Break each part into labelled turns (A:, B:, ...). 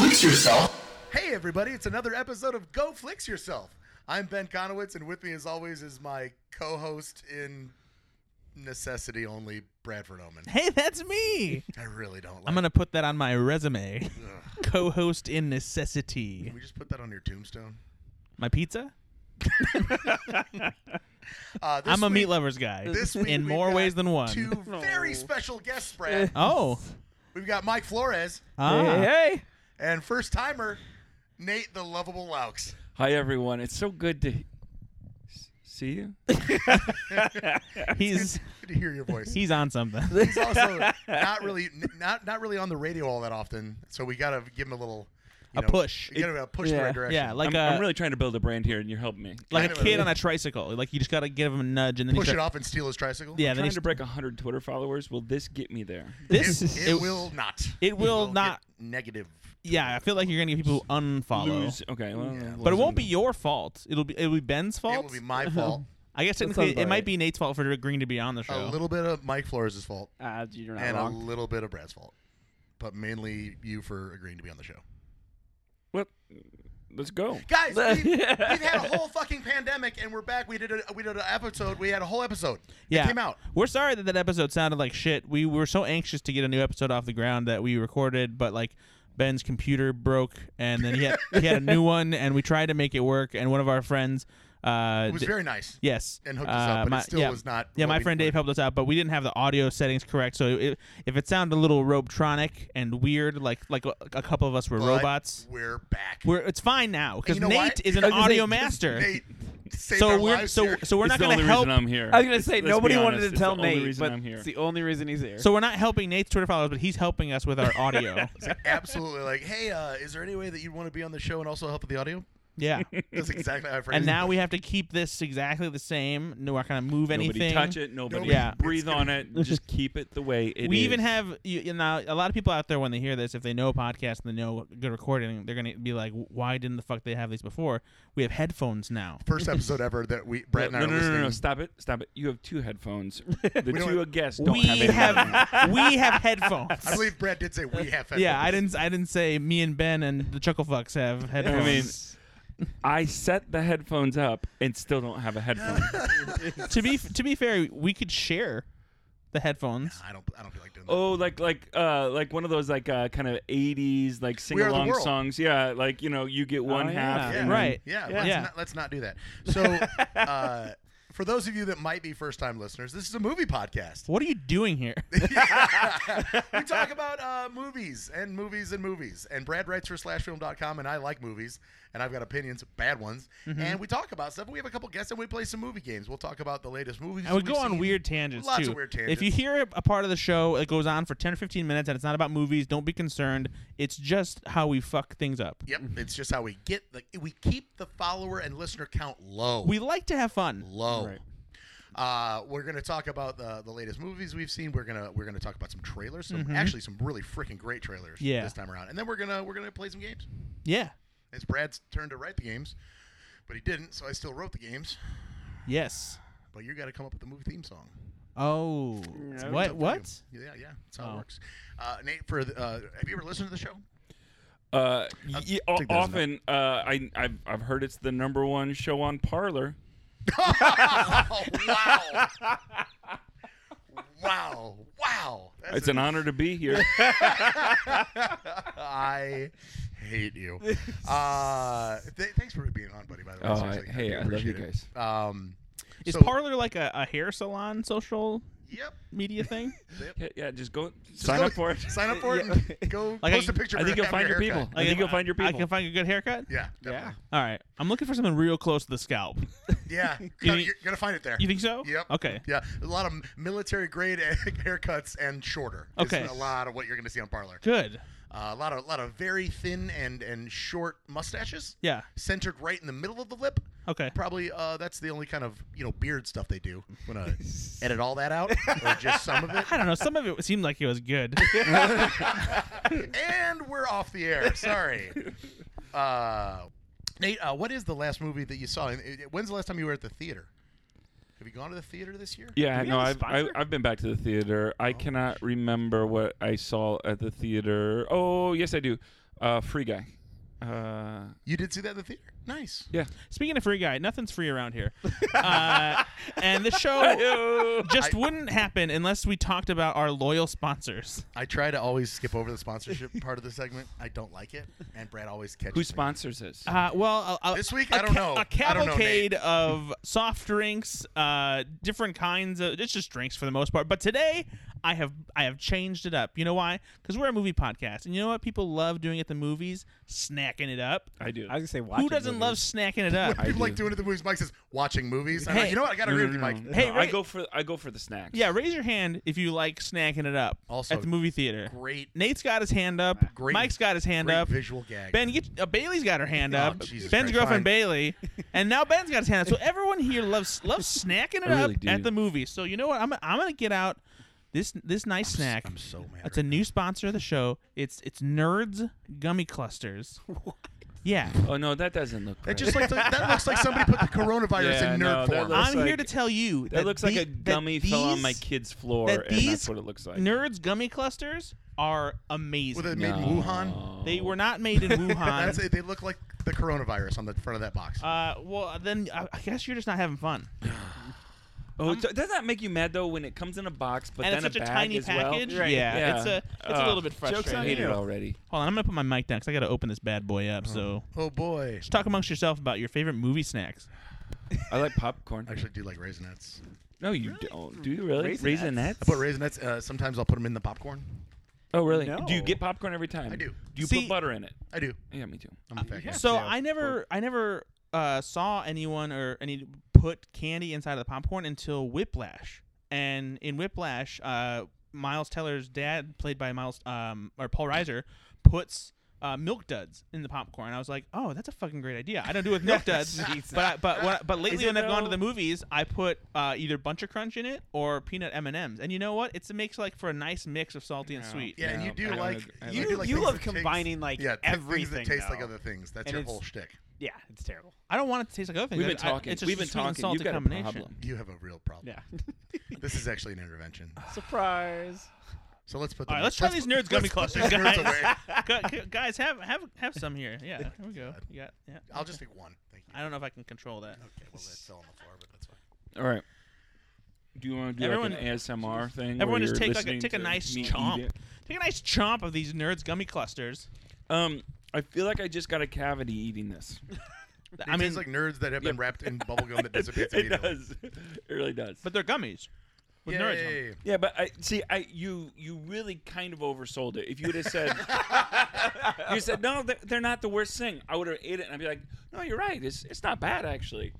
A: Fix yourself.
B: Hey, everybody, it's another episode of Go Flix Yourself. I'm Ben Conowitz, and with me, as always, is my co host in necessity only, Bradford Oman.
C: Hey, that's me.
B: I really don't like
C: I'm gonna put that on my resume. Co-host in necessity.
B: Can we just put that on your tombstone?
C: My pizza.
B: Uh, this
C: I'm a meat
B: week-
C: lovers guy.
B: This week
C: in
B: we've
C: more
B: got
C: ways than one.
B: Two very special guests, Brad.
C: Oh.
B: We've got Mike Flores
C: Ah.
D: Hey, hey.
B: and first timer, Nate the Lovable Laux.
D: Hi, everyone. It's so good to s- see you.
C: Ah, He's
B: Good to hear your voice.
C: he's on something.
B: He's also not really n- not not really on the radio all that often, so we gotta give him a little you
C: A
B: know,
C: push.
B: We gotta push in the
D: Yeah.
B: right direction.
C: Yeah, like uh,
D: I'm,
C: a
D: I'm really trying to build a brand here, and you're helping me.
C: like
B: kind
C: a
B: of a-
C: kid on a tricycle. Like you just gotta give him a nudge and then
B: push
C: he
B: it
C: start-
B: off and steal his tricycle.
C: Yeah, then
D: trying
C: he's
D: to break 100 Twitter followers. Will this get me there?
C: this
B: It, it,
C: it-
B: will not.
C: it will
B: get
C: not-
B: Negative.
C: Yeah, I feel like you're gonna get people who unfollow.
D: Lose. Okay. Well,
B: Yeah,
C: But it
D: lose
C: won't
D: them.
C: be your fault. It'll be it'll be Ben's fault. Uh-huh.
B: It will be my fault.
C: I guess
E: sounds
C: technically it
E: about
C: might
E: right.
C: be Nate's fault for agreeing to be on the show.
B: A little bit of Mike Flores' fault
C: Ah,
E: Uh, you're not
B: and a
E: wrong.
B: little bit of Brad's fault, but mainly you for agreeing to be on the show.
D: What? Let's go.
B: Guys, we've, we've had a whole fucking pandemic, and we're back. We did a we did an episode. We had a whole episode.
C: yeah.
B: it came out.
C: We're sorry that that episode sounded like shit. We were so anxious to get a new episode off the ground that we recorded, but like Ben's computer broke, and then he had, he had a new one, and we tried to make it work. And one of our friends, uh,
B: It was
C: d-
B: very nice.
C: yes,
B: and hooked us up,
C: uh,
B: but it
C: my,
B: still
C: yeah,
B: was not
C: Yeah,
B: what
C: my
B: we
C: friend Dave
B: wanted.
C: helped us out, but we didn't have the audio settings correct. So it, if it sounded a little robotronic and weird, like like a, a couple of us were
B: But
C: robots,
B: We're back.
C: we're it's fine now because
B: you know
C: Nate
B: why?
C: is an
E: I was gonna say,
C: audio master.
B: Nate saved
C: so
B: our
C: we're
B: lives
C: so
B: here.
C: so we're
D: it's
C: not
D: the
C: gonna
D: only
C: help.
D: reason I'm here.
E: I was gonna say
D: Let's be
E: nobody wanted
D: honest,
E: to
D: it's
E: tell
D: the only
E: Nate,
D: reason
E: but
D: I'm here.
E: it's the only reason he's here.
C: So we're not helping Nate's Twitter followers, but he's helping us with our audio.
B: Absolutely. Like, hey, uh, is there any way that you'd want to be on the show and also help with the audio?
C: yeah.
B: That's exactly how I phrased
C: And
B: it.
C: now we have to keep this exactly the same. No, we're not gonna move
D: Nobody
C: anything.
D: touch it. Nobody
C: Yeah. It's
D: breathe on it. Just keep it the way it is.
C: we even have you, you know a lot of people out there when they hear this, if they know a podcast and they know good recording, they're gonna be like, "Why didn't the fuck they have these before?" We have headphones now.
B: first episode ever that we
D: No,
B: Brett
D: no,
B: and I
D: no,
B: are
D: no, no,
B: listening.
D: no, Stop it. Stop it. You have two headphones. The
B: don't
D: two
B: have-
D: guests don't
C: we
D: have any headphones.
C: have we have headphones.
B: I believe Brad did say we have.
C: yeah, I
B: headphones.
C: didn't I didn't say me and Ben and the Chuckle Fucks have headphones.
D: I set the headphones up and still don't have a headphone.
C: to be to be fair, we could share the headphones.
B: I don't. I don't feel like doing that.
D: Oh, like like uh like one of those like uh kind of eighties like sing
B: We Are the
D: along
B: World.
D: songs. Yeah, like you know, you get one
A: Oh,
C: yeah.
D: half.
C: Yeah.
D: and
C: Right.
B: Yeah.
C: Yeah.
B: Let's,
C: Yeah.
B: Not, let's not do that. So, uh, for those of you that might be first-time listeners, this is a movie podcast.
C: What are you doing here?
B: we talk about uh, movies and movies and movies. And Brad writes for slashfilm.com, and I like movies, and I've got opinions, bad ones.
C: Mm-hmm.
B: And we talk about stuff. We have a couple guests, and we play some movie games. We'll talk about the latest movies.
C: I would
B: we've
C: go on
B: seen.
C: weird tangents
B: Lots
C: too.
B: of weird
C: If you
B: tangents.
C: hear a part of the show that goes on for 10 or 15 minutes and it's not about movies, don't be concerned. It's just how we fuck things up.
B: Yep, it's just how we get the we keep the follower and listener count low.
C: We like to have fun.
B: low.
D: Right.
B: Uh, we're gonna talk about the the latest movies we've seen. We're gonna we're gonna talk about some trailers, some actually some really freaking great trailers
C: Mm-hmm. Yeah.
B: this time around. And then we're gonna we're gonna play some games.
C: Yeah.
B: It's Brad's turn to write the games, but he didn't, so I still wrote the games.
C: Yes.
B: But you got to come up with a movie theme song.
C: Oh. What? What?
B: Yeah, yeah, that's how it
C: Oh.
B: works. Uh, Nate, for the, uh, have you ever listened to the show?
D: Uh, y- o-
B: take that as
D: often uh, I I've, I've heard it's the number one show on Parlor.
B: oh, wow, wow, wow! That's
D: It's an honor to be here. Oh,
B: I hate you. Uh, th- thanks for being on, buddy. By the way,
D: Oh,
B: Seriously,
D: I- hey,
B: do
D: I love you
B: appreciate it. Um,
C: Is
B: so-
C: Parlor like a, a hair salon social
B: Yep.
C: media thing?
D: yeah, yeah, just go
B: Just
D: sign
B: go-
D: up for it.
B: Sign up for it. and Go
C: Like,
B: post
C: I-
B: a picture.
D: I
B: of
D: think
B: your-
D: you'll find
B: having
D: your
B: haircut.
D: people. I think you'll find your
C: I
D: people.
C: can find a good haircut?
B: Yeah,
E: yeah,
B: definitely.
C: All right. I'm looking for something real close to the scalp.
B: yeah. You're
C: You
B: gonna-
C: think-
B: you're gonna find it there.
C: You think so?
B: Yep.
C: Okay.
B: Yeah, a lot of military grade haircuts and shorter. is
C: Okay.
B: a lot of what you're gonna see on Parlor.
C: Good.
B: Uh, a lot of a lot of very thin and and short mustaches.
C: Yeah.
B: Centered right in the middle of the lip.
C: Okay.
B: Probably uh, that's the only kind of you know beard stuff they do. Want to edit all that out or just some of it?
C: I don't know. Some of it seemed like it was good.
B: and we're off the air. Sorry. Uh, Nate, uh, what is the last movie that you saw? And, uh, When's the last time you were at the theater? Have you gone to the theater this year?
D: Yeah,
A: we
D: no,
A: have a
D: I've, I,
A: sponsor?
D: I've been back to the theater.
B: Oh.
D: I cannot remember what I saw at the theater. Oh, yes, I do. Uh, free Guy. Uh,
B: You did see that in the theater. Nice.
D: yeah.
C: Speaking of free guy, nothing's free around here. uh, and this show just wouldn't happen unless we talked about our loyal sponsors.
B: I try to always skip over the sponsorship part of the segment. I don't like it, and Brad always catches
D: Who
B: me.
D: sponsors this?
C: Uh, well, a, a,
B: This week?
C: I
B: I don't know.
C: A
B: I don't know, Nate.
C: cavalcade of soft drinks, uh, different kinds of it's just drinks for the most part. But today, I have I have changed it up. You know why? Because we're a movie podcast, and you know what people love doing at the movies? Snacking it up.
D: I do.
A: I was gonna say, watching
C: Who doesn't love
A: movies.
C: snacking it up?
B: People
D: I
B: like
D: do.
B: doing it at the movies. Mike says watching movies. I'm like,
C: Hey.
B: you know what? I gotta
D: No,
B: agree
D: no,
B: with you, Mike.
D: no, no.
C: Hey,
D: I
C: Ray-
D: go for I go for the snacks.
C: Yeah, raise your hand if you like snacking it up
B: Also,
C: at the movie theater.
B: Great,
C: Nate's got his hand up.
B: Great-
C: Mike's got his hand
B: great
C: up.
B: visual gag.
C: Ben, get, uh, Bailey's got her hand
B: Oh,
C: up.
B: Jesus
C: Ben's
B: Christ.
C: girlfriend
B: Fine.
C: Bailey, and now Ben's got his hand up. So everyone here loves loves snacking it
D: I really
C: up
D: do.
C: at the movie. So you know what? I'm I'm gonna get out this this nice snack.
B: I'm so mad.
C: It's a
B: right
C: new sponsor of the show. It's it's Nerds Gummy Clusters. Yeah.
D: Oh no, that doesn't look.
B: now. It
D: Right.
B: just like that looks like somebody put the coronavirus
D: Yeah,
B: in
D: no,
B: nerd
D: that
B: form.
D: looks-
C: I'm here
D: like-
C: to tell you that,
D: that looks like
C: the-
D: a
C: that
D: gummy fell on my
C: these
D: kid's floor,
C: that
D: and
C: these
D: that's what it looks like.
C: Nerds Gummy Clusters are
B: Were
C: amazing.
B: they made in Wuhan?
C: They were not made in Wuhan.
B: That's it. They look like the coronavirus on the front of that box.
C: Uh, well, then I I guess you're just not having fun.
D: Oh, so does that make you mad though when it comes in a box, but
C: and
D: then
C: it's such a,
D: bag
C: tiny
D: as well?
C: package. Yeah, it's a it's a
D: Ugh.
C: little bit frustrating.
D: Jokes on you already.
C: Hold on, I'm gonna put my mic down because I gotta open this bad boy up. So
B: oh boy.
C: just talk amongst yourself about your favorite movie snacks.
D: I like popcorn.
B: I actually do like raisinets.
D: No, you don't. Do you really?
A: Raisinets.
B: I put raisinets. Uh, sometimes I'll put them in the popcorn.
D: Oh, really?
A: No.
D: Do you get popcorn every time?
B: I do.
D: Do you
C: See-
D: put butter in it?
B: I do.
D: Yeah, me too.
B: I'm a fat guy.
C: So
A: Yeah.
C: I never I never uh, saw anyone or any put candy inside of the popcorn until Whiplash. And in Whiplash, uh, Miles Teller's dad, played by Miles um, or Paul Reiser, puts uh, milk duds in the popcorn. And I was like, oh, that's a fucking great idea. I don't do it with milk duds, but I, but when, but lately
D: it
C: when I've gone to
D: though?
C: the movies, I put uh, either Bunch of Crunch in it or peanut M and M's. And you know what? It's, it makes like for a nice mix of salty and
D: No.
C: sweet.
B: Yeah, and
D: No,
B: you do
D: I don't
B: like
D: ag- I
B: you,
D: like
B: do
D: it.
B: like
A: You
B: things
A: love
B: that taste-
A: combining, like,
B: yeah, th-
A: everything,
B: things that taste like
A: though.
B: other things. That's
A: And
B: your
A: it's-
B: whole shtick.
A: Yeah, it's terrible.
C: I don't want it to taste like other things.
D: We've been
C: I- I-
D: talking.
C: it's just
D: We've
C: a
D: been
C: sweet and
D: talking.
C: salty
D: You've got a
C: combination.
D: problem.
B: You have a real problem.
A: Yeah.
B: This is actually an intervention.
A: Surprise.
B: So let's put.
C: All
B: the-
C: right, let's try these nerds
B: put-
C: gummy
B: let's put
C: clusters,
B: these nerds
C: guys.
B: away.
C: Gu- gu- guys, have have have some here. Yeah, here we go. You got yeah.
B: I'll just pick one. Thank you.
C: I don't know if I can control that.
B: Okay, well that's fell on the floor, but that's fine.
D: All right. Do you want to do
C: Everyone-
D: like an ASMR thing? where
C: Everyone just
D: you're
C: take like a,
D: listening
C: take a
D: to
C: nice
D: me eat
C: chomp.
D: it?
C: Take a nice chomp of these nerds gummy clusters.
D: Um, I feel like I just got a cavity eating this.
B: It
C: I mean,
B: tastes like nerds that have been wrapped in bubble gum that dissipates
D: it
B: immediately.
D: does. It really does.
C: but they're gummies with nerds. on them.
B: Yay.
D: yeah, but I see. I you you really kind of oversold it. If you would have said, you said no, they're, they're not the worst thing. I would have ate it, and I'd be like, no, you're right. It's it's not bad actually.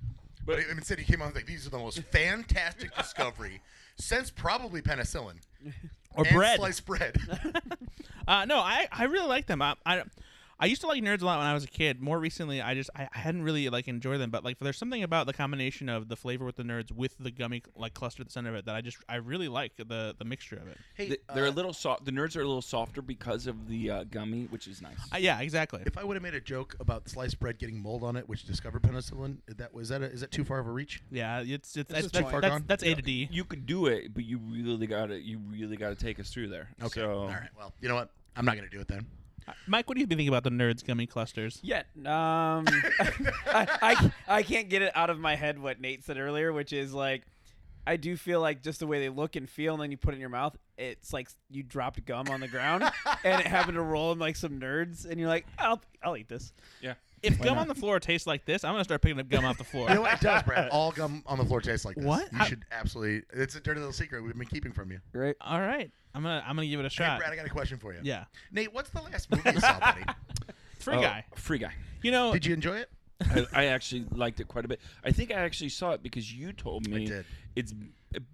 B: But I- instead, he came out like these are the most fantastic discovery since probably penicillin
C: Or
B: and
C: bread.
B: sliced bread.
C: Uh, no, I, I really like them. I, I I used to like nerds a lot when I was a kid. More recently, I just I, I hadn't really like enjoyed them. But like, there's something about the combination of the flavor with the nerds with the gummy like cluster at the center of it that I just I really like the the mixture of it.
B: hey, uh,
D: Th- They're a little soft. The nerds are a little softer because of the uh, gummy, which is nice.
C: Uh, yeah, exactly.
B: if I would have made a joke about sliced bread getting mold on it, which discovered penicillin, is that was that a, is that too far of a reach?
C: Yeah, it's it's, that's
A: is
C: that's,
A: far
C: that's,
B: gone.
C: that's A to D.
D: you could do it, but you really gotta you really gotta take us through there.
B: Okay.
D: So,
B: All right. Well, you know what? I'm not gonna do it then.
C: Mike, what do you think about the nerds gummy clusters?
A: Yeah. Um, I, I, I can't get it out of my head what Nate said earlier, which is like, I do feel like just the way they look and feel, and then you put it in your mouth, it's like you dropped gum on the ground, and it happened to roll in like some nerds, and you're like, I'll, I'll eat this.
D: Yeah.
C: If gum on the floor tastes like this, I'm gonna start picking up gum off the floor.
B: You know what? It does, Brad. All gum on the floor tastes like this.
C: What?
B: You
C: I-
B: should absolutely. It's a dirty little secret we've been keeping from you.
A: Right.
C: All right, I'm gonna I'm gonna give it a
B: Hey,
C: shot.
B: Brad, I got a question for you.
C: yeah,
B: Nate, what's the last movie you saw, buddy?
C: free
D: Oh,
C: guy.
D: Free guy.
C: You know,
B: Did you enjoy it?
D: I, I actually liked it quite a bit. I think I actually saw it because you told me
B: did.
D: it's b-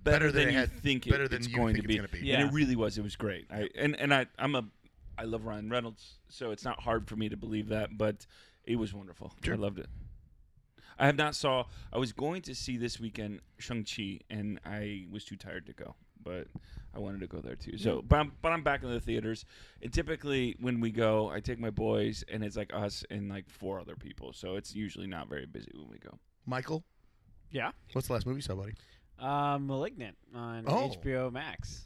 D: better,
B: than
D: than,
B: it
D: you
B: had-
D: think it,
B: better than
D: it's
B: you
D: going
B: think
D: to
B: it's
D: be.
B: gonna be.
C: Yeah.
D: And it really was. It was great. I and and I I'm a I love Ryan Reynolds, so it's not hard for me to believe that, but it was wonderful. I loved it. I have not saw. I was going to see this weekend Shang Chi, and I was too tired to go. But I wanted to go there too. So, but I'm but I'm back in the theaters. And typically when we go, I take my boys, and it's like us and like four other people. So it's usually not very busy when we go.
B: Michael,
A: Yeah.
B: what's the last movie you saw, buddy?
A: Uh, Malignant on
B: Oh.
A: HBO Max.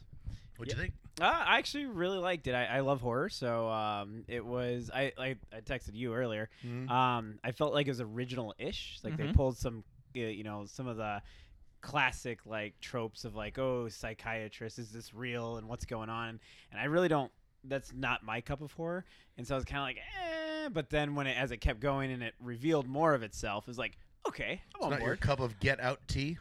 B: What'd you think?
A: Uh, I actually really liked it. I, I love horror, so um, it was. I, I I texted you earlier.
B: Mhm.
A: Um, I felt like it was original-ish. Like they
B: Mm-hmm.
C: Mhm.
A: pulled some, uh, you know, some of the classic like tropes of like, oh, psychiatrist, is this real, and what's going on? And I really don't. That's not my cup of horror, and so I was kind of like, eh. But then when it as it kept going and it revealed more of itself, it was like, okay, I'm
B: It's
A: on
B: not your
A: board.
B: cup of get out tea.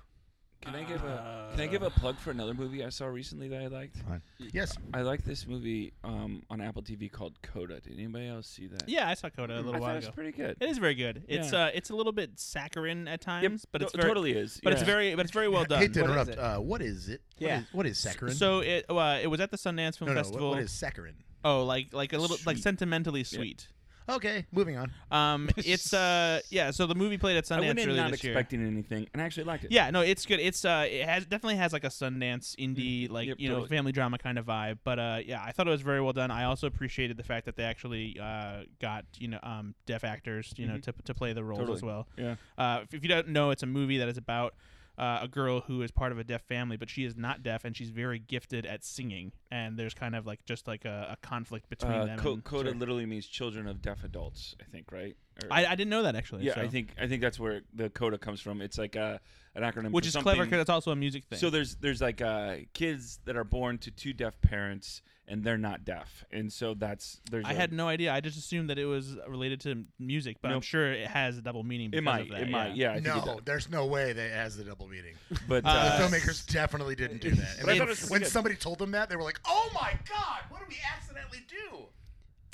D: Can I give a Can I give a plug for another movie I saw recently that I liked?
B: Yes.
D: I like this movie um, on Apple TV called Coda. Did anybody else see that?
C: Yeah, I saw Coda a
D: I
C: little
D: thought
C: while
D: it was
C: ago.
D: pretty good.
C: It is very good. It's
D: Yeah.
C: uh, it's a little bit saccharine at times, but
D: No,
C: it's
D: it
C: very,
D: totally is.
C: but it's
D: yeah.
C: very, but it's very well done.
B: Hate to
A: What is
B: interrupt.
A: it?
B: uh, what is it? What
A: Yeah.
B: is- what is saccharin?
C: So it uh, it was at the Sundance Film
B: no, no. What,
C: Festival.
B: what is saccharin?
C: oh, like like a little like
D: Sweet.
C: sentimentally sweet.
B: Okay, moving on.
C: Um, it's uh, yeah. So the movie played at
D: I
C: Sundance
D: went in
C: earlier
D: not
C: this year.
D: expecting anything, and I actually liked it.
C: Yeah, no, it's good. It's uh, it has definitely has like a Sundance indie, like
D: Mm-hmm. Yep,
C: you know,
D: totally.
C: family drama kind of vibe. But uh, yeah, I thought it was very well done. I also appreciated the fact that they actually uh got you know um deaf actors you know to to play the roles as
D: Mm-hmm. Totally.
C: well.
D: Yeah.
C: Uh, if- if you don't know, it's a movie that is about. Uh, a girl who is part of a deaf family, but she is not deaf, and she's very gifted at singing. And there's kind of like just like a, a conflict between
D: Uh,
C: them.
D: Co-
C: and-
D: Coda literally means children of deaf adults. I think, right? Or-
C: I, I didn't know that actually.
D: yeah,
C: so-
D: I think I think that's where the Coda comes from. It's like a, an acronym,
C: which
D: for
C: is
D: something-
C: clever because it's also a music thing.
D: So there's there's like uh, kids that are born to two deaf parents, and they're not deaf, and so that's there's.
C: I
D: a-
C: had no idea. I just assumed that it was related to music, but I'm
D: Nope.
C: sure it has a double meaning.
D: It
C: Because
D: might.
C: of that,
D: it might. Yeah. I think it
B: no, there's no way that it has the double meaning.
D: does. But
C: Uh,
B: the
D: uh,
B: filmmakers definitely didn't do that. And
D: But
B: then
D: I thought it was
B: when
D: good.
B: somebody told them that, they were like, "Oh my god, what did we accidentally do?"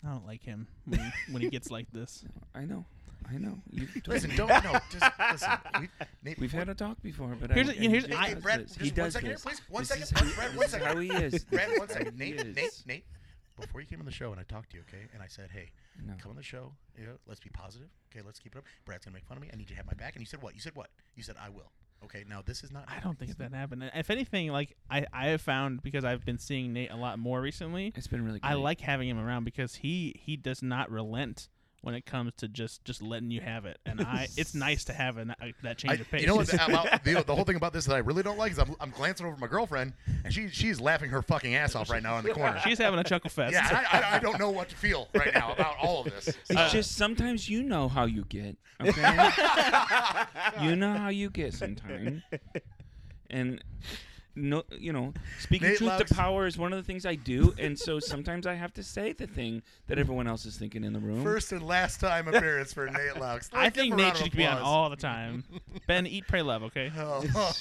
C: I don't like him when he, when he gets like this.
D: I know. I know. You've told
B: Listen,
D: me.
B: don't no. Just listen. We, Nate,
D: We've had a talk before, but
C: Here's
D: I,
C: a- you know, here's-
D: he
C: I-
D: does
B: Hey, Brad,
D: this.
B: just
D: he
B: one
D: does
B: second here,
D: this.
B: please. One
D: This
B: second,
D: is
B: Brad,
D: how-
B: Brad, one
D: this is
B: second.
D: How he is.
B: Brad,
D: This
B: one
D: is how
B: second.
D: he
B: Nate,
D: is.
B: Nate, Nate. Before you came on the show and I talked to you, okay, and I said, "Hey,
D: No.
B: come on the show. You know, let's be positive. Okay, let's keep it up. Brad's gonna make fun of me. I need you to have my back." And you said what? You said what? You said I will. Okay, now this is not.
C: I don't think that happened. And If anything, like I, I have found because I've been seeing Nate a lot more recently.
D: It's been really. Great.
C: I like having him around because he he does not relent when it comes to just just letting you have it, and I it's nice to have an, uh, that change
B: I,
C: of pace.
B: you know what? The, about, the, the whole thing about this that I really don't like is I'm, I'm glancing over at my girlfriend, and she she's laughing her fucking ass off right now in the corner.
C: She's having a chuckle fest.
B: yeah, and I, I, I don't know what to feel right now about all of this.
D: It's
C: Uh,
D: just sometimes you know how you get. Okay. you know how you get sometimes. And no, you know, speaking
B: Nate
D: truth
B: loves-
D: to power is one of the things I do, and so sometimes I have to say the thing that everyone else is thinking in the room.
B: First and last time appearance for Nate Lux.
C: I think Nate should be on all the time. Ben, eat, pray, love. Okay.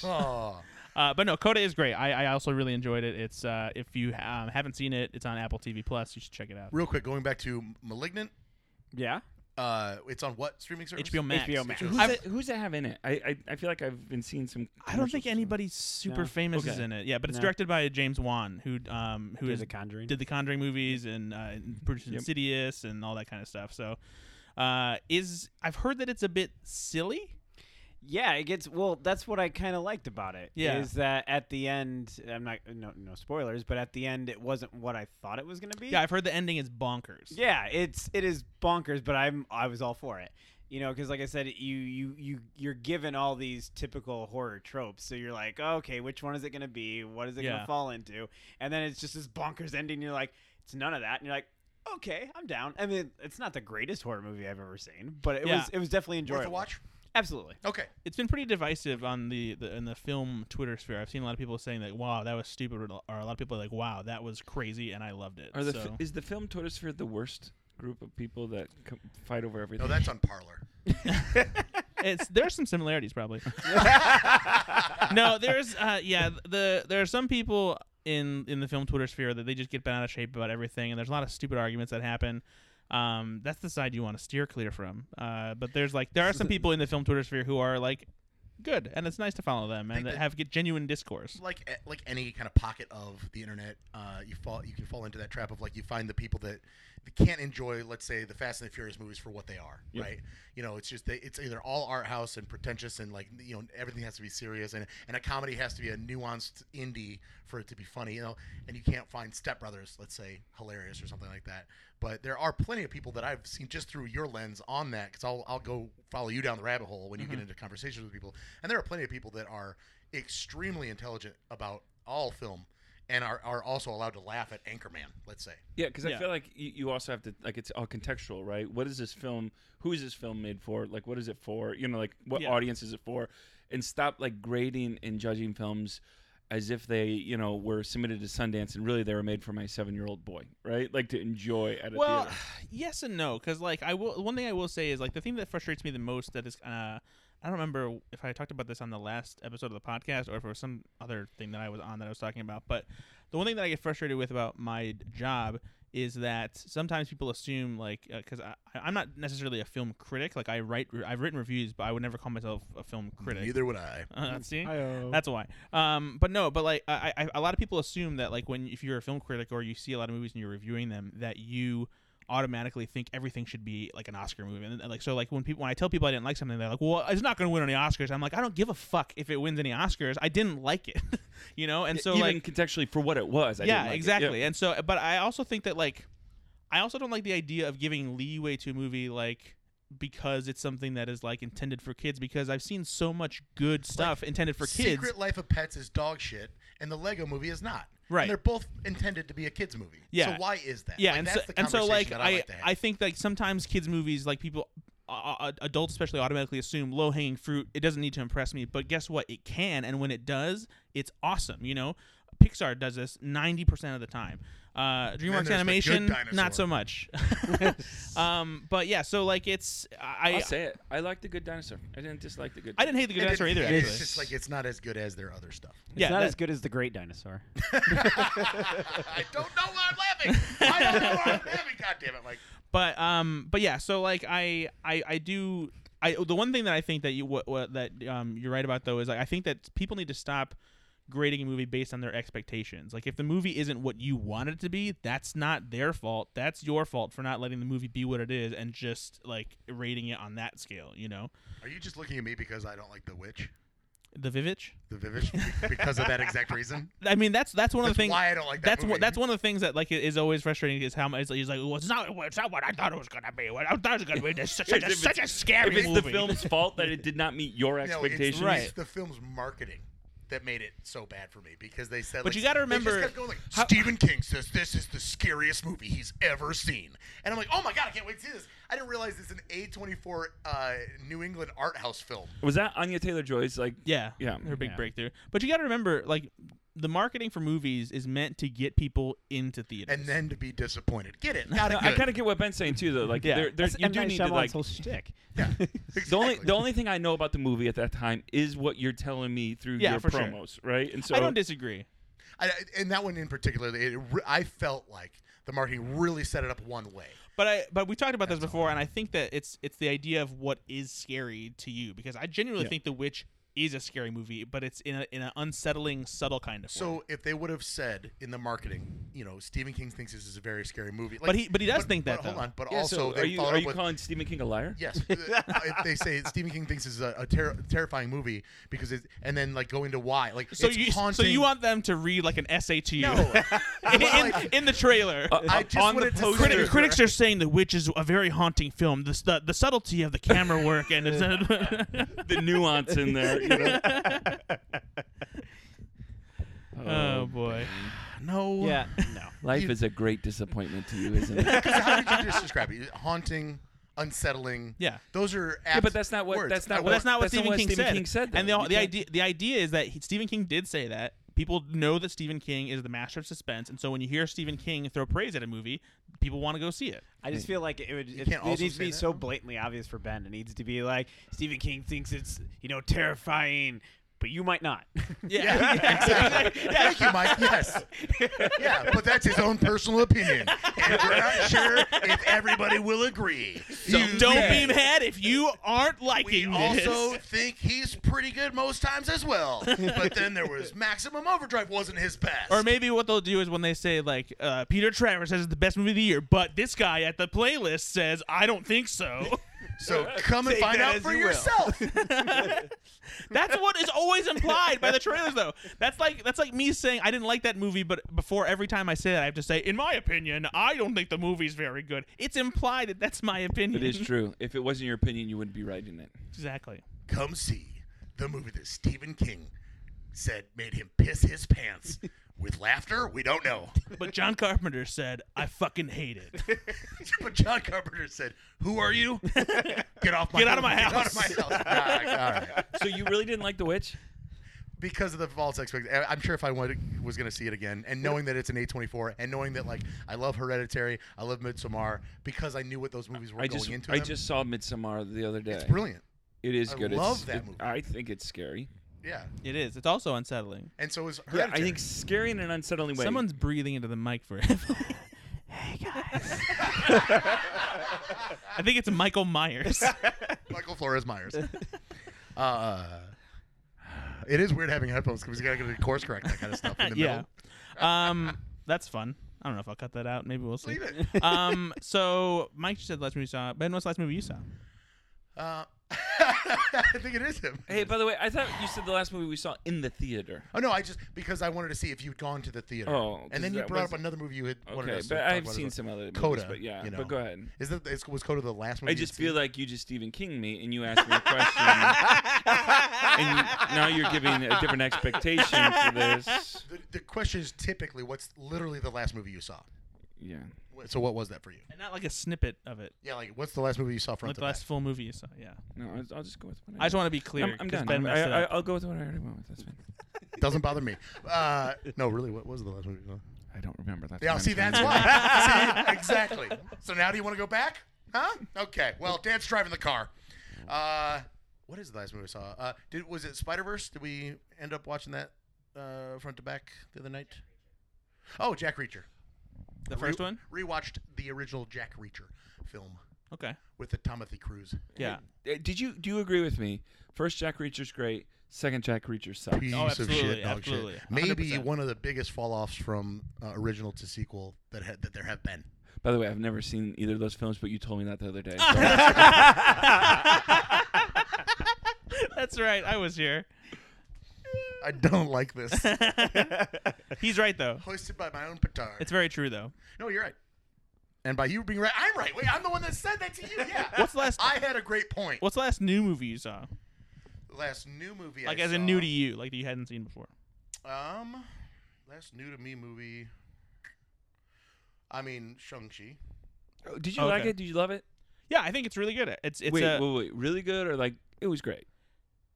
B: all.
C: Uh, but no, Coda is great. I, I also really enjoyed it. It's uh, if you um, haven't seen it, it's on Apple TV Plus. You should check it out.
B: Real quick, going back to Malignant.
A: Yeah.
B: Uh, it's on what streaming service?
C: HBO Max.
A: HBO Max.
D: Who's
C: I've-
D: that, who's that have in it? I, I I feel like I've been seeing some.
C: I don't think
D: commercials.
C: anybody super
A: No.
C: famous is
D: Okay.
C: in it. Yeah, but it's
A: No.
C: directed by James Wan, who um who
A: Did
C: is-
A: The Conjuring.
C: did the Conjuring movies and uh, and produced
D: Yep.
C: Insidious and all that kind of stuff. So, uh, is I've heard that it's a bit silly.
A: Yeah, it gets well. That's what I kind of liked about it.
C: Yeah.
A: is that at the end? I'm not no no spoilers, but at the end, it wasn't what I thought it was gonna be.
C: Yeah, I've heard the ending is bonkers.
A: yeah, it's it is bonkers, but I'm I was all for it. You know, because like I said, you you you you're given all these typical horror tropes, so you're like, oh, okay, which one is it gonna be? What is it
C: Yeah.
A: gonna fall into? And then it's just this bonkers ending. You're like, it's none of that, and you're like. Okay, I'm down. I mean, it's not the greatest horror movie I've ever seen, but it
C: Yeah.
A: was it was definitely enjoyable.
B: Worth a watch.
A: Absolutely.
B: Okay.
C: it's been pretty divisive on the, the in the film Twitter sphere. I've seen a lot of people saying that wow, that was stupid, or a lot of people are like wow, that was crazy, and I loved it.
D: Are the
C: so.
D: fi- is the film Twitter sphere the worst group of people that com- fight over everything?
B: No, that's on Parlor.
C: it's there's some similarities probably. no, there's uh yeah, the there are some people in in the film Twitter sphere that they just get bent out of shape about everything and there's a lot of stupid arguments that happen. Um that's the side you want to steer clear from. Uh but there's like there are some people in the film Twitter sphere who are like good and it's nice to follow them and
B: Think
C: that
B: that-
C: have get genuine discourse.
B: like eh, like any kind of pocket of the internet, uh, you fall you can fall into that trap of like you find the people that that can't enjoy, let's say, the Fast and the Furious movies for what they are,
D: Yeah.
B: right? You know, it's just they, it's either all art house and pretentious and like you know everything has to be serious and and a comedy has to be a nuanced indie for it to be funny, you know, and you can't find Step Brothers, let's say, hilarious or something like that. But there are plenty of people that I've seen just through your lens on that because I'll I'll go follow you down the rabbit hole when you get into conversations with people, and there are plenty of people that are extremely intelligent about all film and are, are also allowed to laugh at Anchorman, let's say.
D: Yeah, because
C: Yeah.
D: I feel like you, you also have to like it's all contextual, right? What is this film? Who is this film made for? Like, what is it for? You know, like what
C: Yeah.
D: audience is it for? And stop like grading and judging films as if they, you know, were submitted to Sundance and really they were made for my seven-year-old boy, right? Like to enjoy at a
C: well
D: theater.
C: yes and no because like i will one thing i will say is like the thing that frustrates me the most that is uh i don't remember if i talked about this on the last episode of the podcast or if it was some other thing that i was on that i was talking about but the one thing that i get frustrated with about my job is that sometimes people assume like because I i'm not necessarily a film critic like i write i've written reviews but i would never call myself a film critic
B: Neither would I.
C: uh, see, that's why. Um, but no, but like I, I, a lot of people assume that like when if you're a film critic or you see a lot of movies and you're reviewing them, that you automatically think everything should be like an Oscar movie. And, and, like so, like when people when I tell people I didn't like something, they're like, "Well, it's not going to win any Oscars." I'm like, "I don't give a fuck if it wins any Oscars. I didn't like it," you know. And so
D: E Even
C: like
D: contextually for what it was. I
C: yeah,
D: didn't like it.
C: exactly. And so, but I also think that like, I also don't like the idea of giving leeway to a movie like because it's something that is like intended for kids. Because I've seen so much good stuff intended for kids.
B: Secret Life of Pets is dog shit, and the Lego movie is not.
C: Right.
B: And they're both intended to be a kids movie.
C: Yeah.
B: So why is that?
C: yeah,
B: Like,
C: and
B: that's
C: so
B: the
C: and so
B: conversation
C: like
B: that
C: I
B: I, like to have.
C: I think like sometimes kids movies like people. Uh, uh, adults especially automatically assume low hanging fruit it doesn't need to impress me but guess what it can and when it does it's awesome you know pixar does this 90% of the time uh,
B: there's
C: dreamworks
B: the good
C: animation
B: dinosaur.
C: not so much um, but yeah so like it's i
D: I'll say it. I like the Good Dinosaur. I didn't dislike the Good.
C: i didn't hate the good
B: And it-
C: dinosaur either
B: yeah,
C: actually
B: It's just like it's not as good as their other stuff.
C: yeah
A: it's not
C: that-
A: as good as the Great Dinosaur.
B: I don't know why I'm laughing. I don't know why I'm laughing. God damn it, Mike.
C: but um but yeah so like i i i do i the one thing that i think that you what, what that um you're right about though is like, i think that people need to stop grading a movie based on their expectations like if the movie isn't what you want it to be that's not their fault that's your fault for not letting the movie be what it is and just like rating it on that scale you know
B: Are you just looking at me because I don't like the witch,
C: the vivitch
B: the Vivish, because of that exact reason?
C: i mean that's that's one of
B: That's
C: the things
B: why I don't like that
C: that's
B: movie.
C: what that's one of the things that like is always frustrating is how much he's like well it's not it's not what I thought it was gonna be what I thought it was gonna be this such,
D: If
C: a,
D: it's-
C: such a scary
D: If it's
C: movie
D: the film's fault that it did not meet your
B: No, it's, it's
D: expectations,
C: Right.
B: the film's marketing that made it so bad for me because they said.
C: But
B: like,
C: you gotta
B: they just
C: remember
B: kept going like, Stephen King says this is the scariest movie he's ever seen, and I'm like, oh my god, I can't wait to see this. I didn't realize it's an A24 uh, New England art house film.
D: was that Anya Taylor Joy's like?
C: Yeah.
D: Yeah.
C: Her big
A: Yeah.
C: breakthrough. But you got to remember, like, the marketing for movies is meant to get people into theaters.
B: And then to be disappointed. Get it? Got it.
D: I kind of get what Ben's saying too, though. Like,
C: Yeah.
D: there, there,
A: That's
D: you
A: M.
D: do
A: Night
D: need to
A: Shyamalan's
D: like
A: whole shtick.
B: Yeah.
D: The only
B: Exactly.
D: the only thing I know about the movie at that time is what you're telling me through
C: Yeah,
D: your
C: for sure.
D: promos, right? And so
C: I don't disagree.
B: I, and that one in particular, it, re- I felt like the marketing really set it up one way.
C: But I but we talked about this before, and I think that it's it's the idea of what is scary to you because I genuinely
D: Yeah.
C: think The Witch is a scary movie, but it's in a in an unsettling, subtle kind of way.
B: So if they would have said in the marketing, you know, Stephen King thinks this is a very scary movie. Like,
C: But he but he does think that
B: but
C: though.
B: Hold on, but
D: Yeah,
B: also
D: so
B: they
D: are you
B: followed
D: are
B: up
D: you
B: with
D: calling Stephen King a liar?
B: yes, if they say Stephen King thinks this is a, a ter- terrifying movie because it, and then like go into why, like
C: So
B: it's
C: you
B: haunting.
C: so you want them to read like an essay to you
B: no,
C: in, in,
B: like-
C: in the trailer.
D: Uh,
B: I just
D: on
B: wanted
D: the
B: to
D: poster.
B: say-
C: Criti- critics are saying The Witch is a very haunting film. The the, the subtlety of the camera work and
D: the nuance in there. You know?
C: oh boy.
B: no,
A: Yeah, no.
D: Life is a great disappointment to you, isn't it?
B: Because how did you just describe it? Haunting, unsettling.
C: Yeah.
B: those are.
D: yeah, but
B: apt
D: that's not what
B: words.
D: that's
B: I
D: not
C: But
D: what
C: that's not what
D: that's
C: Stephen, King, said.
D: though.
C: And the,
D: You
C: the
D: can't-
C: idea the idea is that he, Stephen King did say that. People know that Stephen King is the master of suspense, and so when you hear Stephen King throw praise at a movie, people want to go see it.
A: I just feel like it would. It,
B: can't
A: it
B: also
A: needs to
B: say
A: be
B: that,
A: so
B: though.
A: blatantly obvious for Ben. It needs to be like Stephen King thinks it's you know terrifying, but you might not.
C: Yeah,
B: Exactly. Thank you, Mike. Yes. Yeah, but that's his own personal opinion. And we're not sure if everybody will agree. You-
C: don't
B: Yeah.
C: be mad if you aren't
B: We
C: liking this.
B: also think he's pretty good most times as well. But then there was Maximum Overdrive wasn't his best.
C: Or maybe what they'll do is when they say like uh, Peter Travers says it's the best movie of the year, but this guy at the playlist says I don't think so.
B: so come and find
A: that
B: out
A: as
B: for
A: you will.
B: yourself.
C: That's what is always implied by the trailers, though. That's like that's like me saying I didn't like that movie, but before every time I say that, I have to say, in my opinion, I don't think the movie's very good. It's implied that that's my opinion.
D: It is true. If it wasn't your opinion, you wouldn't be writing it.
C: Exactly.
B: Come see the movie that Stephen King said made him piss his pants. With laughter, we don't know.
C: But John Carpenter said, "I fucking hate it."
B: but John Carpenter said, "Who are you? Get off my
C: Get out of my
B: Get out of my
C: house."
B: house. Nah, all right.
D: So you really didn't like The Witch?
B: because of the false expectation. I'm sure if I went, was going to see it again, and knowing that it's an A24, and knowing that like I love Hereditary, I love Midsommar, because I knew what those movies were
D: I
B: going
D: just
B: into.
D: I
B: them,
D: just saw Midsommar the other day.
B: it's brilliant.
D: It is
B: I
D: good.
B: love
D: it's,
B: that
D: it-
B: movie.
D: I think it's scary.
B: Yeah,
C: It is. It's also unsettling.
B: and so is
D: Yeah,
B: Hereditary.
D: I think scary in an unsettling way.
C: Someone's breathing into the mic for Hey guys. I think it's Michael Myers.
B: Michael Flores Myers. uh, it is weird having headphones because you got to get a course correct that kind of stuff in the
C: yeah.
B: middle.
C: Um, that's fun. I don't know if I'll cut that out. Maybe we'll see.
B: Leave it.
C: Um, so Mike, you said the last movie you saw. Ben, what's the last movie you saw?
B: Uh, I think it is him.
D: hey, by the way, I thought you said the last movie we saw in the theater.
B: Oh no! I just because I wanted to see if you'd gone to the theater.
D: Oh, 'cause
B: and then you
D: that
B: brought up
D: was-
B: another movie you had. wanted
D: Okay,
B: us to
D: but
B: talk
D: I've
B: about as
D: seen
B: well.
D: some other movies,
B: Coda,
D: but yeah,
B: you know.
D: but go ahead.
B: Is that is, was Coda the last movie?
D: I
B: you'd
D: just
B: seen?
D: feel like you just Stephen King me, and you asked me a question, and you- now you're giving a different expectation for this.
B: The, the question is typically what's literally the last movie you saw.
D: Yeah.
B: Wh- So what was that for you?
C: And not like a snippet of it.
B: Yeah, like what's the last movie you saw from
C: Like the last full movie you saw. Yeah.
D: No, I'll- I'll just go with what
C: I just want to be clear.
D: I'm, I'm
C: 'cause
D: done.
C: Ben
D: I'm-
C: messed it
D: I,
C: up.
D: I, will go with what I already went with. That's fine.
B: Doesn't bother me. Uh, no, really, what was the last movie? you saw?
D: I don't remember that.
B: Yeah, see, that's why. see, exactly. So now do you want to go back? Huh? Okay. Well, Dan's driving the car. Uh, what is the last movie I saw? Uh, did was it Spider Verse? Did we end up watching that uh, front to back the other night? Oh, Jack Reacher.
C: the first
B: Re-
C: one.
B: Rewatched the original Jack Reacher film
C: Okay.
B: with the Timothy Cruz.
C: Yeah.
D: Uh, Did you do you agree with me? First Jack Reacher's great. Second Jack Reacher sucks.
B: piece
C: Oh,
B: of
C: absolutely,
B: shit, dog
C: absolutely,
B: shit. Maybe
C: 100%.
B: one of the biggest fall-offs from uh, original to sequel that had, that there have been.
D: By the way, I've never seen either of those films, but you told me that the other day.
C: That's right. I was here.
B: I don't like this.
C: He's right though.
B: Hoisted by my own petard.
C: It's very true though.
B: no, you're right. And by you being right, I'm right. Wait, I'm the one that said that to you. Yeah.
C: What's the last-
B: I had a great point.
C: What's the last new movie you saw?
B: Last new movie.
C: Like
B: I
C: as
B: saw,
C: in new to you, like that you hadn't seen before.
B: Um, last new to me movie. I mean, Shang Chi.
D: Did you
C: Okay.
D: like it? Did you love it?
C: Yeah, I think it's really good. It's it's
D: wait,
C: a,
D: wait, wait, really good or like it was great?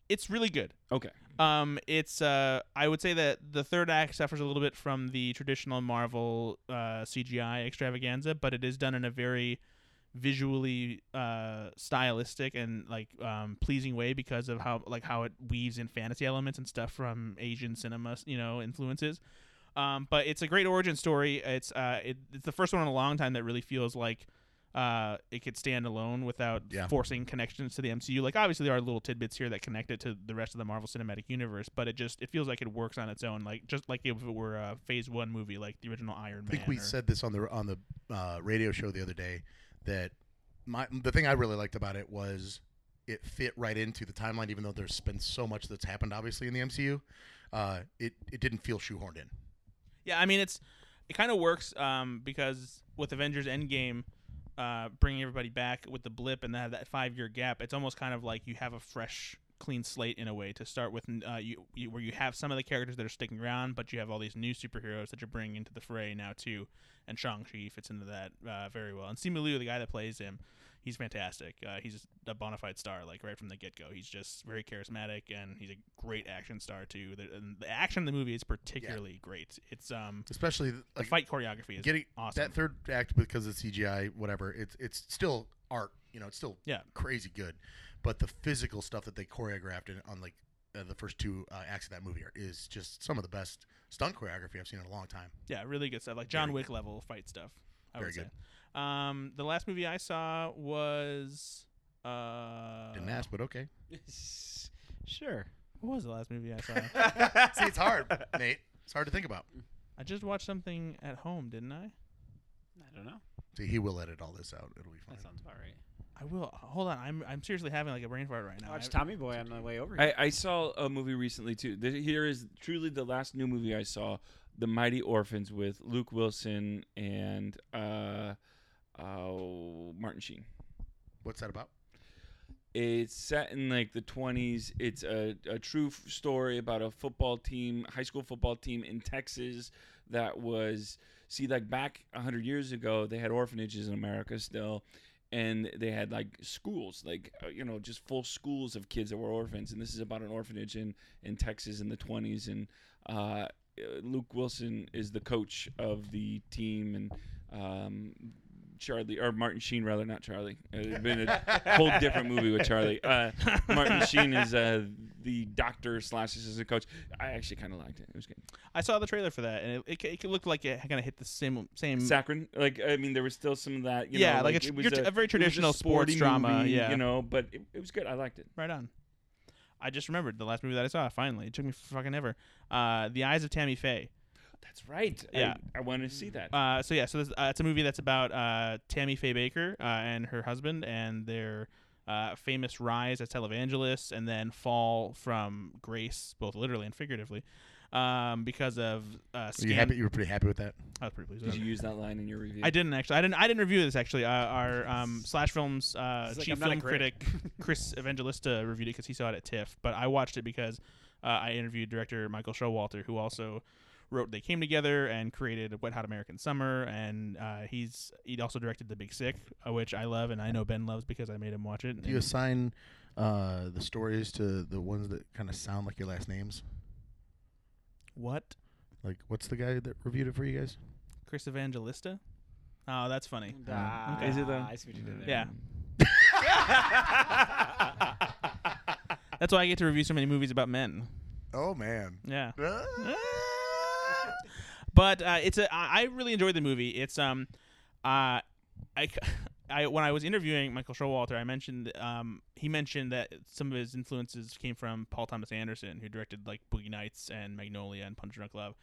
C: it's really good.
D: Okay.
C: Um, it's uh, I would say that the third act suffers a little bit from the traditional Marvel uh, CGI extravaganza, but it is done in a very visually uh, stylistic and like um, pleasing way because of how like how it weaves in fantasy elements and stuff from Asian cinema, you know, influences. Um, but it's a great origin story. It's uh, it, it's the first one in a long time that really feels like uh, it could stand alone without
B: Yeah.
C: forcing connections to the MCU. Like obviously there are little tidbits here that connect it to the rest of the Marvel Cinematic Universe, but it just it feels like it works on its own. Like just like if it were a Phase One movie, like the original Iron Man.
B: I think we
C: or-
B: said this on the on the uh, radio show the other day that my the thing I really liked about it was it fit right into the timeline, even though there's been so much that's happened obviously in the MCU. Uh, it it didn't feel shoehorned in.
C: Yeah, I mean it's it kind of works um, because with Avengers Endgame uh, bringing everybody back with the blip and that that five year gap, it's almost kind of like you have a fresh clean slate in a way to start with uh, you, you where you have some of the characters that are sticking around but you have all these new superheroes that you're bringing into the fray now too and Shang-Chi fits into that uh, very well and Simu Liu the guy that plays him he's fantastic uh, he's a bona fide star like right from the get-go he's just very charismatic and he's a great action star too the, and the action in the movie is particularly great it's um
B: Especially
C: the
B: like
C: fight choreography is
B: getting
C: awesome.
B: that third act because of CGI, whatever. It's it's still art, you know. It's still
C: Yeah.
B: crazy good, but the physical stuff that they choreographed in, on like uh, the first two uh, acts of that movie are, is just some of the best stunt choreography I've seen in a long time.
C: yeah, really good stuff. Like John
B: Very
C: Wick level fight stuff. I
B: Very
C: would say.
B: good.
C: Um, the last movie I saw was uh,
B: Didn't ask, but okay.
A: sure.
C: What was the last movie I saw?
B: See, it's hard, Nate. It's hard to think about.
C: I just watched something at home, didn't I?
A: I don't know.
B: See, he will edit all this out. It'll be fine.
A: That sounds about right.
C: I will. Hold on, I'm I'm seriously having like a brain fart right now.
A: I watched
C: I-
A: Tommy Boy on the way over here.
D: I, I saw a movie recently too. Th- Here is truly the last new movie I saw, The Mighty Orphans with Luke Wilson and uh, oh, Martin Sheen.
B: What's that about?
D: It's set in like the 20s. It's a, a true f- story about a football team, high school football team in Texas that was, see, like back 100 years ago, they had orphanages in America still. And they had like schools, like, uh, you know, just full schools of kids that were orphans. And this is about an orphanage in, in Texas in the 20s. And uh, Luke Wilson is the coach of the team. And um, Charlie or Martin Sheen rather not Charlie. It had been a whole different movie with Charlie. Uh, Martin Sheen is uh, the doctor slash assistant coach. I actually kind of liked it. It was good.
C: I saw the trailer for that, and it, it, it looked like it kind of hit the same same.
D: Saccharin, like I mean, there was still some of that. You
C: Yeah,
D: know,
C: like
D: like
C: a tr-
D: it was
C: your t- a very
D: it was
C: traditional sports
D: sporty
C: drama,
D: movie,
C: yeah.
D: you know, but it, it was good. I liked it.
C: right on. I just remembered the last movie that I saw. Finally, it took me fucking ever. Uh, the Eyes of Tammy Faye.
D: That's right.
C: Yeah.
D: I, I want to see that.
C: Uh, so yeah, so this, uh, it's a movie that's about uh, Tammy Faye Baker uh, and her husband and their uh, famous rise as televangelists and then fall from grace, both literally and figuratively, um, because of uh,
B: you
C: scan-
B: happy? You were pretty happy with that.
C: I was pretty pleased. with
D: Did
C: that.
D: you use that line in your review?
C: I didn't actually. I didn't. I didn't review this actually. Uh, our um, Slash Films uh,
A: It's like,
C: chief
A: I'm not a
C: film critic,
A: critic.
C: Chris Evangelista reviewed it because he saw it at TIFF. But I watched it because uh, I interviewed director Michael Showalter, who also wrote "They Came Together" and created "Wet Hot American Summer." And uh, he's he also directed "The Big Sick," uh, which I love and I know Ben loves because I made him watch it.
B: Do you assign uh, the stories to the ones that kind of sound like your last names?
C: what?
B: Like, what's the guy that reviewed it for you guys?
C: Chris Evangelista? Oh, that's funny.
A: Ah,
D: Okay. Is it though?
A: I see what you did there.
C: Yeah. That's why I get to review so many movies about men.
B: Oh man. Ah.
C: Yeah. but uh, it's a I I really enjoyed the movie. It's um, uh, I, c- I- when I was interviewing Michael Showalter, I mentioned um he mentioned that some of his influences came from Paul Thomas Anderson, who directed like Boogie Nights and Magnolia and Punch Drunk Love.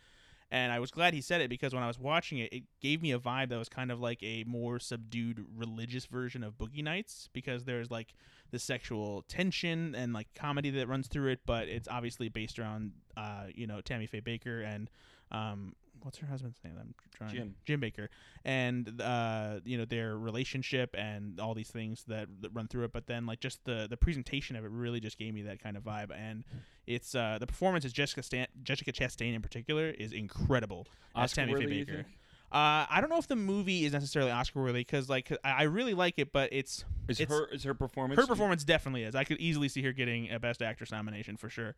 C: And I was glad he said it because when I was watching it, it gave me a vibe that was kind of like a more subdued religious version of Boogie Nights because there's like the sexual tension and like comedy that runs through it, but it's obviously based around uh, you know Tammy Faye Baker and um, what's her husband's name? I'm trying
D: Jim.
C: Jim Baker and uh, you know their relationship and all these things that, that run through it. But then like just the the presentation of it really just gave me that kind of vibe, and it's uh, the performance is Jessica Stan- Jessica Chastain in particular is incredible as Tammy Faye
D: Oscar-worthy, you
C: Baker.
D: think?
C: Uh, I don't know if the movie is necessarily Oscar worthy because like 'cause I I really like it, but it's
D: Is
C: It's-
D: her is her performance?
C: her performance definitely is. I could easily see her getting a Best Actress nomination for sure.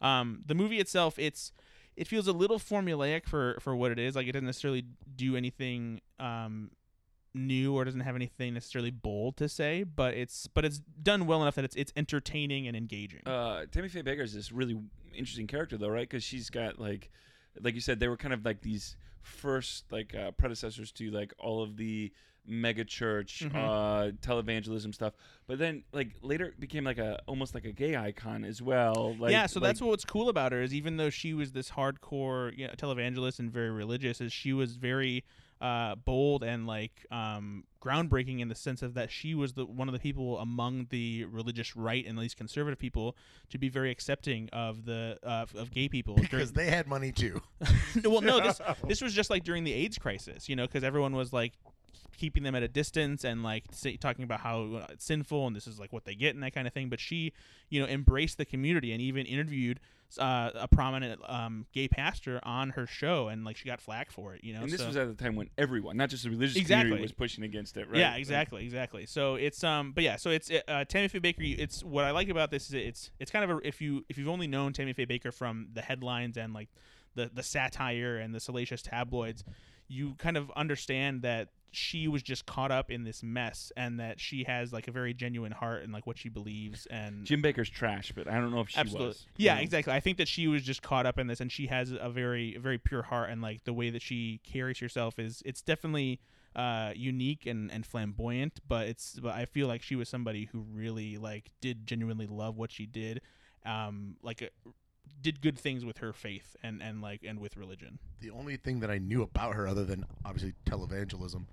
C: Um, the movie itself, it's it feels a little formulaic for for what it is. Like it doesn't necessarily do anything um, new or doesn't have anything necessarily bold to say, but it's but it's done well enough that it's it's entertaining and engaging.
D: uh, Tammy Faye Baker is this really interesting character though, right? Because she's got like, like you said, they were kind of like these first like uh, predecessors to like all of the mega church
C: Mm-hmm.
D: uh, televangelism stuff. But then like later it became like a almost like a gay icon as well. Like,
C: yeah, so
D: like,
C: that's what's cool about her is even though she was this hardcore you know, televangelist and very religious, is she was very uh, bold and like um, groundbreaking in the sense of that she was the one of the people among the religious right and least conservative people to be very accepting of the uh, of gay people during-
B: Because they had money too.
C: no, well, no, this this was just like during the AIDS crisis, you know, because everyone was like keeping them at a distance and like say, talking about how uh, it's sinful and this is like what they get and that kind of thing. But she, you know, embraced the community and even interviewed uh, a prominent um, gay pastor on her show, and like she got flack for it, you know.
D: And this
C: so-
D: was at the time when everyone, not just the religious
C: Exactly.
D: community, was pushing against it, right?
C: Yeah, exactly, exactly. So it's um, but yeah, so it's uh, Tammy Faye Baker. you- It's what I like about this is it's it's kind of a if you if you've only known Tammy Faye Baker from the headlines and like the the satire and the salacious tabloids, you kind of understand that she was just caught up in this mess and that she has like a very genuine heart and like what she believes and
D: Jim Baker's trash, but I don't know if she
C: Absolutely.
D: was. you
C: Yeah,
D: know?
C: exactly. I think that she was just caught up in this, and she has a very, a very pure heart, and like the way that she carries herself is, it's definitely uh, unique and, and flamboyant. But it's, but I feel like she was somebody who really like did genuinely love what she did, um, like uh, did good things with her faith and and like and with religion.
B: the only thing that I knew about her, other than obviously televangelism,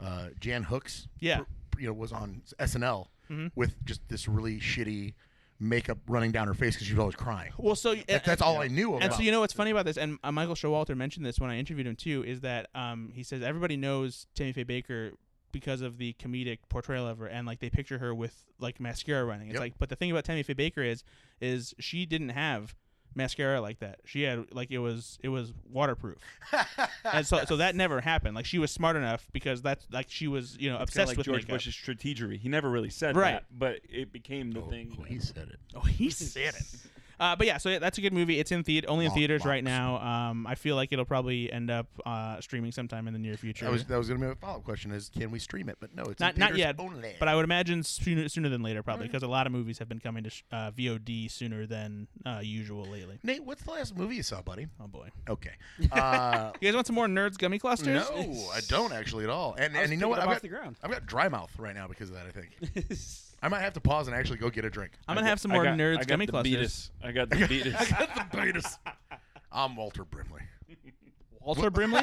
B: uh, Jan Hooks,
C: Yeah.
B: pr- you know, was on SNL
C: Mhm.
B: with just this really shitty makeup running down her face because she was always crying.
C: Well, so
B: That- that's all I knew about.
C: And so you know what's funny about this, and uh, Michael Showalter mentioned this when I interviewed him too, is that um, he says everybody knows Tammy Faye Baker because of the comedic portrayal of her and like they picture her with like mascara running. It's
B: Yep.
C: like but the thing about Tammy Faye Baker is is she didn't have mascara like that. She had like it was it was waterproof. and so so that never happened. Like she was smart enough because that's like she was, you know,
D: It's kinda
C: obsessed
D: like
C: with
D: George
C: makeup.
D: Bush's strategery. He never really said
C: Right.
D: that, but it became the thing.
B: Oh, said it.
C: Oh, he said it. Uh, but yeah, so yeah, that's a good movie. It's in theater, only in
B: Lock-
C: theaters right
B: locks.
C: now. Um, I feel like it'll probably end up uh, streaming sometime in the near future.
B: That was that was gonna be my follow up question: Is can we stream it? But no, it's in
C: not not
B: theaters
C: yet,
B: Only. Mm.
C: but I would imagine sooner, sooner than later, probably because a lot of movies have been coming to sh- uh, VOD sooner than uh, usual lately.
B: Nate, what's the last movie you saw, buddy?
C: Oh boy,
B: Okay. Uh,
C: you guys want some more nerds gummy clusters?
B: no, I don't actually at all. And
A: I was
B: and you know
A: picking
B: what?
A: it up
B: I've
A: off
B: got,
A: the ground.
B: I've got dry mouth right now because of that. I think I might have to pause and actually go get a drink.
C: I'm gonna have some
D: I
C: more
D: got- I
C: nerds
D: got
C: gummy
D: the
C: clusters.
D: beatus. I got the beatus.
B: got the beatus. I'm Walter Brimley.
C: Walter Brimley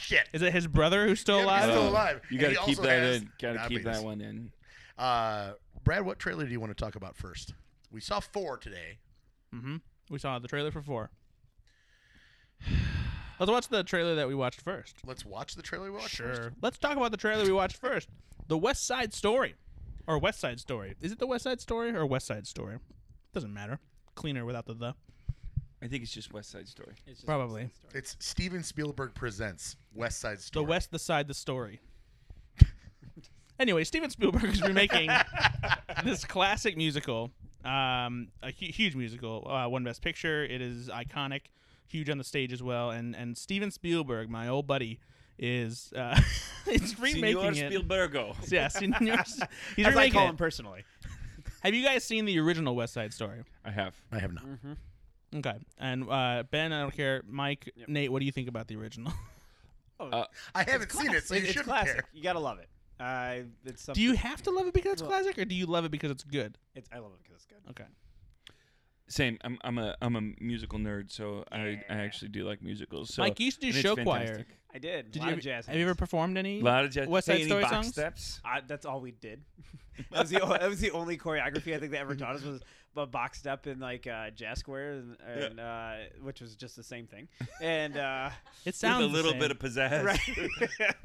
B: Shit.
C: is it his brother who's still
B: Yeah, because-
C: alive?
B: Still alive.
D: Um, You
B: And
D: got
B: he
D: to keep
B: also
D: that
B: has
D: in. Got to keep
B: diabetes.
D: that one in.
B: Uh, Brad, what trailer do you want to talk about first? We saw four today.
C: hmm We saw the trailer for four. Let's watch the trailer that we watched first.
B: Let's watch the trailer. We watched first.
C: Sure. Let's talk about the trailer we watched first. The West Side Story. Or West Side Story. Is it the West Side Story or West Side Story? Doesn't matter. Cleaner without the the.
D: I think it's just West Side Story.
C: Probably.
B: It's Steven Spielberg presents West Side
C: The
B: Story.
C: West, the Side, the Story. anyway, Steven Spielberg is remaking this classic musical, um, a hu- huge musical, uh, one best picture. It is iconic, huge on the stage as well. And and Steven Spielberg, my old buddy, is uh, is remaking
D: Senor
C: it.
D: Spielbergo.
C: Yes, he's
A: As I
C: remaking
A: call
C: it.
A: him personally.
C: Have you guys seen the original West Side Story?
D: I have.
B: I have not.
A: Mm.
C: Okay. And uh, Ben, I don't care. Mike, Nate, what do you think about the original?
A: Oh,
D: Uh,
B: I haven't seen it, so you
A: it's
B: shouldn't
A: classic.
B: care.
A: You gotta love it. I it's
C: do
A: something.
C: you have to love it because it's
A: Well-
C: classic, or do you love it because it's good?
A: It's, I love it because it's good.
C: Okay.
D: Same. I'm, I'm a I'm a musical nerd, so I, I actually do like musicals. So
C: Mike, you used to do
D: and it's
C: show
D: fantastic.
C: choir.
A: I did.
C: Did
A: a
C: you
A: lot
C: ever,
A: of jazz.
C: have you ever
A: hands.
C: performed any?
D: A lot of jazz.
C: West Side
D: Hey, any
C: Story
D: box
C: songs?
D: steps.
A: I, that's all we did. that, was the, o- that was the only choreography I think they ever taught us was a box step in like uh, jazz square, and, and uh, which was just the same thing. And uh,
C: It sounds
D: With a little
C: the
D: bit of pizzazz.
A: right,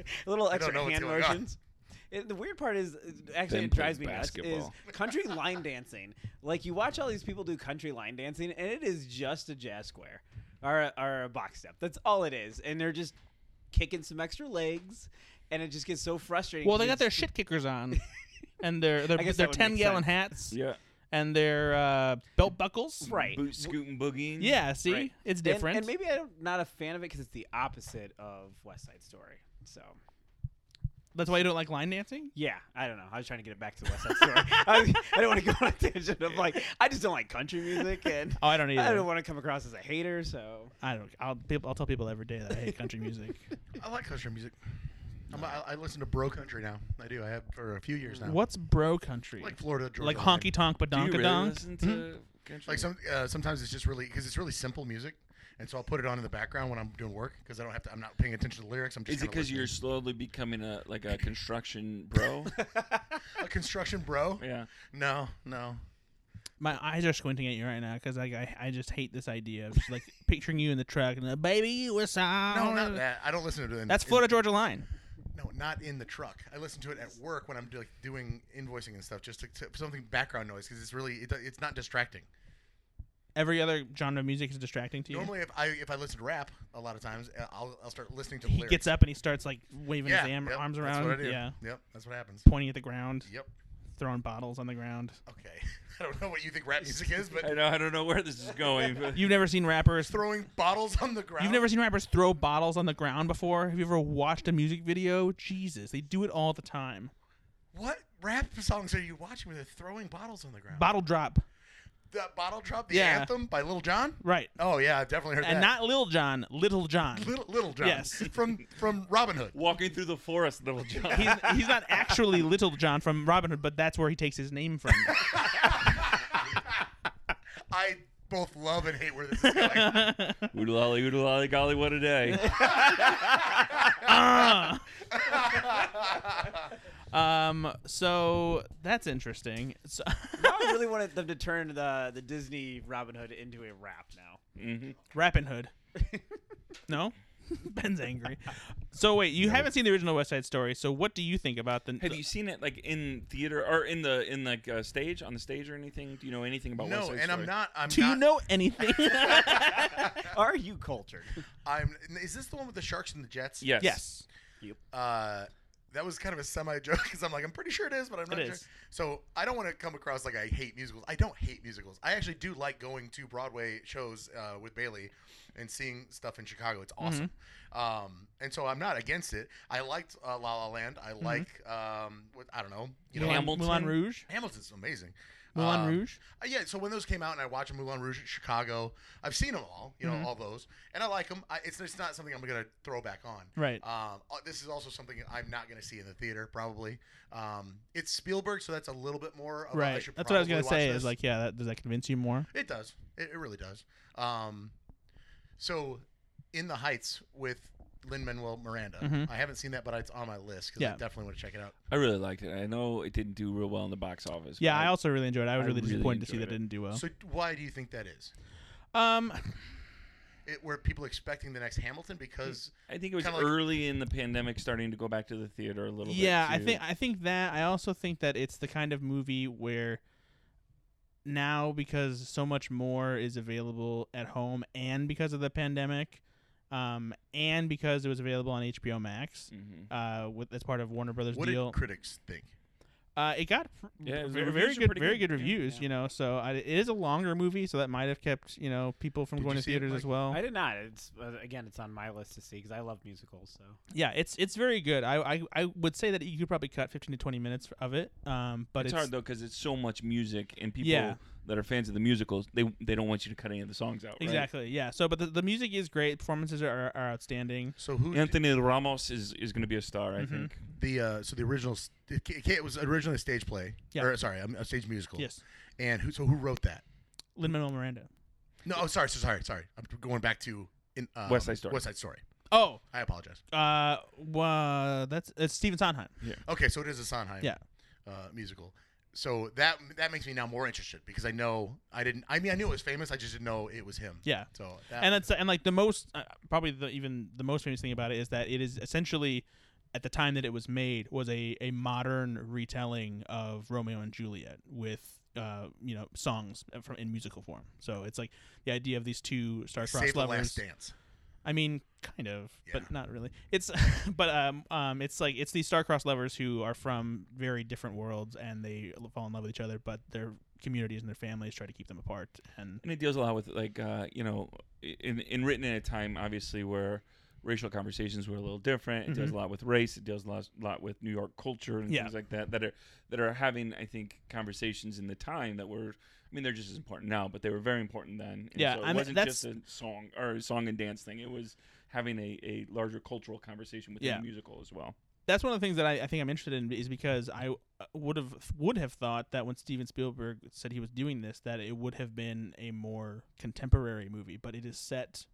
A: little
B: don't
A: extra
B: know what's
A: hand
B: going on.
A: motions. It, the weird part is, actually,
D: Ben
A: it drives me
D: plays
A: nuts.
D: basketball.
A: Is country line dancing? Like you watch all these people do country line dancing, and it is just a jazz square or a, or a box step. That's all it is, and they're just kicking some extra legs, and it just gets so frustrating.
C: Well, they
A: 'cause
C: got their
A: it's-
C: shit kickers on, and their their
A: I guess
C: their
A: that would make
C: ten gallon
A: sense.
C: hats,
D: Yeah.
C: and their uh, belt buckles.
A: right.
D: Boot scooting boogieing.
C: Yeah. See,
A: Right.
C: it's
A: And-
C: different.
A: And, maybe I'm not a fan of it because it's the opposite of West Side Story. So
C: That's why you don't like line dancing.
A: yeah, I don't know. I was trying to get it back to West Side Story. I, was- I don't want to go on a tangent of like I just don't like country music, and
C: Oh, I don't either.
A: I don't want to come across as a hater. So
C: I don't. I'll, peop- I'll tell people every day that I hate country music.
B: I like country music. I'm, I, I listen to bro country now. I do. I have for a few years
A: Mm.
B: now.
C: What's bro country?
B: Like Florida Georgia.
C: Like
B: line.
C: honky tonk, but
D: Do you
C: donka
D: really
C: donk.
D: listen to country?
B: Like some uh, sometimes it's just really because it's really simple music, and so I'll put it on in the background when I'm doing work because I don't have to. I'm not paying attention to the lyrics. I'm just.
D: Is it
B: kinda
D: because you're
B: listening.
D: slowly becoming a like a construction bro?
B: a construction bro?
D: yeah.
B: No, no.
C: My eyes are squinting at you right now because like I, I just hate this idea of just like picturing you in the truck and like, baby you were sorry.
B: No, not that. I don't listen to it. In,
C: That's
B: in-
C: Florida Georgia Line.
B: No, not in the truck. I listen to it at work when I'm do, like, doing invoicing and stuff, just to, to something background noise because it's really it, do- it's not distracting.
C: Every other genre of music is distracting to you.
B: Normally, if I if I listen to rap, a lot of times uh, I'll, I'll start listening to the
C: he
B: lyrics.
C: gets up and he starts like waving
B: yeah,
C: his am-
B: yep,
C: arms
B: that's
C: around,
B: what I do.
C: yeah,
B: yep, that's what happens.
C: pointing at the ground,
B: Yep.
C: throwing bottles on the ground.
B: Okay. I don't know what you think rap music is, but
D: I know. I don't know where this is going. But
C: You've never seen rappers.
B: throwing bottles on the ground.
C: You've never seen rappers throw bottles on the ground before. Have you ever watched a music video? Jesus, they do it all the time.
B: What rap songs are you watching where they're throwing bottles on the ground?
C: Bottle drop,
B: the bottle drop, the
C: Yeah.
B: anthem by Little John.
C: right?
B: Oh yeah, I've definitely heard
C: And
B: that.
C: not Lil John, Little John.
B: Little, Little John.
C: Yes.
B: From from Robin Hood.
D: walking through the forest, little John.
C: he's, he's not actually Little John from Robin Hood, but that's where he takes his name from.
B: I both love and hate where this is going.
D: Oodle lolly, oodle lolly, golly, what a day!
C: Ah. um. So that's interesting. So,
A: now I really wanted them to turn the the Disney Robin Hood into a rap now.
D: hmm
C: Rappin' Hood. No. Ben's angry. So wait, you haven't seen the original West Side Story. So what do you think about the?
D: Have you seen it like in theater or in the in like uh, stage on the stage or anything? Do you know anything about West
B: No,
D: Side
B: and I'm
D: Story?
B: not. I'm
C: do
B: not.
C: you know anything?
A: Are you cultured?
B: I'm. Is this the one with the sharks and the jets?
D: Yes.
C: yes.
B: Uh, that was kind of a semi joke because I'm like, I'm pretty sure it is, but I'm not
C: It
B: sure.
C: is.
B: So I don't want to come across like I hate musicals. I don't hate musicals. I actually do like going to Broadway shows uh, with Bailey and seeing stuff in Chicago. It's
C: Mm-hmm.
B: awesome. Um, and so I'm not against it. I liked uh, La La Land. I like, um, what, I don't know, you know,
D: Hamilton.
C: Mm-hmm. Moulin Rouge.
B: Hamilton's amazing.
C: Moulin
B: Um,
C: Rouge.
B: uh, yeah, so when those came out and I watched Moulin Rouge, Chicago, I've seen them all, you know,
C: Mm-hmm.
B: all those, and I like them. I, it's it's not something I'm gonna throw back on.
C: Right.
B: Um, uh, this is also something I'm not gonna see in the theater probably. Um, it's Spielberg, so that's a little bit more. Of a- I
C: Right.
B: should
C: That's what I was
B: probably
C: gonna say.
B: watch
C: Is
B: this.
C: like, yeah, that, does that convince you more?
B: it does. It, it really does. Um, so in the Heights with Lin Manuel Miranda,
C: Mhm.
B: I haven't seen that, but it's on my list because I
C: Yeah.
B: definitely want to check it out.
D: I really liked it. I know it didn't do real well in the box office.
C: Yeah,
D: but
C: I also really enjoyed. it. I was
D: I
C: really,
D: really
C: disappointed to see
D: enjoyed
C: that
D: it.
C: didn't do well.
B: So why do you think that is?
C: um,
B: It, were people expecting the next Hamilton because?
D: I think it was
B: Kinda like-
D: early in the pandemic, starting to go back to the theater a little
C: yeah,
D: bit.
C: I think I think that I also think that it's the kind of movie where now because so much more is available at home and because of the pandemic, um, and because it was available on HBO Max,
D: hmm
C: uh, with as part of Warner Brothers
B: What
C: deal.
B: did critics think?
C: Uh, it got pr-
D: Yeah, it was- the
C: very, very
D: reviews were
C: good,
D: pretty
C: very
D: good.
C: good,
D: Yeah,
C: reviews.
A: yeah.
C: You know, so I, it is a longer movie, so that might have kept you know people from
B: Did
C: going
B: you
C: to
B: see it,
C: theaters as
B: Mike?
C: well.
A: I did not. It's uh, again, it's on my list to see because I love musicals. So
C: yeah, it's it's very good. I, I I would say that you could probably cut fifteen to twenty minutes of it. Um, but
D: It's,
C: it's,
D: hard though because it's so much music, and people
C: Yeah.
D: that are fans of the musicals, they they don't want you to cut any of the songs out. right?
C: exactly yeah. So, but the, the music is great. Performances are, are outstanding.
B: So who
D: Anthony Ramos is is going to be a star. I
C: Mhm.
D: think.
B: the uh, so the original s- it, ca- it was originally a stage play.
C: Yeah.
B: Or, sorry, a, a stage musical.
C: Yes,
B: And who so who wrote that?
C: Lin Manuel Miranda.
B: No, oh, sorry, so sorry, sorry. I'm going back to in um,
D: West Side Story.
B: West Side Story.
C: Oh,
B: I apologize.
C: uh, well, that's it's Stephen Sondheim.
B: Okay, so it is a Sondheim
C: Yeah.
B: uh, musical. So that that makes me now more interested because I know I didn't. I mean, I knew it was famous. I just didn't know it was him.
C: Yeah.
B: So that,
C: and that's and like the most uh, probably the even the most famous thing about it is that it is essentially at the time that it was made was a a modern retelling of Romeo and Juliet with uh you know songs uh, from in musical form. So it's like the idea of these two star-crossed
B: save the
C: lovers.
B: last dance.
C: I mean, kind of,
B: Yeah.
C: but not really. It's but um um it's like it's these star-crossed lovers who are from very different worlds and they fall in love with each other, but their communities and their families try to keep them apart and
D: and it deals a lot with like uh, you know in in written at a time obviously where racial conversations were a little different it deals a lot with race it deals a lot, lot with new york culture and
C: Mm-hmm. Yeah.
D: things like that that are that are having i think conversations in the time that were i mean they're just as important now but they were very important then and
C: Yeah,
D: so it
C: I mean,
D: wasn't
C: that's-
D: just a song or a song and dance thing it was having a, a larger cultural conversation within
C: Yeah.
D: the musical as well
C: that's one of the things that I, I think I'm interested in is because I uh, would have would have thought that when Steven Spielberg said he was doing this, that it would have been a more contemporary movie, but it is set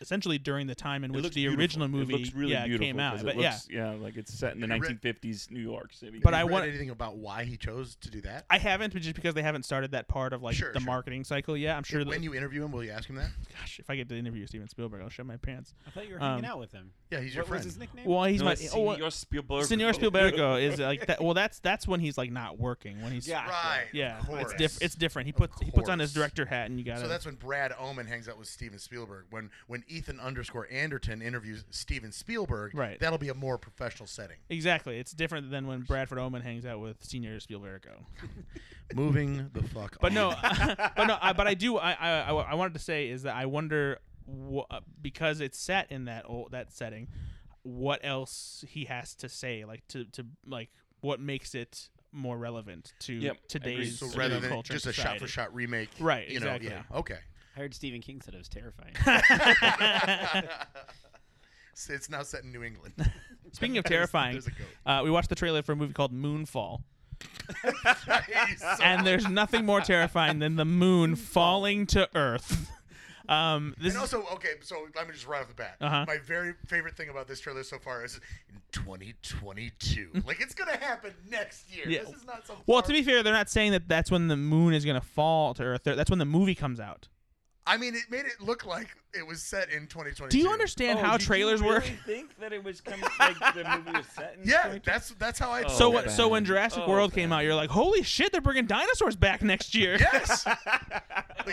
C: essentially during the time in
D: It
C: which
D: looks
C: the
D: beautiful.
C: original movie
D: it looks really
C: yeah,
D: beautiful
C: came out.
D: 'cause it
C: But yeah,
D: looks, yeah like it's set in the
B: Have you read-
D: 1950s new york city
C: But
B: Have
C: I
B: you read
C: want-
B: anything about why he chose to do that.
C: I haven't but just because they haven't started that part of like
B: Sure,
C: the
B: sure.
C: marketing cycle yet. I'm sure. that-
B: when you interview him, will you ask him that?
C: gosh, if I get to interview Steven Spielberg, I'll show my pants.
A: I thought you were
C: hanging
A: hanging
C: Um,
A: out with him.
B: Yeah, he's your
A: what
B: friend.
A: was his nickname?
C: Well, he's
D: No,
C: my
D: it's
C: oh, well,
D: Senor Spielberg.
C: Senor Spielbergo is like that. Well, that's that's when he's like not working when he's
A: Yeah.
B: right. Of
C: yeah. It's
B: course.
C: different. It's different. He puts he puts on his
B: course.
C: director hat and you got
B: So
C: to
B: that's when Brad Oman hangs out with Steven Spielberg. When when Ethan underscore Anderton interviews Steven Spielberg,
C: Right.
B: that'll be a more professional setting.
C: Exactly. It's different than when Bradford Oman hangs out with senior Spielbergo.
B: Moving the fuck.
C: But no, but no, I, but I do. I, I I I wanted to say is that I wonder wha- uh, because it's set in that old that setting, what else he has to say, like to to like what makes it more relevant to
D: Yep, agreed.
C: today's
B: so
D: it's
B: rather than
C: culture and
B: just a shot
C: society.
B: for shot remake,
C: Right,
B: You
C: exactly.
B: know, yeah, okay.
A: I heard Stephen King said it was terrifying. Oh,
B: So it's now set in New England.
C: Speaking of
B: There's-
C: terrifying,
B: there's a goat.
C: uh, we watched the trailer for a movie called Moonfall,
B: He's so-
C: and there's nothing more terrifying than the moon falling to Earth. Um, this
B: And
C: is
B: also, okay, so let me just right off the bat.
C: Uh-huh.
B: My very favorite thing about this trailer so far is in 2022. like, it's going to happen next year.
C: Yeah.
B: This is not some
C: Well,
B: far-
C: to be fair, they're not saying that that's when the moon is going to fall to Earth. They're- That's when the movie comes out.
B: I mean, it made it look like it was set in 2022.
C: Do you understand
D: Oh,
C: how
D: did you
C: trailers
D: really
C: work?
D: Think that it was coming like the movie was set in.
B: Yeah,
D: 22?
B: that's that's how I.
D: Oh,
C: So
D: okay.
C: what? So when Jurassic
D: Oh,
C: World
D: okay.
C: came out, you're like, holy shit, they're bringing dinosaurs back next year.
B: Yes. like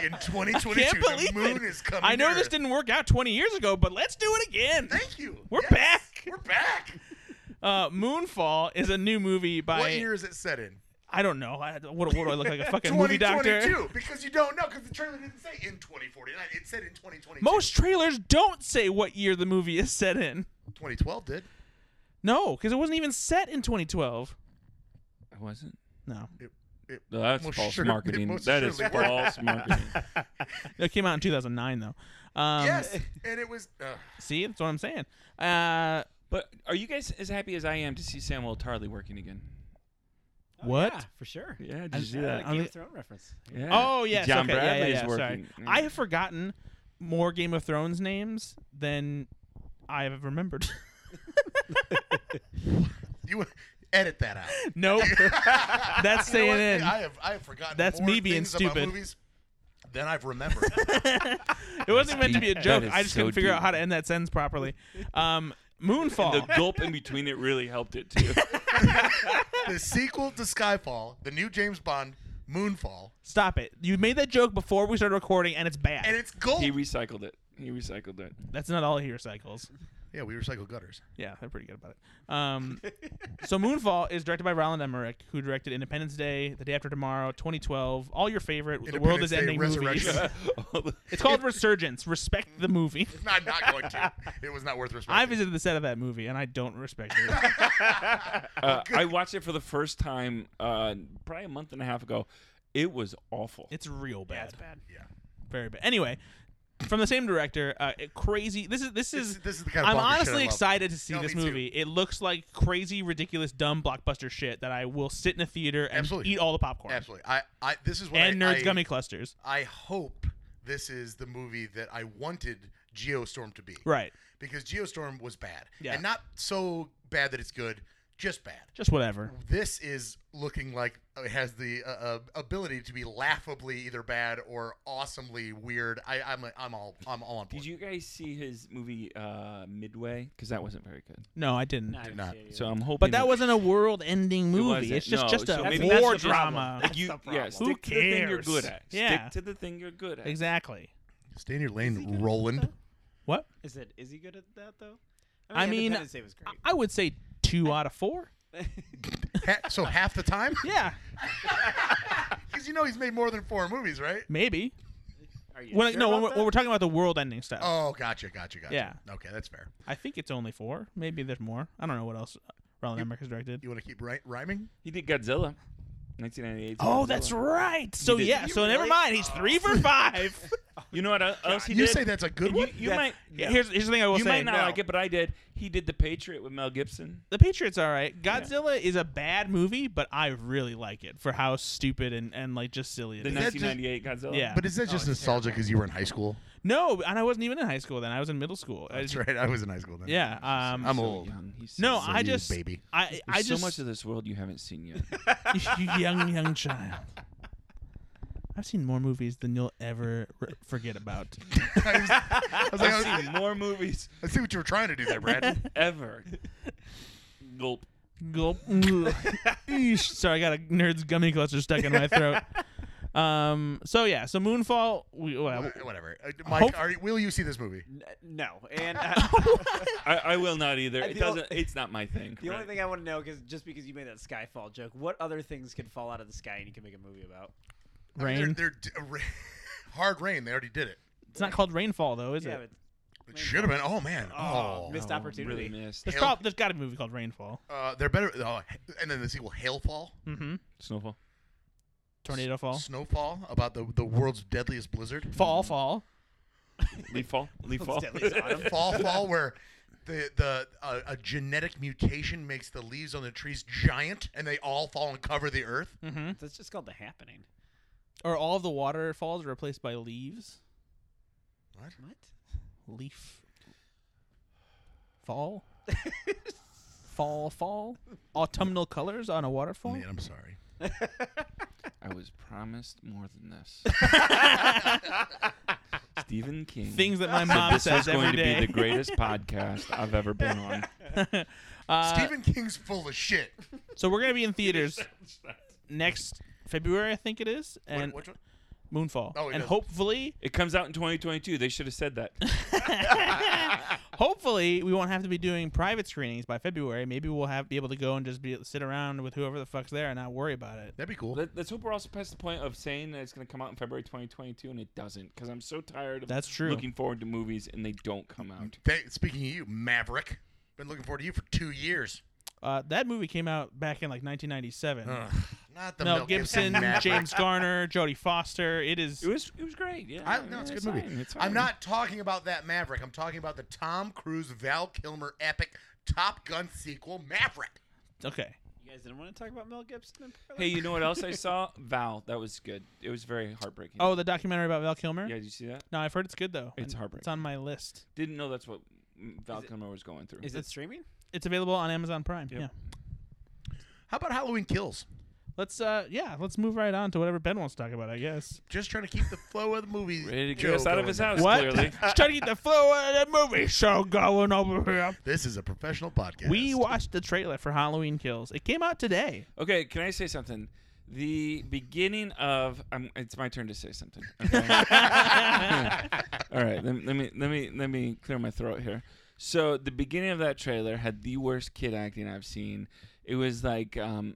B: in 2022,
C: Can't
B: the
C: believe
B: moon
C: it.
B: is coming.
C: I know
B: to
C: this
B: Earth.
C: didn't work out 20 years ago, but let's do it again.
B: Thank you.
C: We're
B: Yes,
C: back.
B: We're back.
C: Uh, Moonfall is a new movie by
B: What year is it set in?
C: I don't know. I, what, what do I look like a fucking movie doctor?
B: 2022. Because you don't know. Because the trailer didn't say in 2049. It said in 2022.
C: Most trailers don't say what year the movie is set in.
B: 2012 did.
C: No, because it wasn't even set in 2012.
D: I wasn't.
C: No,
B: It, it,
D: No, that's
B: Most
D: false
B: sure-
D: marketing.
B: most
D: That is
B: surely
D: false marketing.
C: it came out in 2009 though. Um,
B: yes, and it was. Uh,
C: See, that's what I'm saying. Uh,
D: But are you guys as happy as I am to see Samuel Tarly working again?
A: Oh,
C: What?
A: yeah, for sure. Uh,
D: Yeah, did
C: I-
D: you see
C: I-
D: that?
C: I-
A: Game of Thrones reference.
C: Oh yes,
D: John
C: okay, yeah, yeah,
D: Bradley
C: yeah,
D: is working. Mm.
C: Sorry. I have forgotten more Game of Thrones names than I have remembered.
B: you edit that out.
C: nope, that's
B: You know what?
C: saying in.
B: I have I have forgotten.
C: That's
B: more
C: me being
B: things about
C: stupid.
B: Movies than I've remembered.
C: It wasn't meant to be a
D: That
C: joke.
D: is
C: I just
D: so
C: couldn't figure out
D: deep.
C: how to end that sentence properly. Um,
D: The
C: Moonfall.
D: gulp in between it really helped it too.
B: the sequel to Skyfall, the new James Bond, Moonfall,
C: Stop it. You made that joke before we started recording, and it's bad.
B: and it's gold.
D: he recycled it. He recycled it.
C: That's not all he recycles.
B: yeah, we recycle gutters.
C: Yeah, they're pretty good about it. Um, so Moonfall is directed by Roland Emmerich, who directed Independence Day, The Day After Tomorrow, 2012, all your favorite The World Is Ending
B: Independence Day,
C: movies.
B: Resurrection.
C: It's called Resurgence. Respect the movie.
B: I'm not going to. It was not worth respecting.
C: I visited the set of that movie, and I don't respect it.
D: Uh, I watched it for the first time uh, probably a month and a half ago. It was awful.
C: It's real bad.
A: That's bad.
B: yeah.
C: Very bad. Anyway, from the same director, uh, it- crazy. This is this
B: This,
C: is.
B: this is the kind of
C: I'm
B: bonkers shit
C: honestly
B: I love.
C: excited to see
B: No,
C: this
B: me too.
C: movie. It looks like crazy, ridiculous, dumb blockbuster shit that I will sit in a theater and
B: Absolutely.
C: eat all the popcorn
B: Absolutely. I, I this is what
C: and
B: I,
C: nerds
B: I,
C: gummy clusters.
B: I hope this is the movie that I wanted Geostorm to be.
C: Right.
B: Because Geostorm was bad.
C: Yeah.
B: And not so bad that it's good, just bad.
C: Just whatever.
B: This is looking like it has the uh, uh, ability to be laughably either bad or awesomely weird. I, I'm I'm all I'm all on board.
D: Did you guys see his movie uh, Midway? Because that wasn't very good.
C: No, I didn't.
A: I didn't
B: not.
A: see it either.
D: So I'm hoping.
C: But that wasn't a world-ending movie.
D: wasn't.
C: it's just
D: No,
C: just
D: so
C: a
D: maybe that's
C: war
D: the problem.
C: drama.
D: Like you,
A: That's the
D: yeah,
A: problem.
D: stick
C: Who
D: to the thing you're
C: cares?
D: good at.
C: Yeah.
D: Stick to the thing you're good at.
C: Exactly.
B: Stay in your lane, Roland.
C: What?
A: Is it? Is he good at that though?
C: I mean,
A: Independence Day was great.
C: I would say two out of four.
B: Ha- so half the time,
C: Yeah,
B: because you know he's made more than four movies, right?
C: maybe.
A: Are you
C: When,
A: sure
C: no, when
A: about
C: we're, when we're talking about the world-ending stuff,
B: Oh, gotcha, gotcha, gotcha.
C: Yeah.
B: Okay, that's fair.
C: I think it's only four. Maybe there's more. I don't know what else uh, Roland Emmerich has directed.
B: You want to keep ri- rhyming?
D: He did Godzilla, 1998.
C: Oh,
D: Godzilla.
C: that's right. So
D: did.
C: yeah.
A: You
C: So never
A: really-
C: mind. He's three for five.
D: You know what el- else he
B: you
D: did?
B: say that's a good
D: And you,
B: one.
D: you
A: That's-
D: might.
A: yeah.
C: Here's here's the thing I will
D: you
C: say.
D: might not
C: No.
D: like it, but I did. He did The Patriot with Mel Gibson.
C: The Patriots all right. Godzilla is a bad movie, but I really like it for how stupid and, and like just silly it
D: The
C: is.
B: that just-
D: 1998 Godzilla.
C: Yeah.
B: But is that just nostalgia because you were in high school?
C: No, and I wasn't even in high school then. I was in middle school. I
B: That's
C: just-
B: right. I was in high school then.
C: Yeah. Um,
B: I'm
D: so
B: old.
D: Young. He's so
C: no,
D: young.
C: I
B: you,
C: just
B: baby.
C: I I
D: There's
C: just
D: so much of this world you haven't seen yet.
C: you young young child. I've seen more movies than you'll ever r forget about.
B: I, was, I was like, I, was-
D: I've seen more movies
B: I see what you were trying to do there, Brad.
D: ever. Gulp.
C: Gulp. Eesh. Sorry, I got a nerd's gummy cluster stuck in my throat. Um. So yeah. So Moonfall. We, well,
B: Wha- Whatever. Uh, Mike,
C: Hope-
B: are, you- will you see this movie?
A: that? N- no, and uh,
D: I, I will not either.
A: I
D: It
A: feel-
D: doesn't. It's not my thing.
A: the only
D: right?
A: thing I want to know because just because you made that Skyfall joke, what other things could fall out of the sky and you can make a movie about?
B: I mean,
C: rain.
B: They're, they're d- uh, ra- hard rain. They already did it.
C: it's not called Rainfall though, is
A: Yeah,
C: it?
A: but
B: It should have been. Oh man.
A: Oh,
B: Oh.
A: missed
D: Oh,
A: opportunity.
D: Really missed.
C: There's, prob- there's got to be a movie called Rainfall.
B: Uh, they're better. Oh, and then the sequel, Hailfall,
C: Mm-hmm.
D: Snowfall.
C: Tornado Fall.
B: Snowfall, about the the world's deadliest blizzard.
C: Fall. Fall.
D: Leaf fall. Leaf fall.
A: Deadliest Autumn.
B: fall fall where the the uh, a genetic mutation makes the leaves on the trees giant and they all fall and cover the earth
C: Mm-hmm.
A: That's just called the happening.
C: Or all of the waterfalls are replaced by leaves.
A: What?
C: Leaf. Fall. fall. Fall. Autumnal colors on a waterfall.
B: man i'm sorry
D: I was promised more than this. Stephen King.
C: Things that my mom
D: this
C: says
D: is going
C: every
D: to be
C: day.
D: the greatest podcast I've ever been on.
C: Uh,
B: Stephen King's full of shit.
C: so we're gonna be in theaters next February, I think it is, and
B: Which one?
C: Moonfall,
B: Oh, it
C: and
B: is.
C: hopefully,
D: It comes out in 2022. They should have said that.
C: hopefully we won't have to be doing private screenings by February. Maybe we'll have be able to go and just be sit around with whoever the fuck's there and not worry about it.
B: That'd be cool.
D: Let, us hope we're also past the point of saying that it's going to come out in February 2022 and it doesn't because I'm so tired of
C: That's true.
D: looking forward to movies and they don't come out.
B: Thank- speaking of you, Maverick, been looking forward to you for two years.
C: Uh, that movie came out back in like 1997.
B: Ugh, not the
C: Mel
B: Mel
C: Gibson,
B: Maverick.
C: James Garner, Jodie Foster. It is.
D: It was it was great. Yeah,
B: I, no, it's a good movie.
D: fine, it's
B: I'm
D: fine.
B: not talking about that Maverick. I'm talking about the Tom Cruise, Val Kilmer epic Top Gun sequel, Maverick.
C: Okay.
A: You guys didn't want to talk about Mel Gibson. and Pearl?
D: Hey, you know what else I saw? Val. That was good. It was very heartbreaking.
C: Oh, the documentary about Val Kilmer?
D: yeah. Did you see that?
C: No, I've heard it's good, though.
D: It's
C: And
D: heartbreaking.
C: It's on my list.
D: Didn't know that's what mm, Val
A: Is it-
D: Kilmer was going through.
A: is it streaming?
C: It's available on Amazon Prime.
D: Yep.
C: Yeah.
B: How about Halloween Kills?
C: Let's, uh, yeah, let's move right on to whatever Ben wants to talk about, I guess.
B: Just trying to keep the flow of the movie.
D: Ready to
B: Joe
D: get us out of
B: going
D: his
B: there.
D: house? Clearly.
C: Just trying to get the flow of the movie show going over here.
B: This is a professional podcast.
C: We watched the trailer for Halloween Kills. It came out today.
D: Okay, can I say something? The beginning of um, it's my turn to say something. Okay? All right, let, let me let me let me clear my throat here. So the beginning of that trailer had the worst kid acting I've seen. It was like, um,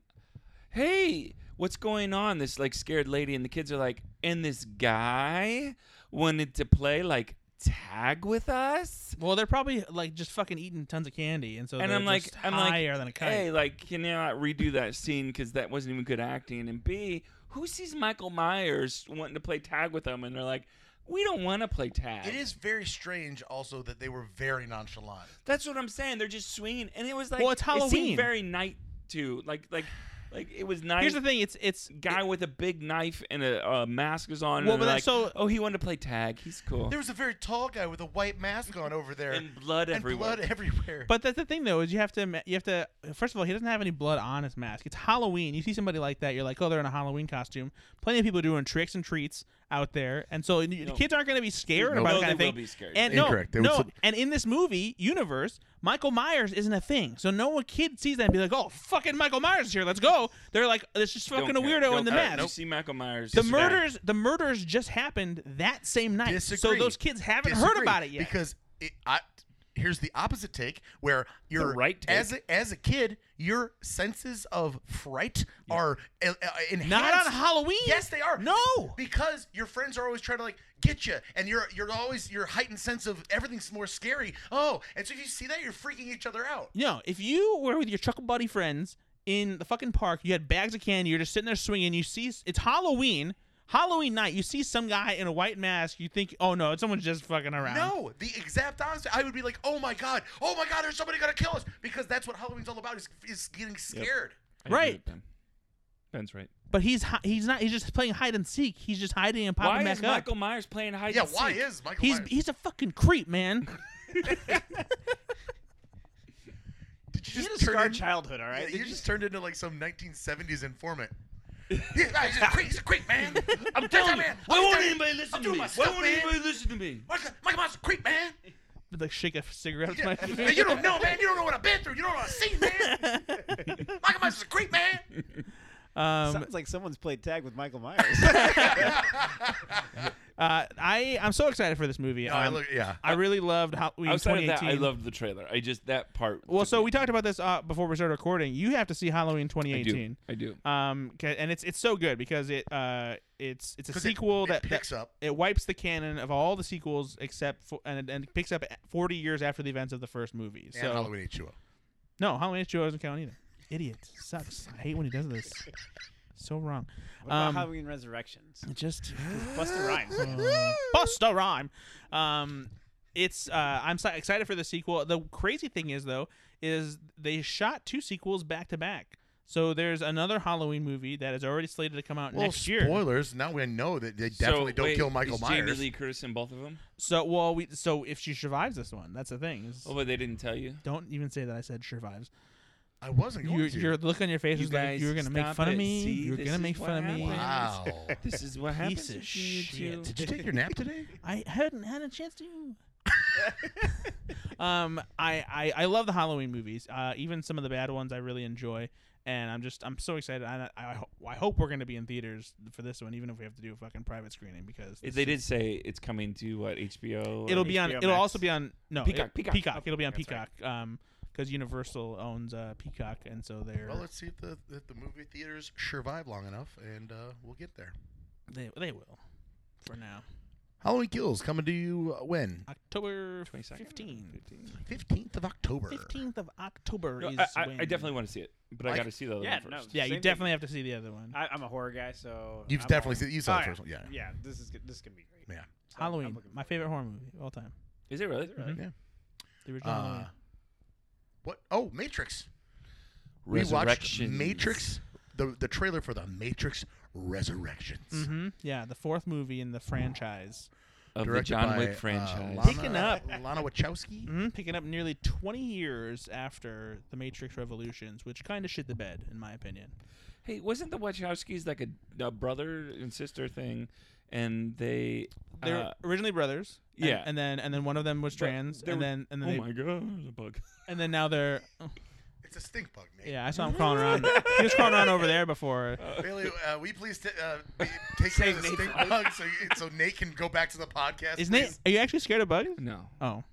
D: "Hey, what's going on?" This like scared lady, and the kids are like, "And this guy wanted to play like tag with us."
C: Well, they're probably, like, just fucking eating tons of candy. And so
D: and
C: they're
D: I'm like,
C: just
D: I'm like,
C: higher than a kite.
D: hey, like, can you not redo that scene because that wasn't even good acting? And B, who sees Michael Myers wanting to play tag with them? And they're like, we don't want to play tag.
B: It is very strange, also, that they were very nonchalant.
D: That's what I'm saying. They're just swinging, and it was like,
C: Well, it's
D: It
C: Halloween.
D: seemed very night too. Like, like, like it was night.
C: Here's the thing. It's, it's,
D: Guy with a big knife and a, a mask is on.
C: Well,
D: and
C: but
D: they're like,
C: that's so-
D: oh, he wanted to play tag. He's cool.
B: There was a very tall guy with a white mask on over there,
D: And blood
B: and
D: everywhere.
B: blood everywhere.
C: But that's the thing, though, is you have to ima- you have to first of all, he doesn't have any blood on his mask. It's Halloween. You see somebody like that, you're like, oh, they're in a Halloween costume. Plenty of people doing tricks and treats out there, and so the the kids aren't going to be scared
D: No,
C: about
D: no,
C: that kind of
D: they
C: thing.
D: will be scared.
C: And no,
B: Incorrect. They would
C: no,
B: sub-
C: and in this movie universe, Michael Myers isn't a thing, so no one kid sees that and be like, oh, fucking Michael Myers is here. Let's go. They're like, it's just
D: Don't
C: fucking a
D: care.
C: weirdo
D: Don't
C: in the
D: care.
C: mask.
D: You see Michael Myers.
C: The
D: just back.
C: murders, the murders just happened that same night,
B: Disagree.
C: so those kids haven't heard
B: Disagree,
C: about it yet.
B: Because it, I, here's the opposite take, where you're
D: right take.
B: as a, as a kid, your senses of fright are uh, uh, enhanced.
C: not on Halloween.
B: Yes, they are.
C: No.
B: because your friends are always trying to like get you, and you're you're always your heightened sense of everything's more scary. Oh, and so if you see that, you're freaking each other out.
C: No, if you were with your chuckle buddy friends in the fucking park, you had bags of candy, you're just sitting there swinging, you see it's Halloween, Halloween night, you see some guy in a white mask, you think, oh no, someone's just fucking around.
B: No, the exact opposite. I would be like, oh my god, oh my god, there's somebody gonna kill us because that's what Halloween's all about is, is getting scared.
D: I agree
C: Right.
D: with Ben. Ben's right.
C: But he's hi- he's not he's just playing hide and seek. He's just hiding and popping
D: Why
C: back
D: is
C: up.
D: Michael Myers playing hide
B: Yeah,
D: and
B: why
D: seek?
B: is Michael?
C: he's
B: Myers-
C: he's a fucking creep, man.
B: Did you
A: You had
B: just
A: a
B: turn
A: scarred
B: in-
A: childhood, all
B: Yeah,
A: right? Did
B: you just turned into like some 1970s informant. yeah, he's a creep, he's a creep, man.
D: I'm telling you.
B: Man,
D: Why
B: I'm
D: won't
B: telling you,
D: anybody
B: I'm
D: listen to
B: doing
D: me?
B: my
D: Why
B: stuff,
D: won't
B: man.
D: anybody listen to me?
B: Michael Michael Myers is a creep, man.
C: like shake a cigarette with my
B: Yeah, you don't know, man. You don't know what I've been through. You don't know what I've seen, man. Michael Myers is a creep, man.
C: Um,
A: Sounds like someone's played tag with Michael Myers.
C: uh, I I'm so excited for this movie. Um,
B: yeah.
C: I really loved Halloween
D: Outside of
C: 2018.
D: that, I loved the trailer. I just that part.
C: well,
D: took
C: so
D: me-
C: we talked about this uh, before we started recording. You have to see Halloween
D: I
C: 2018.
D: do. I do.
C: Um, 'ca- and it's it's so good because it uh it's it's a
B: 'Cause it-
C: sequel
B: it
C: that
B: picks
C: that-
B: up.
C: it wipes the canon of all the sequels except for and and it picks up 40 years after the events of the first movie. So
B: H2O.
C: no, Halloween H2O doesn't count either. Idiot sucks. I hate when he does this. So wrong.
A: What about
C: Um,
A: Halloween Resurrections?
C: Just
A: Busta Rhymes.
C: Uh, Busta Rhyme. Um, it's uh, I'm si- excited for the sequel. The crazy thing is though, is they shot two sequels back to back. So there's another Halloween movie that is already slated to come out next year.
B: spoilers. Now we know that they
D: so, wait, is Jamie Lee Curtis in both of them.
C: So well, we so if she survives this one, that's the thing. is-
D: Oh, but they didn't tell you.
C: Don't even say that I said survives.
B: I wasn't going
C: Your,
B: to.
C: your look on your face
D: You
C: was like
D: guys
C: you were gonna make
D: stop
C: fun of
D: it.
C: me.
D: See,
C: you were
D: this
C: gonna
D: is
C: make
D: what
C: fun of me.
D: happened.
B: wow.
D: This is what
C: Piece
D: happens.
C: of
D: if you
C: shit.
D: two-
B: Did you take your nap today?
C: I hadn't had a chance to. um, I, I I love the Halloween movies. Uh, even some of the bad ones I really enjoy, and I'm just I'm so excited. I I, I, ho- I hope we're gonna be in theaters for this one, even if we have to do a fucking private screening because
D: It-
C: this
D: They
C: shit-
D: did say it's coming to what HBO.
C: It'll
D: or-
C: be on.
A: HBO
C: It'll
A: Max.
C: also be on. No,
D: Peacock,
C: it-
D: Peacock.
C: It'll be on
A: That's
C: Peacock.
A: right.
C: Um, because Universal owns uh Peacock, and so they're
B: Well, let's see if the if the movie theaters survive long enough, and uh, we'll get there.
C: they they will. For now,
B: Halloween Kills coming to you uh, when?
C: October
D: 22nd?
C: 15th.
B: 15th of October.
C: 15th of October
D: No,
C: is
D: I, I,
C: when
D: I definitely want to see it, but I,
B: I-
D: got to see the other
A: Yeah,
D: one
A: no,
D: first.
C: Yeah,
A: Same
C: you
A: thing.
C: definitely have to see the other one.
A: I, I'm a horror guy, so
B: You've
A: I'm
B: definitely
A: all-
B: seen you saw
A: Oh,
B: the
A: yeah.
B: first one. Yeah. yeah.
A: Yeah, this is good. this can be great.
B: Yeah.
A: So I'm
C: Halloween,
A: looking
C: my
A: forward.
C: favorite horror movie of all time.
D: Is it really? Is it really?
C: Mhm. The original.
A: Ah.
B: Uh,
C: Halloween.
B: what? Oh, Matrix. We watched
D: Resurrections.
B: Matrix. The the trailer for the Matrix Resurrections.
C: hmm Yeah, the fourth movie in the
A: Mm-hmm.
C: franchise.
D: of the
B: Directed
D: John
B: by,
D: Wick
B: uh,
D: franchise.
B: Lana,
C: Picking up.
B: Lana Wachowski.
A: Mm-hmm.
C: hmm Picking up nearly 20 years after The Matrix Revolutions, which kind of shit the bed, in my opinion.
D: Hey, wasn't the Wachowskis like a, a brother and sister thing, and they?
C: They were
D: uh,
C: originally brothers. and-
D: yeah.
C: And, then and then one of them was
D: But
C: trans,
D: they
C: and
D: were-
C: then and then
D: oh
C: they,
D: my god, there's a bug.
C: and then now they're.
B: It's a stink bug, man.
C: Yeah, I saw him crawling around. he was crawling around over there before.
D: Oh,
B: Bailey, uh, we please t- uh, be- take care of the stink bug so, you, so Nate can go back to the podcast.
C: Isn't it?
B: please?
C: Are you actually scared of bugs?
D: No,
C: Oh.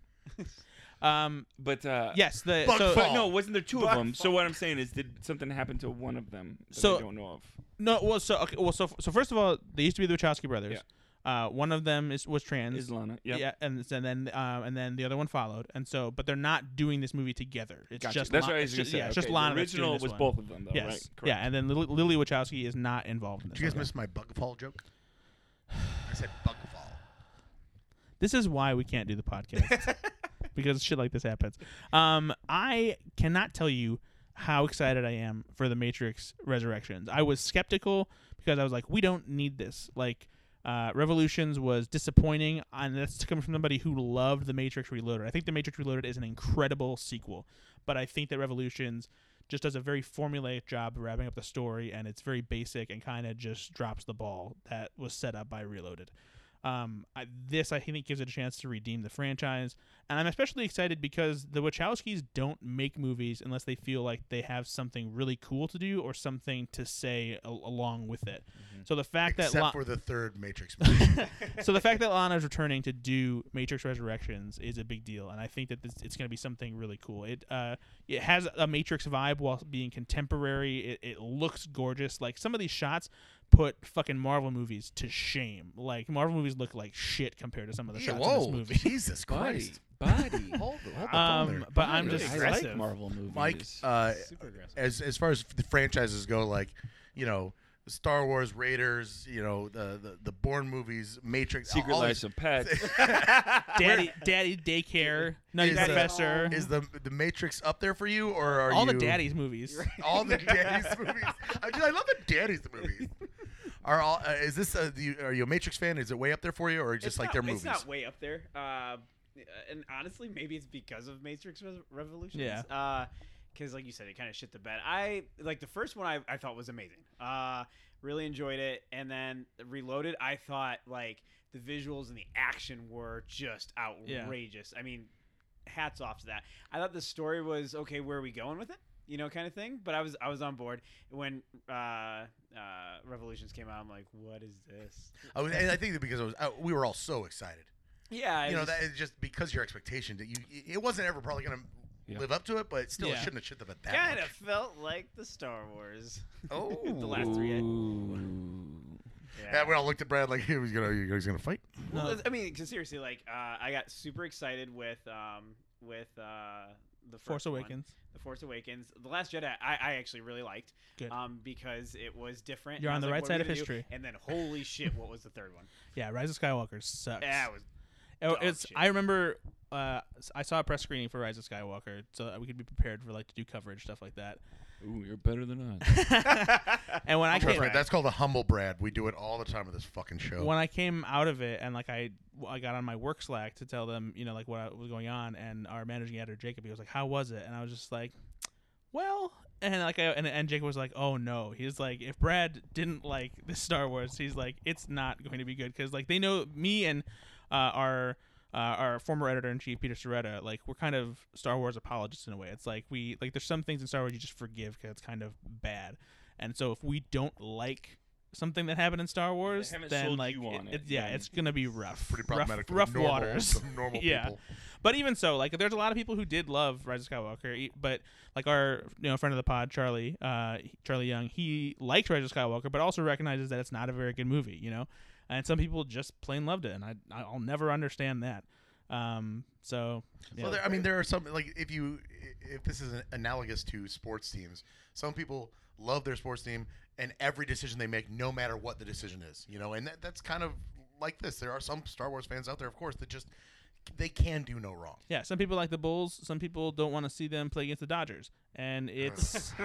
C: Um.
D: but uh,
C: Yes. The
B: Bug
C: so
B: fall.
D: But no, wasn't there two of
A: But
D: them? So what I'm saying is, did something happen to one of them that
C: So-
D: I don't know of?
C: no. Well. So okay. Well. So so first of all, they used to be the Wachowski brothers. Uh. One of them is was trans.
D: Is Lana? Yeah,
C: Yeah, and, and then um, and then the other one followed, and so but they're not doing this movie together. It's
D: Gotcha.
C: just
D: that's
C: Lon-
D: what I
C: it's
D: was gonna
C: just,
D: say.
C: Yeah, it's
D: Okay,
C: just Lana
D: The
C: that's doing
D: original
C: this
D: was
C: one.
D: both of them, though,
C: Yes,
D: right?
C: yeah, and then Lily, Lily Wachowski is not involved. In this.
B: Did you guys
C: one.
B: miss my bug fall joke? I said bug fall.
C: This is why we can't do the podcast because shit like this happens. Um, I cannot tell you how excited I am for the Matrix Resurrections. I was skeptical because I was like, we don't need this. Like, uh, Revolutions was disappointing, and that's coming from somebody who loved the Matrix Reloaded. I think the Matrix Reloaded is an incredible sequel, but I think that Revolutions just does a very formulaic job of wrapping up the story, and it's very basic and kind of just drops the ball that was set up by Reloaded. Um, I, this I think gives it a chance to redeem the franchise, and I'm especially excited because the Wachowskis don't make movies unless they feel like they have something really cool to do or something to say a- along with it. So the fact
B: Mm-hmm. Except
C: that Lo-
B: for the third Matrix movie.
C: so the fact that Lana's returning to do Matrix Resurrections is a big deal, and I think that this, it's going to be something really cool. It uh, it has a Matrix vibe while being contemporary. It, it looks gorgeous. Like some of these shots put fucking Marvel movies to shame. Like Marvel movies look like shit compared to some of the
B: Yeah,
C: shots in
B: whoa,
C: this movie.
B: Jesus
D: Buddy,
B: Christ.
D: buddy.
B: Hold the- hold the phone
C: Um,
B: there.
C: but I'm
B: Really
C: just
D: I
A: aggressive.
D: like Marvel movies.
B: Mike, uh,
A: Super aggressive.
B: as as far as the franchises go, like you know, Star Wars, Raiders, you know, the the, the Bourne movies, Matrix,
D: Secret
B: all
D: Lives
B: these-
D: of Pets.
C: daddy, daddy daycare, nutty
B: Is, uh,
C: professor,
B: Is the the Matrix up there for you, or are
C: all the
B: you-
C: daddies movies.
B: all the daddies movies? I, dude, I love the daddies movies. Are all uh, is this a, do you, are you a Matrix fan? Is it way up there for you, or just
A: It's
B: like
A: not,
B: their movies?
A: It's not way up there. Uh, and honestly, maybe it's because of Matrix Re- Revolutions.
C: Yeah.
A: Because, like you said, it kind of shit the bed. I like the first one. I, I thought was amazing. Uh, really enjoyed it. And then Reloaded, I thought like the visuals and the action were just outrageous. I mean, hats off to that. I thought the story was okay. Where are we going with it? You know, kind of thing. But I was I was on board when uh, uh, Revolutions came out. I'm like, what is this?
B: I, was, and I think that because I was, uh we were all so excited.
A: Yeah, I
B: you know,
A: just-
B: that is just because your expectation that you it wasn't ever probably gonna
D: Yeah.
B: live up to it, but still it
C: Yeah.
B: shouldn't have shit the bed that
A: kind
B: much.
A: of felt like the Star Wars.
B: Oh,
A: the last three. I-
D: Ooh.
B: Yeah, we all looked at Brad like he was gonna he was gonna fight.
A: Well,
C: No.
A: that's- I mean, 'cause seriously, like uh, I got super excited with um with uh the first
C: Force
A: one,
C: Awakens.
A: the Force Awakens, the Last Jedi. I, I actually really liked.
C: Good.
A: Um, because it was different.
C: You're
A: and I
C: on
A: was
C: the
A: like,
C: right
A: what are
C: side
A: we
C: of
A: gonna do?
C: history.
A: And then, holy shit, what was the third one?
C: Yeah, Rise of Skywalker sucks.
A: Yeah, it was
C: Oh,
A: dog
C: it's.
A: shit.
C: I remember. Uh, s- I saw a press screening for Rise of Skywalker, so that we could be prepared for like to do coverage stuff like that.
D: Ooh, you're better than us.
C: And when I
B: Trust
C: came,
B: me, that's called a humble Brad. We do it all the time with this fucking show.
C: when I came out of it, and like I, I got on my work Slack to tell them, you know, like what I- was going on, and our managing editor Jacob, he was like, "How was it?" And I was just like, well, and like, I, and and Jacob was like, oh no, he's like, if Brad didn't like this Star Wars, he's like, it's not going to be good because like they know me and uh, our. Uh, our former editor in chief, Peter Soretta, like we're kind of Star Wars apologists in a way. It's like we like there's some things in Star Wars you just forgive because it's kind of bad, and so if we don't like something that happened in Star Wars,
D: haven't
C: then
D: sold
C: like
D: you on it,
C: yeah,
D: then
C: it's gonna be rough,
B: Pretty
C: rough-
B: problematic. for
C: rough,
B: normal,
C: waters.
B: some normal
C: yeah,
B: people.
C: but even so, like there's a lot of people who did love Rise of Skywalker, e- but like our you know friend of the pod, Charlie, uh, Charlie Young, he liked Rise of Skywalker, but also recognizes that it's not a very good movie, you know. And some people just plain loved it, and I I'll never understand that. Um, so yeah.
B: Well, there, I mean, there are some like if you if this is analogous to sports teams, some people love their sports team and every decision they make, no matter what the decision is, you know, and that, that's kind of like this. There are some Star Wars fans out there, of course, that just they can do no wrong.
C: yeah, some people like the Bulls, some people don't want to see them play against the Dodgers, and it's
D: Do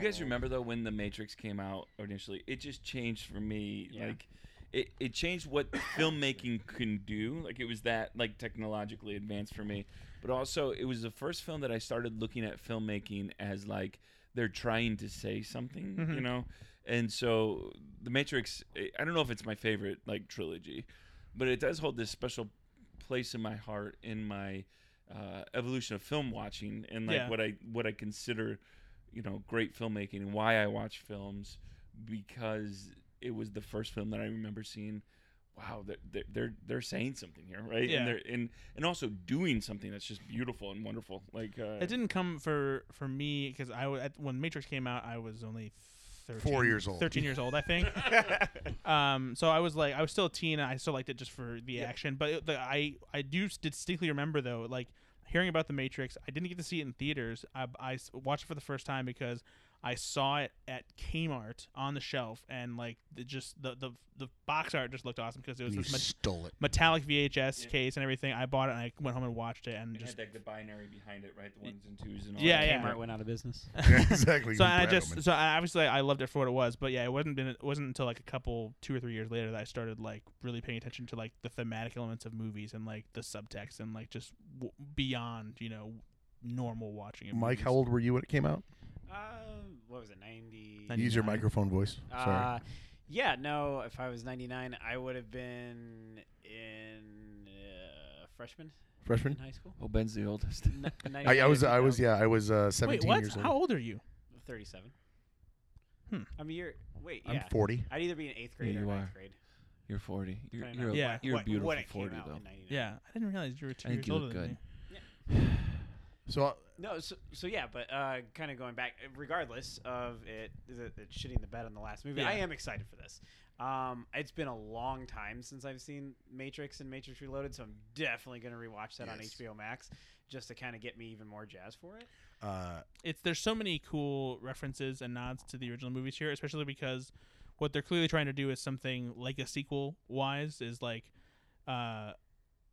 D: guys remember though when the Matrix came out initially? It just changed for me.
A: Yeah.
D: Like it, it changed what filmmaking can do. Like it was that like technologically advanced for me. But also it was the first film that I started looking at filmmaking as like they're trying to say something, you know? And so the Matrix eh, I- I don't know if it's my favorite like trilogy, but it does hold this special place in my heart in my uh, evolution of film watching and like
C: Yeah.
D: what I what I consider you know great filmmaking and why I watch films because it was the first film that I remember seeing wow they're- they're they're, they're saying something here right
C: Yeah.
D: and they're and, and also doing something that's just beautiful and wonderful like uh,
C: it didn't come for for me because I wa- at- when Matrix came out, I was only 13,
B: Four years old.
C: thirteen years old, I think. um, so I was like, I was still a teen, and I still liked it just for the action. But it, the, I I do s- distinctly remember though, like hearing about the Matrix. I didn't get to see it in theaters. I, I s- watched it for the first time because I saw it at Kmart on the shelf, and like the, just the, the the box art just looked awesome because it was
B: You
C: this met-
B: stole it.
C: metallic VHS
D: Yeah.
C: case and everything. I bought it and I went home and watched it and
D: it
C: just
D: had like the binary behind it right the ones and twos and all
C: Yeah,
D: that.
C: yeah.
D: Kmart
A: Kmart went out of business.
B: Yeah, exactly.
C: So
B: You
C: and I
B: brat
C: just
B: woman.
C: so I obviously I loved it for what it was, but yeah, it wasn't been it wasn't until like a couple two or three years later that I started like really paying attention to like the thematic elements of movies and like the subtext and like just w- beyond you know normal watching. Of
B: Mike,
C: movies.
B: how old were you when it came out?
A: Uh, what was it? Ninety.
C: Ninety-
B: Use your
C: 99.
B: microphone voice. Sorry.
A: Uh, yeah, no. If I was ninety nine, I would have been in uh, freshman in
B: Freshman.
A: high school.
D: oh Ben's the oldest
A: N-
B: I, I
A: 99
B: was. I was.
A: 2000.
B: Yeah. I was uh,
C: Wait,
B: seventeen
C: what?
B: years old.
C: How old are you?
A: thirty-seven.
C: Hmm.
A: I'm a year. Wait,
B: I'm
A: yeah.
B: forty.
A: I'd either be in eighth grade
D: Yeah,
A: or
D: you
A: ninth
D: are.
A: grade.
D: you're 40 you're,
A: Right
D: you're,
A: now.
D: a-
C: Yeah.
D: you're a
A: What-
D: beautiful
A: when it came
D: 40
A: out
D: though
A: in 99.
C: Yeah, I didn't realize you were two
D: I think
C: years
D: you
C: older
D: look
C: than
D: good.
C: me.
B: So uh,
A: No, so, so yeah, but uh, kind of going back, regardless of it, it, it shitting the bed on the last movie, I
C: Yeah.
A: am excited for this. Um, it's been a long time since I've seen Matrix and Matrix Reloaded, so I'm definitely going to rewatch that
B: Yes.
A: on HBO Max just to kind of get me even more jazz for it.
B: uh,
C: It's there's so many cool references and nods to the original movies here, especially because what they're clearly trying to do is something like a sequel wise is like uh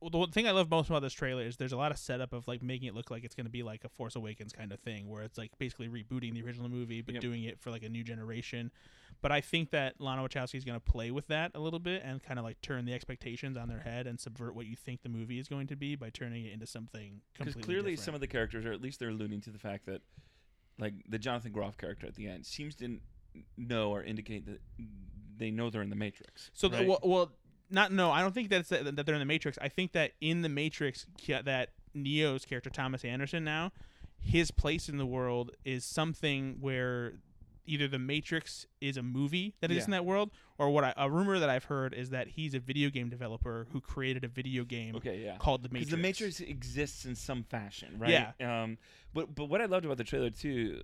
C: well, the one thing I love most about this trailer is there's a lot of setup of like making it look like it's going to be like a Force Awakens kind of thing, where it's like basically rebooting the original movie but
D: Yep.
C: doing it for like a new generation. But I think that Lana Wachowski is going to play with that a little bit and kind of like turn the expectations on their head and subvert what you think the movie is going to be by turning it into something
D: because
C: completely
D: clearly
C: different.
D: some of the characters or at least they're alluding to the fact that like the jonathan groff character at the end seems to n- know or indicate that they know they're in the matrix
C: So
D: right?
C: the, well, well, not no. I don't think that's that, that they're in the Matrix. I think that in the Matrix ca- that Neo's character Thomas Anderson now, his place in the world is something where either the Matrix is a movie that exists in
D: Yeah.
C: that world, or what I, a rumor that I've heard is that he's a video game developer who created a video game
D: okay yeah
C: called the
D: because
C: Matrix.
D: the matrix exists in some fashion right um but but what i loved about the trailer too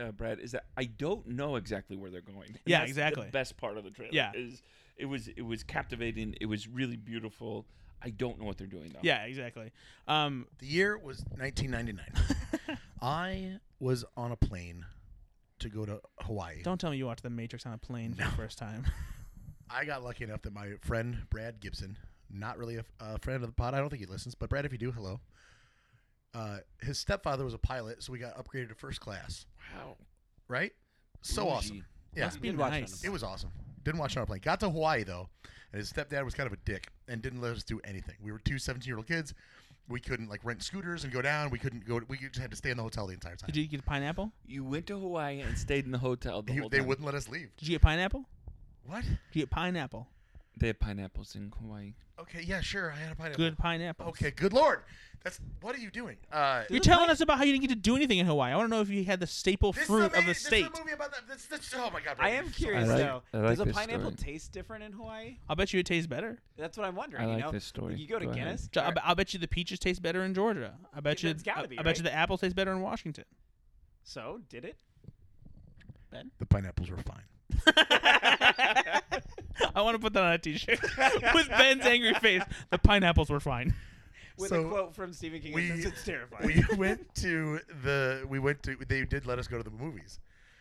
D: uh, Brad is that I don't know exactly where they're going. And
C: Yeah,
D: that's
C: exactly.
D: The best part of the trailer
C: Yeah.
D: is it was it was captivating. It was really beautiful. I don't know what they're doing though.
C: Yeah, exactly. Um,
B: The year was 1999. I was on a plane to go to Hawaii.
C: don't tell me you watched the Matrix on a plane for the first time.
B: I got lucky enough that my friend Brad Gibson, not really a, a friend of the pod, I don't think he listens, but Brad, if you do, hello. Uh, his stepfather was a pilot, so we got upgraded to first class.
D: Wow.
B: Right? So
D: Bougie.
B: awesome. Yeah.
C: Must be
A: Did watch it on
C: nice.
A: the
B: It was awesome. Didn't watch it on a plane. Got to Hawaii though, and his stepdad was kind of a dick and didn't let us do anything. We were two 17 year old kids. we couldn't like rent scooters and go down. We couldn't go. We just had to stay in the hotel the entire time.
C: Did you get pineapple?
D: You went to Hawaii and stayed in the hotel the
B: He-
D: whole
B: they
D: time.
B: wouldn't let us leave.
C: Did you get pineapple?
B: What?
C: Did you get pineapple?
D: They have pineapples in Hawaii.
B: Okay, yeah, sure. I had a pineapple.
C: Good pineapple.
B: Okay, good lord. That's what are you doing? Uh,
C: You're telling us about how you didn't get to do anything in Hawaii. I want to know if you had the staple
B: this is
C: fruit
B: amazing-
C: of the state.
B: This is a movie about that. This, this, oh my god.
A: I
B: Brandon,
A: am
B: I'm so-
D: I
A: curious
D: like-
A: though.
D: I like
A: Does a
D: this
A: pineapple
D: story.
A: taste different in Hawaii?
C: I'll bet you it tastes better.
A: That's what I'm wondering.
D: I
A: you
D: like
A: know?
D: this story.
A: You go to
D: Go ahead.
A: Guinness.
C: So I
A: or-
C: bet- I'll bet you the peaches taste better in Georgia. I bet you.
A: It's gotta
C: I-
A: be,
C: I bet you
A: right?
C: the apples taste better in Washington.
A: so did it?
B: The pineapples were fine.
C: I want to put that on a T-shirt with Ben's angry face. The pineapples were fine.
A: With a
B: So,
A: quote from Stephen King,
B: we-
A: it says it's terrifying.
B: we went to the we went to they did let us go to the movies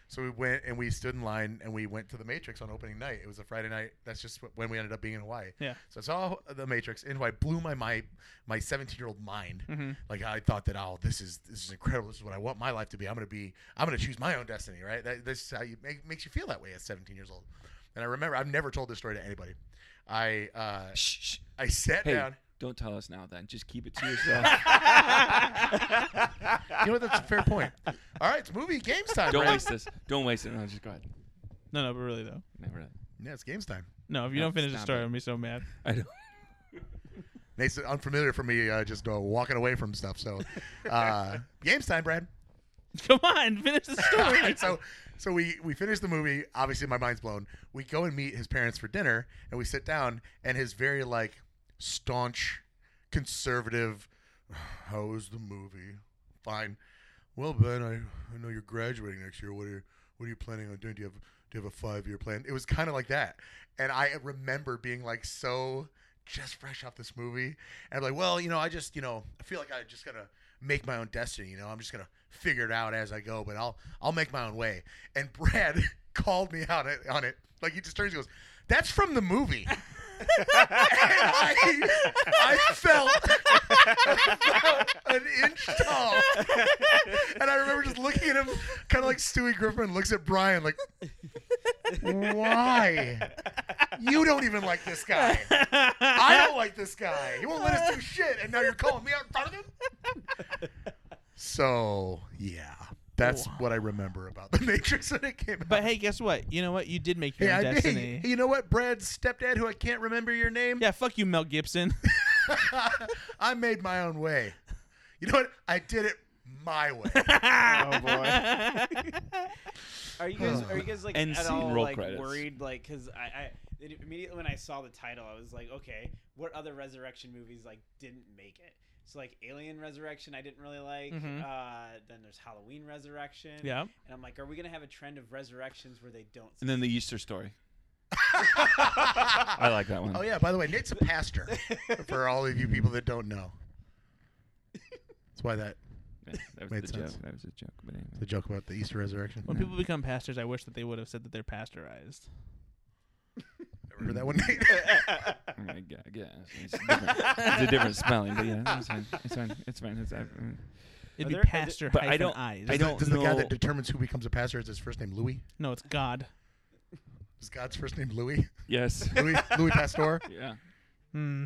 B: so we went and we stood in line and we went to the matrix on opening night it was a friday night that's just wh- when we ended up being in hawaii
C: Yeah.
B: so i saw the matrix in hawaii blew my my my 17 year old mind
D: Mm-hmm.
C: Mhm.
B: like i thought that oh this is this is incredible this is what i want my life to be i'm gonna be i'm gonna choose my own destiny right that, this is how you make, makes you feel that way at 17 years old and i remember i've never told this story to anybody i uh
D: Shh. shh.
B: i sat
D: Hey,
B: down
D: don't tell us now. Then just keep it to yourself.
B: you know what, that's a fair point all right it's movie games time
D: don't
B: right?
D: waste this. Don't waste it. No, just go ahead.
C: No, no, but really though.
D: Never mind.
B: yeah it's games time
C: No, if you
D: No,
C: don't finish the
D: stop
C: story,
D: it.
C: I'm gonna be so mad.
D: I don't.
B: Nate's unfamiliar for me, uh, just uh, walking away from stuff. So, uh, games time, Brad.
C: Come on, finish the
B: All
C: story.
B: right, so, so we we finish the movie. Obviously, my mind's blown. We go and meet his parents for dinner, and we sit down. And his very like staunch conservative. How was the movie? Fine. Well, Ben, I, I know you're graduating next year. What are you, what are you planning on doing? Do you have do you have a five year plan? It was kind of like that, and I remember being like so just fresh off this movie, and I'm like, well, you know, I just you know I feel like I just gotta make my own destiny. You know, I'm just gonna figure it out as I go, but I'll I'll make my own way. And Brad called me out it- on it. Like he just turns and goes, "That's from the movie." And I, I felt an inch tall. And I remember just looking at him, kind of like Stewie Griffin looks at Brian, like, why? You don't even like this guy. I don't like this guy. He won't let us do shit, and now you're calling me out in front of him? So, yeah. That's what I remember about The Matrix when it came out.
C: But hey, guess what? You know what? You did make your
B: yeah, I
C: own
B: mean,
C: destiny.
B: you know what, Brad's stepdad, who I can't remember your name?
C: Yeah, fuck you, Mel Gibson.
B: I made my own way. You know what? I did it my way.
A: oh boy. are you guys? Are you guys like
D: End
A: at
D: scene,
A: all
D: roll
A: like
D: credits.
A: worried? Like, cause I, I it- immediately when I saw the title, I was like, okay, what other resurrection movies like didn't make it? So like Alien Resurrection, I didn't really like.
B: Mm-hmm.
C: Mhm.
A: Uh, then there's Halloween Resurrection.
C: yeah.
A: And I'm like, are we gonna have a trend of resurrections where they don't?
D: And then the Easter story. I like that one.
B: Oh yeah, by the way, Nate's a pastor. for all of you people that don't know, that's why that
D: Yeah, that was
B: Made
D: the
B: sense.
D: joke. That was a joke. But
B: the
D: anyway.
B: joke about the Easter resurrection.
C: When people become pastors, I wish that they would have said that they're pastorized.
B: Remember that one? Nate?
D: Oh, I mean, I gue- I guess. It's, a different- it's a different spelling, but yeah, it's fine. It's fine. It's fine. It's, I, mm.
C: It'd
A: Are
C: be
A: there- are there-
C: pastor
D: But I
C: hyphen
D: don't-
C: eyes.
B: Does
D: I
B: the-
D: don't
B: Does the guy
D: know.
B: that determines who becomes a pastor is his first name Louis?
C: No, it's God.
B: Is God's first name Louis?
D: Yes.
B: Louis, Louis Pasteur.
D: Yeah.
C: Hmm.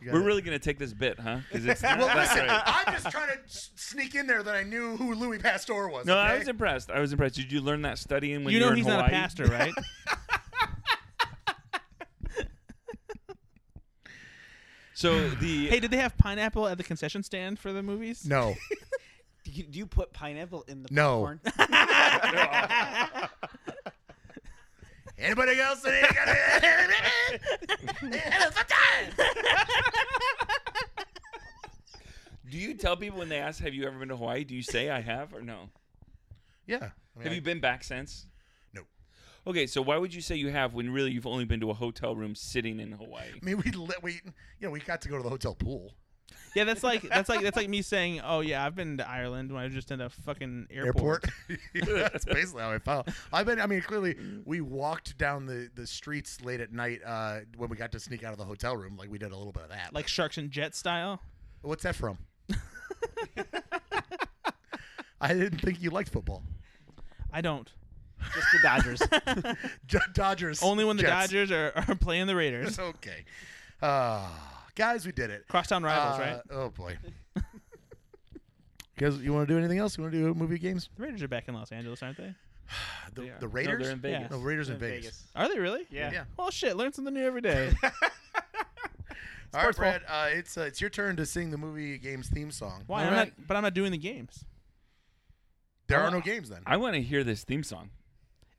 B: You got
D: We're
B: it.
D: really gonna take this bit, huh? Because it's not
B: well.
D: that
B: Listen,
D: great.
B: I'm just trying to s- sneak in there that I knew who Louis Pasteur was.
D: No, I
B: okay?
D: was impressed. I was impressed. Did you learn that studying when
C: You
D: you
C: know
D: were in
C: he's
D: Hawaii?
C: not a pastor, right?
D: So the
C: hey, did they have pineapple at the concession stand for the movies?
B: no,
A: do, you, do you put pineapple in the
B: No.
A: popcorn?
B: anybody else? That ain't got it?
D: do you tell people when they ask, "Have you ever been to Hawaii?" Do you say, "I have" or no?
B: yeah. I mean,
D: Have
B: I-
D: you been back since?
B: No.
D: Okay, so why would you say you have when really you've only been to a hotel room sitting in Hawaii?
B: I mean, we let we you know we got to go to the hotel pool.
C: Yeah, that's like that's like that's like me saying, "Oh yeah, I've been to Ireland when I was just in a fucking airport."
B: That's basically how I felt. I've been. I mean, clearly, we walked down the the streets late at night uh, when we got to sneak out of the hotel room. Like we did a little bit of that.
C: Like Sharks and Jet style.
B: what's that from? I didn't think you liked football.
C: I don't.
A: Just the Dodgers.
B: J- Dodgers.
C: Only when the
B: Jets.
C: Dodgers are, are playing the Raiders.
B: Okay. Ah, Guys, we did it.
C: Crosstown rivals,
B: Uh,
C: right?
B: Oh boy. Guys, you want to do anything else? You want to do movie games?
C: The Raiders are back in Los Angeles, aren't they?
B: The,
D: They are.
B: the
D: No,
B: Raiders.
D: they're in Vegas.
B: No, Raiders in, Vegas.
C: Are they really?
A: Uh, Yeah.
B: Yeah.
C: Well, shit, learn something new every day.
B: All right,
C: Sports ball.
B: Brad. Uh, it's uh, it's your turn to sing the movie games theme song.
C: Why?
D: All
C: I'm
D: right.
C: not, but I'm not doing the games.
B: There are no games then.
D: I want to hear this theme song.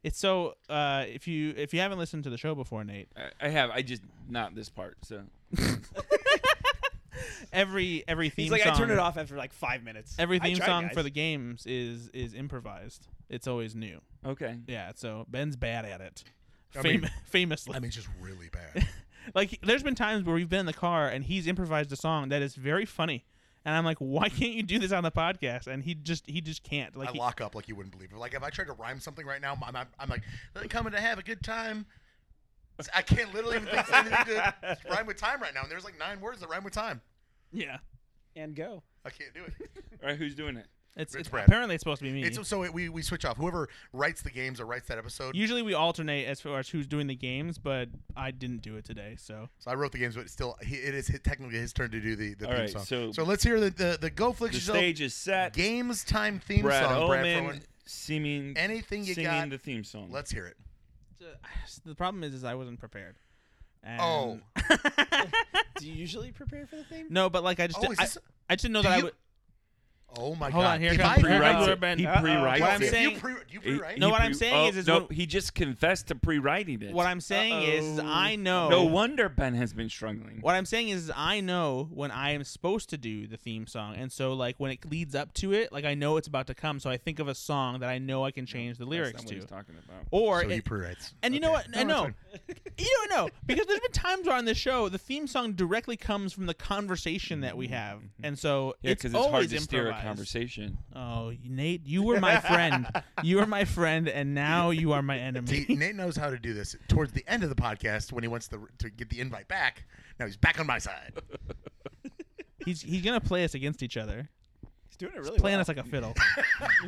C: It's so uh, if you if you haven't listened to the show before, Nate,
D: I, I have. I just not this part. So
C: every every theme
A: He's like,
C: song,
A: I turned it off after like five minutes.
C: Every
A: I
C: theme
A: tried,
C: song
A: guys.
C: for the games is is improvised. It's always new.
D: okay.
C: Yeah, so Ben's bad at it. Fam-
B: mean-
C: famously,
B: I mean, it's just really bad.
C: like there's been times where we've been in the car and he's improvised a song that is very funny, and I'm like, why can't you do this on the podcast? And he just he just can't. Like
B: I
C: he-
B: lock up like you wouldn't believe it. Like if I tried to rhyme something right now, I'm, I'm, I'm like, I'm coming to have a good time. I can't literally even think of anything to rhyme with time right now. And there's like nine words that rhyme with time.
C: yeah,
A: and go.
B: I can't do it.
D: All right. Who's doing it?
C: it's, it's
B: Brad.
C: apparently it's supposed to be me.
B: It's, so it, we, we switch off. Whoever writes the games or writes that episode.
C: Usually we alternate as far as who's doing the games, but I didn't do it today, so
B: so I wrote the games, but it's still, he, it is hi- technically his turn to do the, the
D: All
B: theme
D: right,
B: song.
D: so-
B: let's hear the the, the Go Flix
D: The
B: Yourself
D: stage is set.
B: games time theme
D: Brad
B: song. Brad
D: Ullman
B: Frohman.
D: singing
B: Anything you
D: singing
B: got.
D: the theme song.
B: Let's hear it.
C: the problem is is I wasn't prepared. And-
B: Oh,
A: Do you usually prepare for the theme?
C: no, but like I just
B: Oh, is
C: I,
B: this-
C: I just didn't know
B: Do
C: that I
B: you-
C: would.
B: oh my
C: Hold
B: God!
C: on, here
B: If
C: comes
B: I-
D: He writes
C: Uh-oh.
D: it. He
A: Uh-oh.
D: pre-writes
C: What I'm
D: it.
B: if
C: saying-
B: you pre, do you
D: He-
B: pre-write?
C: No,
D: he
C: what I'm
D: pre-
C: saying
D: oh,
C: is- is
D: no,
C: when-
D: he just confessed to pre-writing it.
C: What I'm saying is, is I know.
D: no wonder Ben has been struggling.
C: What I'm saying is, is I know when I am supposed to do the theme song, and so like when it leads up to it, like I know it's about to come, so I think of a song that I know I can change the lyrics
D: That's not what
C: to.
D: he's talking about.
C: Or
B: so he
C: it-
B: pre-writes.
C: and you know
B: Okay.
C: what? I
B: No, that's fine.
C: know. you don't know because there's been times where on this show the theme song directly comes from the conversation that we have, and so
D: Mm-hmm. Yeah,
C: it's,
D: because it's,
C: always
D: hard to steer a
C: improvised.
D: conversation.
C: Oh, Nate, you were my friend. you were my friend, and now you are my enemy.
B: See, Nate knows how to do this. Towards the end of the podcast, when he wants to, to get the invite back, now he's back on my side.
C: he's he's gonna play us against each other,
A: He's doing it really
C: playing
A: well.
C: us like a fiddle.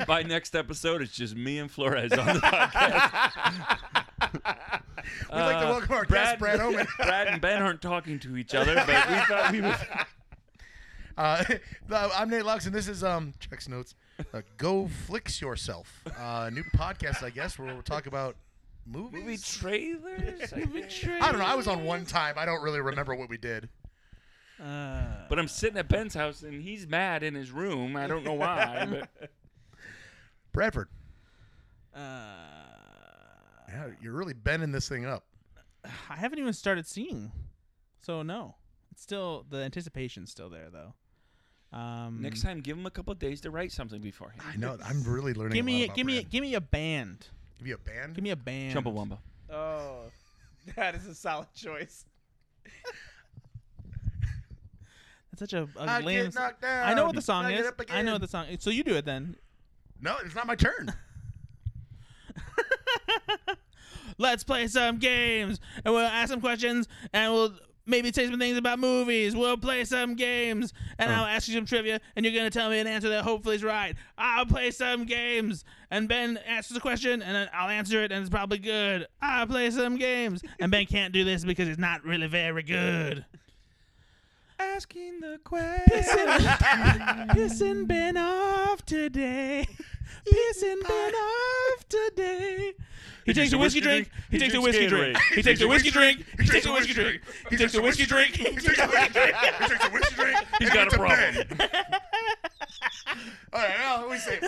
D: By next episode, it's just me and Flores on the podcast.
B: We'd like to
D: Uh,
B: welcome our guest, Brad Oman.
D: Brad and Ben aren't talking to each other, but we thought we would.
B: Uh, I'm Nate Lux, and this is um, Chuck's Notes. Uh, Go Flix Yourself. Uh, new podcast, I guess, where we'll talk about movies.
D: Movie trailers? I guess.
B: I don't know. I was on one time. I don't really remember what we did.
C: Uh,
D: but I'm sitting at Ben's house and he's mad in his room. I don't know why. But
B: Bradford,
C: uh,
B: yeah, you're really bending this thing up.
C: I haven't even started seeing, so no. It's still the anticipation's still there though. Um,
D: next time, give him a couple days to write something beforehand.
B: I know. I'm really learning.
C: give
B: a
C: me
B: lot
C: a,
B: about
C: give me a,
B: Brad.
C: give me a band.
B: give you a band.
C: Give me a band.
D: Chumbawamba.
A: Oh, that is a solid choice.
C: That's such a, a
B: I
C: lame.
B: get knocked down.
C: I know what the song
B: I get
C: is.
B: up
C: I know
B: again.
C: what the song. So you do it then.
B: No, it's not my turn.
C: Let's play some games, and we'll ask some questions, and we'll maybe say some things about movies. We'll play some games, and I'll ask you some trivia, and you're gonna tell me an answer that hopefully is right. I'll play some games, and Ben answers a question, and then I'll answer it, and it's probably good. I'll play some games, and Ben can't do this because it's not really very good.
D: Asking the question.
C: Pissing Ben off today. Pissing Ben off today. He takes a whiskey drink. He takes a whiskey drink. He takes a whiskey drink. He takes a whiskey drink. He takes a whiskey drink.
B: He takes a whiskey drink. He takes a whiskey drink.
D: He's
B: and
D: got
B: it's
D: a problem.
B: bang. All right, now we say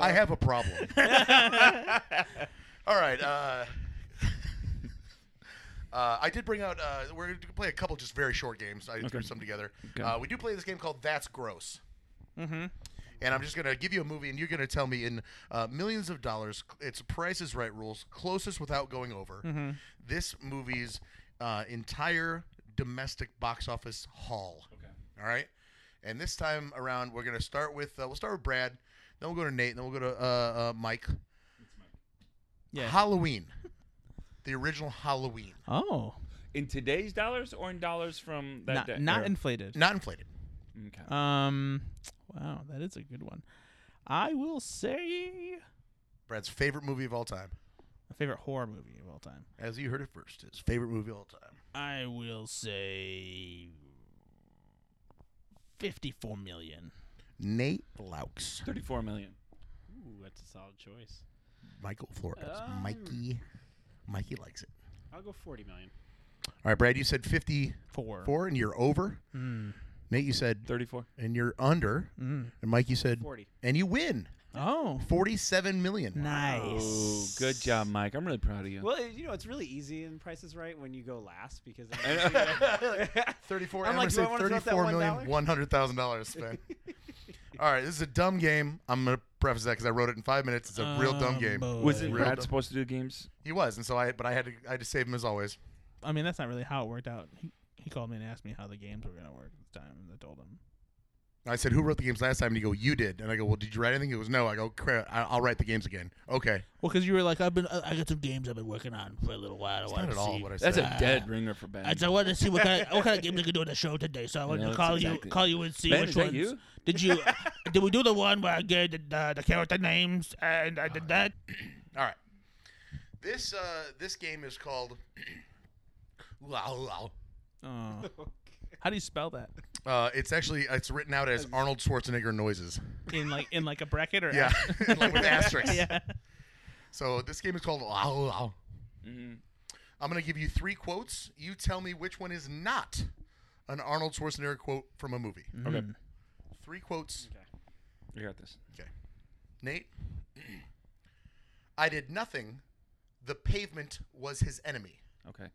B: I have a problem. All right. Uh, uh, I did bring out. Uh, we're going to play a couple just very short games. I threw some together. Uh, we do play this game called That's Gross. And I'm just going to give you a movie, and you're going to tell me in uh, millions of dollars, c- it's Price is Right rules, closest without going over, this movie's uh, entire domestic box office haul. Okay. All right? And this time around, we're going to start with, uh, we'll start with Brad, then we'll go to Nate, then we'll go to uh, uh, Mike.
C: Yeah.
B: Halloween. The original Halloween.
C: Oh,
D: In today's dollars or in dollars from that day?
C: not, not
D: Or-
C: inflated.
B: Not inflated.
D: okay.
C: Um, wow, that is a good one. I will say,
B: Brad's favorite movie of all time.
C: My favorite horror movie of all time.
B: As you heard it first, his favorite movie of all time.
C: I will say fifty-four million.
B: Nate Laux,
D: 34 million.
A: Ooh, that's a solid choice.
B: Michael Flores,
A: Um,
B: Mikey. Mikey likes it.
A: I'll go 40 million.
B: All right, Brad, you said fifty-four,
C: Four.
B: and you're over.
A: Hmm.
C: Mm.
B: Nate, you said
D: 34.
B: and you're under.
C: Mm.
B: And Mike, you said
A: 40.
B: and you win
C: Oh,
B: forty-seven million.
C: nice.
D: Oh, good job, Mike. I'm really proud of you.
A: Well, you know, it's really easy in Price is Right when you go last because then
D: I know.
B: Thirty-four.
A: I'm like,
B: Emerson,
A: do I wanna throw out that
B: thirty-four
A: one
B: million,
A: dollar?
B: one hundred thousand dollars spent. All right, this is a dumb game. I'm gonna preface that because I wrote it in five minutes. It's a real dumb
C: Um,
B: game.
C: boy.
D: Wasn't
B: Real
D: Brad
B: dumb.
D: supposed to do games?
B: He was, and so I, but I had to, I had to save him as always.
C: I mean, that's not really how it worked out. He, he called me and asked me how the games were gonna work this time, and I told him.
B: I said, "Who wrote the games last time?" And he go, "You did." And I go, "Well, did you write anything?" He goes, "No." I go, "Crap, I- I'll write the games again." Okay,
C: Well, because you were like, I've been, I I got some games I've been working on for a little while. I
B: it's
C: wanted
B: not at
C: to
B: all
C: see.
B: what I said.
D: That's a dead ringer for Ben.
C: I just wanted to see what kind, of, what kind of games I could do on the show today. So I wanted
D: No,
C: to
D: it's
C: call
D: exactly-
C: you, call you and see
D: Ben,
C: which
D: is that
C: ones.
D: you?
C: Did you? did we do the one where I gave the, the, the character names and I did that?
B: all right. This uh, this game is called. Wow, wow.
C: Oh. How do you spell that?
B: Uh, it's actually it's written out as Arnold Schwarzenegger noises.
C: In like in like a bracket or
B: Yeah, like with asterisks.
C: yeah.
B: So this game is called. Wow, wow.
D: Mhm.
B: I'm gonna give you three quotes. You tell me which one is not an Arnold Schwarzenegger quote from a movie.
D: Okay,
B: Three quotes.
D: you got this.
B: Okay. Nate, I did nothing. The pavement was his enemy.
D: Okay,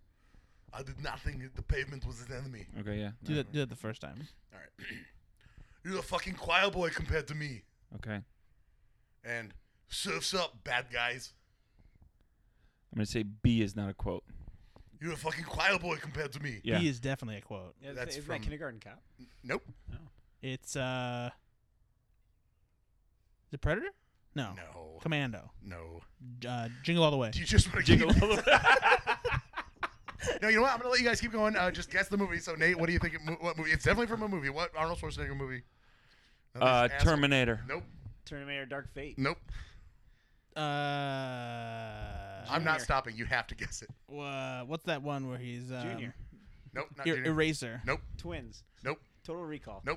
B: I did nothing. The pavement was his enemy.
D: okay, yeah.
C: Do that, do that the first time.
B: All right. You're a fucking choir boy compared to me.
D: Okay, I'm
B: And surfs up, bad guys.
D: gonna say B is not a quote.
B: You're a fucking choir boy compared to me.
D: Yeah,
C: B is definitely a quote.
A: Yeah,
B: That's
A: isn't
B: from-
A: that Kindergarten Cop?
B: Nope.
C: It's uh, the Predator? No,
B: No.
C: Commando.
B: No.
C: Uh, Jingle All the Way.
B: Do you just want to keep... No, you know what? I'm gonna let you guys keep going. Uh, just guess the movie. So, Nate, what do you think? It, mo- what movie? It's definitely from a movie. What Arnold Schwarzenegger movie? Nothing's
D: uh,
B: asked.
D: Terminator.
B: Nope.
A: Terminator Dark Fate.
B: Nope.
C: Uh,
B: I'm not
A: Junior.
B: stopping. You have to guess it.
C: Uh, what's that one where he's um,
A: Junior.
B: Nope. Not
C: er-
B: Junior.
C: Eraser?
B: Nope.
A: Twins.
B: Nope.
A: Total Recall.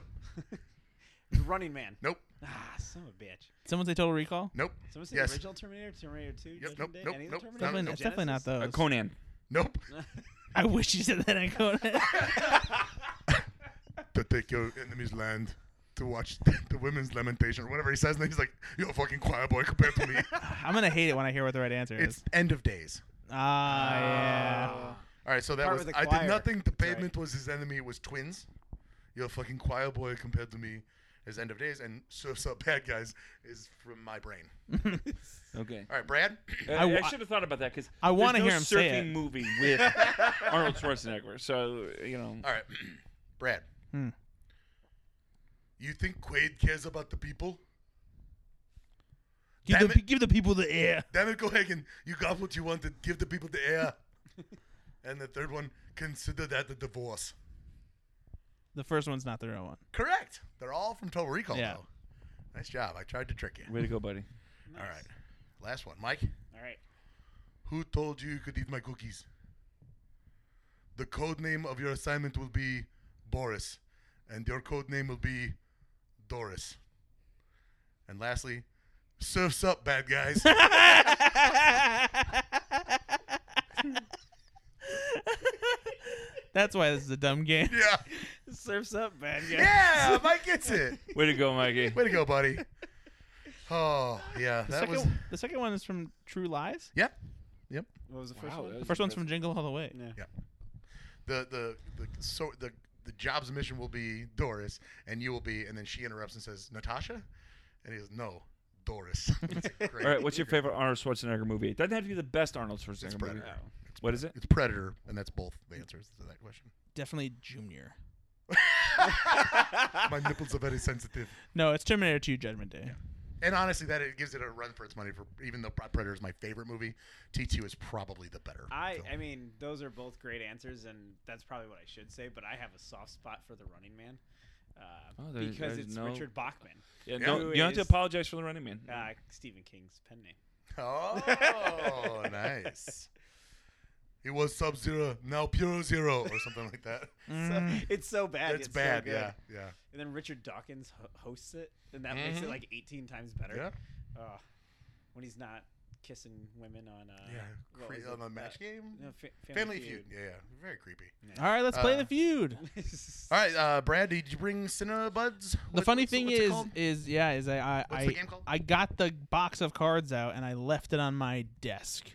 B: Nope.
A: Running Man.
B: Nope.
A: Ah, son of a bitch.
C: Someone say Total Recall.
B: Nope.
A: Someone said
B: Yes.
A: the original Terminator, Terminator 2,
B: Yep,
A: Judgment
B: nope,
A: Day,
B: nope,
A: any
B: nope,
A: of the
B: nope,
C: Definitely,
A: Terminator?
B: nope.
C: it's definitely not those.
D: Uh, Conan.
B: Nope.
C: I wish you said that in Conan.
B: to take your enemy's land to watch the women's lamentation or whatever he says. And then he's like, "You're a fucking choir boy compared to me."
C: I'm gonna hate it when I hear what the right answer
B: it's uh,
C: is.
B: end of days.
C: Ah,
B: All right, so that
A: Part
B: was
A: with the
B: I did
A: choir.
B: nothing. The pavement was his enemy. It was twins. You're a fucking choir boy compared to me. Is end of days and surfs up bad guys is from my brain.
D: Okay.
B: All right, Brad.
D: I,
C: I wa-
D: should have thought about that because
C: I wanna
D: no
C: hear him
D: surfing
C: say it.
D: movie with Arnold Schwarzenegger. So you know,
B: All right, Brad.
C: Hmm.
B: You think Quaid cares about the people?
C: yeah.
B: Damn
C: Give the, give the people the air.
B: Damn it, Cohagen, you got what you wanted. Give the people the air. and the third one, consider that a divorce.
C: The first one's not the real one.
B: Correct. They're all from Total Recall,
C: Yeah.
B: though. Nice job. I tried to trick you.
D: way to go, buddy.
B: All right. Last one, Mike.
A: All right.
B: Who told you you could eat my cookies? The code name of your assignment will be Boris, and your code name will be Doris. And lastly, surfs up, bad guys.
C: That's why this is a dumb game.
B: yeah.
A: Surfs up, man.
B: Yeah, Mike gets it.
D: Way to go, Mikey.
B: Way to go, buddy. Oh, yeah.
C: The
B: That
C: second,
B: was.
C: the second one is from True Lies.
B: Yep. Yep.
A: What was the first
D: Wow, that
A: one?
D: was
C: First one's from
D: impressive.
C: Jingle All the Way.
A: Yeah.
B: The the the so the the job's mission will be Doris, and you will be, and then she interrupts and says Natasha, and he goes no Doris. Great.
D: All right, what's your favorite Arnold Schwarzenegger movie? It doesn't have to be the best Arnold Schwarzenegger movie.
B: Predator.
D: What is it?
B: It's Predator, and that's both the answers to that question.
C: Definitely Junior.
B: My nipples are very sensitive,
C: No, it's Terminator 2 Judgment Day.
B: and honestly, that it gives it a run for its money. For even though Predator is my favorite movie, T two is probably the better.
A: I,
B: film.
A: I mean, those are both great answers, and that's probably what I should say, but I have a soft spot for The Running Man uh,
D: Oh, there-
A: because
D: there's
A: it's
D: no-
A: Richard Bachman,
D: Yeah,
B: Yeah.
D: don't- you don't have to
A: Anyways.
D: apologize for the running man.
A: uh, Stephen King's pen name.
B: Oh, nice. He was Sub Zero, now Pure Zero, or something like that.
A: It's so bad.
B: Mm. It's bad.
A: so good.
B: yeah, yeah,
A: And then Richard Dawkins ho- hosts it, and that makes it like 18 times better.
B: Mm-hmm. yeah,
A: Ugh. when he's not kissing women on uh,
B: yeah.
A: what
B: Cre-
A: was it?
B: on the
A: That-
B: match game,
A: No, fa-
B: Family Feud. Yeah, yeah. Very creepy.
C: All right, let's play
B: Uh,
C: the feud.
B: All right, uh, Brad, did you bring Cinebuds?
C: The
B: What-
C: funny
B: what's-
C: thing
B: what's it
C: is,
B: called?
C: is yeah, is I I
B: What's
C: I,
B: the game called?
C: I got the box of cards out and I left it on my desk.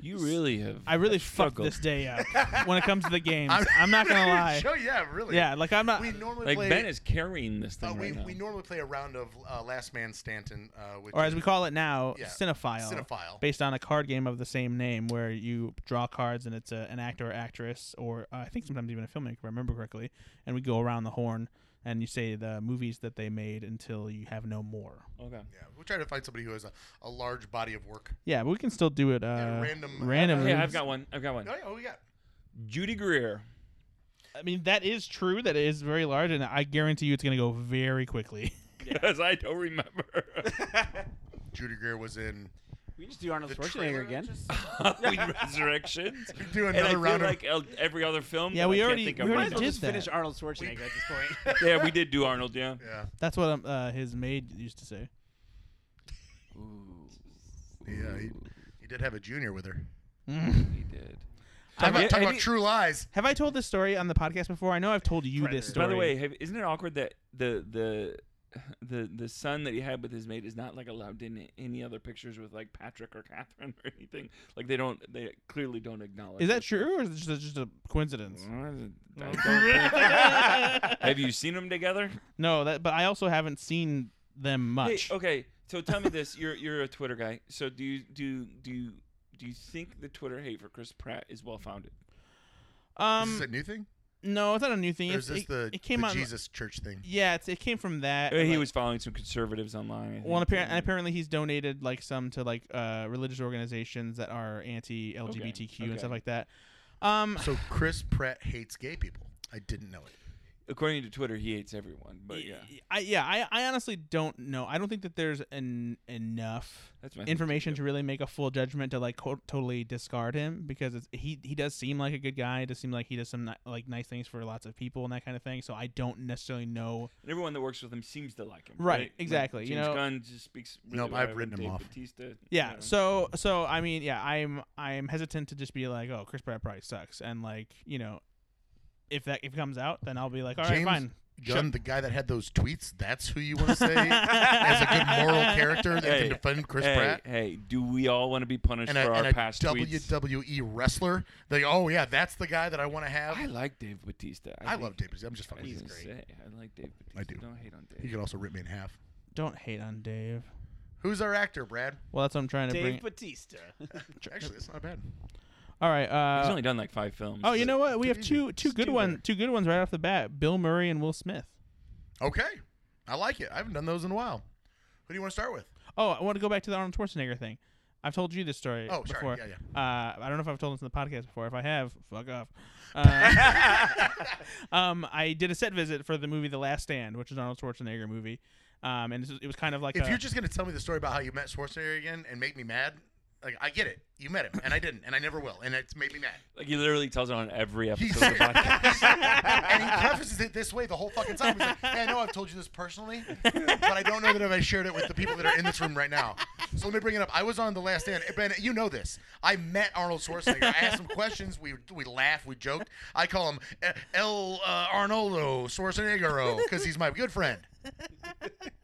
D: You really have.
C: I really fucked
D: struggled.
C: this day up when it comes to the games. I'm, not gonna lie.
B: Sure, yeah, really.
C: Yeah, like I'm not.
B: We normally
D: Like
B: play.
D: Ben is carrying this
C: Oh,
D: thing
B: uh, we,
D: right now.
B: we normally play a round of uh, Last Man Stanton, uh, which
C: or as
B: is
C: we call it now,
B: Yeah.
C: cinephile.
B: Cinephile.
C: Based on a card game of the same name, where you draw cards and it's a, an actor or actress, or uh, I think sometimes even a filmmaker, if I remember correctly, and we go around the horn and you say the movies that they made until you have no more.
D: okay.
B: yeah, we'll try to find somebody who has a, a large body of work.
C: Yeah, but we can still do it uh,
B: random-
C: randomly.
D: Yeah, I've got one. I've got one.
B: Oh, yeah, what we got?
D: Judy Greer.
C: I mean, that is true. That it is very large, and I guarantee you, it's gonna go very quickly.
D: Because I don't remember.
B: Judy Greer was in.
A: We just do Arnold
B: The trailer
A: Schwarzenegger again.
B: just-
D: We Resurrections.
B: Do
D: and I
B: another
D: feel
B: round
D: like el- every other film.
C: Yeah,
D: that
C: we
D: I
C: already-
D: Can't think
C: we
D: of
C: already
A: Might as well
C: did
A: just finish
C: that.
A: Arnold Schwarzenegger at this point.
D: Yeah, we did do Arnold. Yeah.
B: of. Yeah.
C: That's what um, uh, his maid used to say.
B: Yeah, he, he did have a junior with her.
D: He did.
B: Talk about,
D: you-
B: talk
D: have
B: about
D: you-
B: true lies.
C: Have I told this story on the podcast before? I know I've told you this
A: Predators.
C: story.
D: By the way, have, isn't it awkward that the the the the son that he had with his maid is not like allowed in any other pictures with like Patrick or Catherine or anything? Like they don't. They clearly don't acknowledge.
C: is that
D: it.
C: true or is it just a, just a coincidence?
D: I don't think- have you seen them together?
C: No, that. But I also haven't seen them
D: Hey,
C: much.
D: okay, so tell me this: you're you're a Twitter guy. So do you do do you, do you think the Twitter hate for Chris Pratt is well founded?
B: is
C: Um,
B: this a new thing?
C: no, it's not a new thing.
B: Or
C: It's,
B: is this
C: it,
B: the,
C: it came
B: the
C: on.
B: Jesus church thing?
C: Yeah, it's, it came from that.
D: Uh, he
C: like-
D: was Mm-hmm. following some conservatives online. I
C: Well,
D: think,
C: apparently,
D: and-
C: apparently he's donated like some to like uh, religious organizations that are anti-LGBTQ
D: okay.
C: and stuff like that. Um,
B: So Chris Pratt hates gay people. I didn't know it.
D: according to Twitter, he hates everyone. But yeah,
C: I yeah, I, I honestly don't know. I don't think that there's en- enough
D: that's my thing,
C: information
D: too.
C: to really make a full judgment to like co- totally discard him because it's, he he does seem like a good guy. It does seem like he does some ni- like nice things for lots of people and that kind of thing. So I don't necessarily know.
D: And everyone that works with him seems to like him.
C: Right,
D: Right, Like,
C: exactly, you
D: James
C: know-
D: Gunn just speaks. Really
B: Nope,
D: well
B: I've
D: of
B: written him
D: Dave
B: off.
D: Bautista,
C: Yeah.
D: you know.
C: So so I mean yeah, I'm I'm hesitant to just be like oh Chris Pratt probably sucks and like you know if that if it comes out then I'll be like all right
B: James
C: fine.
B: Gunn, the guy that had those tweets, that's who you want to say as a good moral character that
D: Hey,
B: can defend Chris
D: hey,
B: Pratt?
D: hey, do we all want to be punished
B: And
D: for
B: a,
D: our
B: and a
D: past tweets?
B: WWE wrestler. They, oh, yeah, that's the guy that I want to have.
D: I
B: I,
D: like Dave Bautista. think-
B: love Davis. I'm just fucking
D: I was
B: He's
D: gonna
B: great.
D: say, I like Dave Bautista.
B: I do.
D: Don't hate on Dave.
B: He could also rip me in half.
C: Don't hate on Dave.
B: Who's our actor, Brad?
C: Well, that's what I'm trying to bring.
A: Dave Batista.
B: Actually, that's not bad.
C: all right. Uh,
D: He's only done like five films.
C: Oh, you know what? We
B: too
C: have
B: easy.
C: two two good
D: too
C: ones
D: rare.
C: two good ones right off the bat. Bill Murray and Will Smith.
B: Okay. I like it. I haven't done those in a while. Who do you want to start with?
C: Oh, I want to go back to the Arnold Schwarzenegger thing. I've told you this story
B: Oh, sorry.
C: before.
B: Yeah, yeah.
C: Uh, I don't know if I've told this in the podcast before. If I have, fuck off. Uh, um, I did a set visit for the movie The Last Stand, which is an Arnold Schwarzenegger movie, um, and this was- it was kind of like
D: Uh,
B: If
C: a-
B: you're just going to tell me the story about how you met Schwarzenegger again and make me mad, like I get it. You met him, and I didn't, and I never will, and it's made me mad.
D: Like he literally tells it on every episode
B: He's
D: of the podcast.
B: and he prefaces it this way the whole fucking time. He's like, hey, I know I've told you this personally, but I don't know that if I shared it with the people that are in this room right now. So let me bring it up. I was on The Last Stand. Ben, you know this. I met Arnold Schwarzenegger. I asked him questions. We we laughed. We joked. I call him eh, El uh, Arnoldo Schwarzenegger because he's my good friend.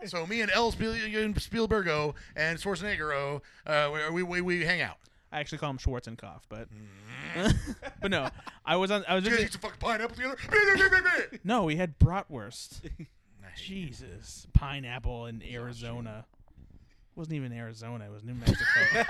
B: So me and El Spiel- Spielbergo and Schwarzenegger, uh, we, we, we hang out.
C: I actually call him Schwarzenkopf, but but no, I was on I was
B: You guys
C: just
B: eat some fucking pineapple together?
C: no, we had bratwurst. Jesus, pineapple in Arizona. wasn't even Arizona. It was New Mexico.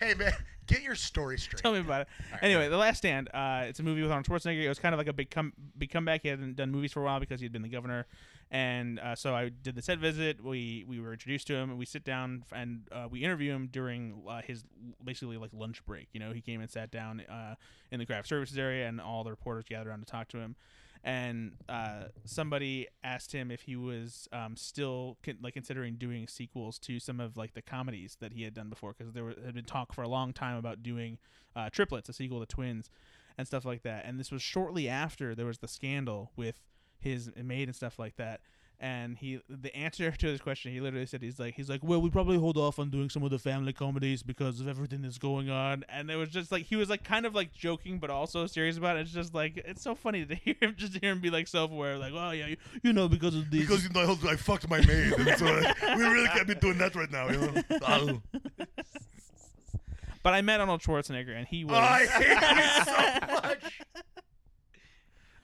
B: hey man, get your story straight.
C: Tell me about it. Anyway, The Last Stand. Uh, it's a movie with Arnold Schwarzenegger. It was kind of like a big come big comeback. He hadn't done movies for a while because he had been the governor, and uh, so I did the set visit. We we were introduced to him, and we sit down f- and uh, we interview him during uh, his basically like lunch break. You know, he came and sat down uh, in the craft services area, and all the reporters gathered around to talk to him. and uh, somebody asked him if he was um, still con- like considering doing sequels to some of like the comedies that he had done before because there were, had been talk for a long time about doing uh, triplets, a sequel to Twins, and stuff like that. And this was shortly after there was the scandal with his maid and stuff like that. And he, the answer to this question, he literally said, he's like, he's like, well, we probably hold off on doing some of the family comedies because of everything that's going on. And it was just like, he was like, kind of like joking, but also serious about it. It's just like, it's so funny to hear him, just hear him be like self-aware, like, oh yeah, you, you know, because of these.
B: Because you know, I fucked my maid, and so uh, we really can't be doing that right now. You know? Oh,
C: but I met Arnold Schwarzenegger, and he was.
B: Oh, I hate you so much.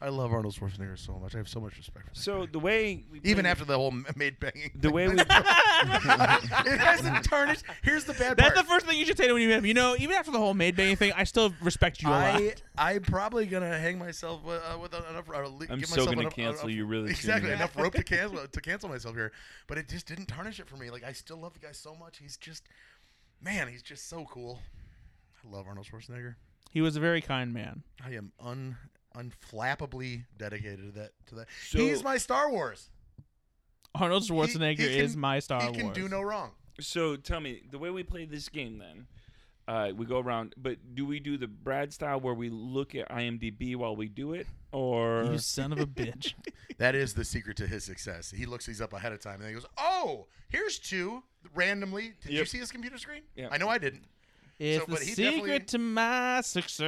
B: I love Arnold Schwarzenegger so much. I have so much respect for him.
D: So the way we
B: Even
D: play-
B: after the whole ma- maid banging,
D: the way we
B: it hasn't tarnished. Here's the bad
C: That's the
B: part.
C: first thing you should say to when you meet him. You know, even after the whole maid banging thing, I still respect you a lot.
B: I I'm probably gonna hang myself with, uh, with enough. Or le-
D: I'm
B: give
D: so
B: myself
D: gonna
B: enough,
D: cancel
B: enough-
D: you really soon,
B: exactly
D: man.
B: enough rope to cancel to cancel myself here, but it just didn't tarnish it for me. Like I still love the guy so much. He's just man, he's just so cool. I love Arnold Schwarzenegger.
C: He was a very kind man.
B: I am un unflappably dedicated to that. To that,
D: So-
B: he's my Star Wars.
C: Arnold Schwarzenegger
B: he can-
C: is my Star
B: he can
C: Wars.
B: do no wrong.
D: so tell me the way we play this game then. Uh, we go around, but do we do the Brad style where we look at IMDb while we do it, or
C: you son of a bitch.
B: That is the secret to his success. He looks these up ahead of time and then he goes, "Oh, here's two randomly. Did you
D: Yep.
B: see his computer screen?
D: Yep.
B: I know I didn't."
C: It's
B: but
C: the
B: he definitely-
C: secret to my success.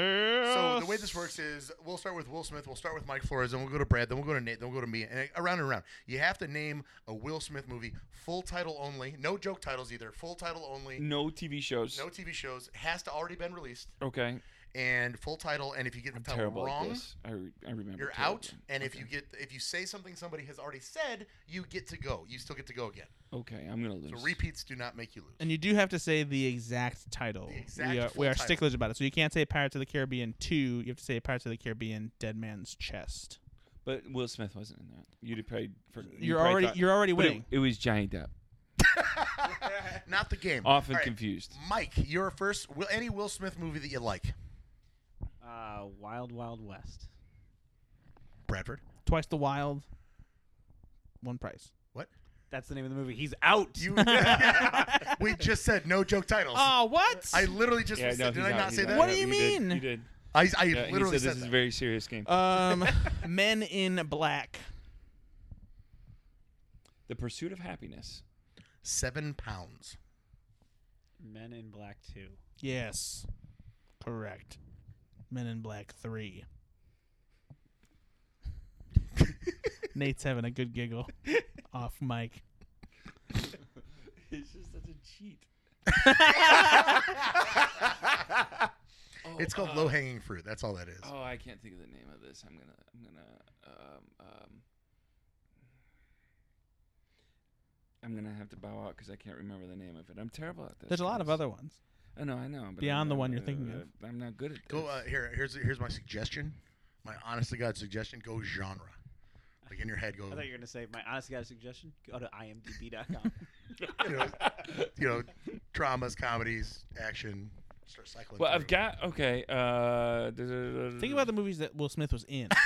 D: Oh.
B: So the way this works is we'll start with Will Smith, we'll start with Mike Flores, then we'll go to Brad, then we'll go to Nate, then we'll go to me, and around and around. You have to name a Will Smith movie, full title only, no joke titles either, full title only,
D: no TV shows?
B: no TV shows, has to already been released,
D: Okay,
B: and full title. And if you get the
D: I'm
B: title
D: terrible at
B: wrong,
D: this. I, re- I remember.
B: you're
D: terrible.
B: out. And if you get if you say something somebody has already said, you get to go. You still get to go again.
D: Okay, I'm gonna lose.
B: So repeats do not make you lose.
C: and you do have to say the exact title.
B: The exact
C: we are,
B: full
C: we are
B: title.
C: sticklers about it. So you can't say Pirates of the Caribbean 2. You have to say Pirates of the Caribbean Dead Man's Chest.
D: But Will Smith wasn't in that. You'd have paid for. you
C: You're
D: probably
C: already
D: thought-
C: you're already
D: But
C: winning.
D: it, it was Johnny Depp.
B: Mm. not the game.
D: Often
B: All right.
D: confused.
B: Mike, your first will any Will Smith movie that you like.
A: Uh, Wild Wild West.
B: Bradford.
C: Twice the wild. One price.
B: What?
A: That's the name of the movie. He's out.
B: You, we just said no joke titles.
C: Oh, what?
B: I literally just
D: Yeah,
B: said,
D: no,
B: did
D: he's
B: I
D: out,
B: not
D: he's
B: say
D: out.
B: that?
C: What do you
D: he did,
C: mean?
D: He did.
B: I, I
D: Yeah, he
B: literally
D: said this
B: said
D: is a
B: that. Uh,
D: very serious game.
C: um, Men in Black.
D: the Pursuit of Happiness.
B: seven pounds.
A: Men in Black Two.
C: Yes. Correct. Men in Black 3. Nate's having a good giggle off mic.
D: It's just such a cheat.
B: it's called low hanging fruit. That's all that is.
D: Oh, I can't think of the name of this. I'm gonna. I'm gonna. Um, um, I'm gonna have to bow out because I can't remember the name of it. I'm terrible at this.
C: There's a lot of
D: guys.
C: other ones.
D: I know, I know. but I'm
C: Beyond the
D: not-
C: one you're thinking of.
D: I'm not good at this.
B: Go uh, here. Here's here's my suggestion. My honest to god suggestion. Go genre. Like in your head, go.
A: I thought you were gonna say my honest guy suggestion. Go to imdb.com.
B: You know, you know, dramas, comedies, action. Start cycling.
D: well, I've
B: through.
D: got okay. Uh,
C: Think about the movies that Will Smith was in.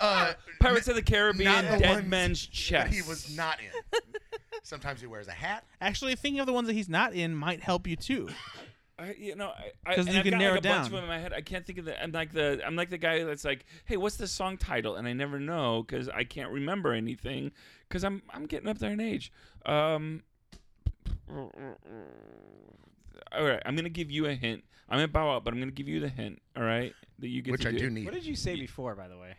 B: Uh,
D: Pirates of the Caribbean,
B: not the
D: Dead
B: ones
D: Man's
B: that
D: Chest.
B: he was not in. Sometimes he wears a hat.
C: Actually, thinking of the ones that he's not in might help you too.
D: I, you know, I, I,
C: 'Cause
D: and
C: you
D: I've
C: can
D: got,
C: narrow
D: like,
C: it
D: a bunch
C: down.
D: of them in my head. I can't think of the. I'm like the. I'm like the guy that's like, hey, what's the song title? And I never know because I can't remember anything because I'm I'm getting up there in age. Um. All right, I'm gonna give you a hint. I'm gonna bow out, but I'm gonna give you the hint. All right, that you get
B: Which
D: to
B: I do need.
A: what did you say before, by the way?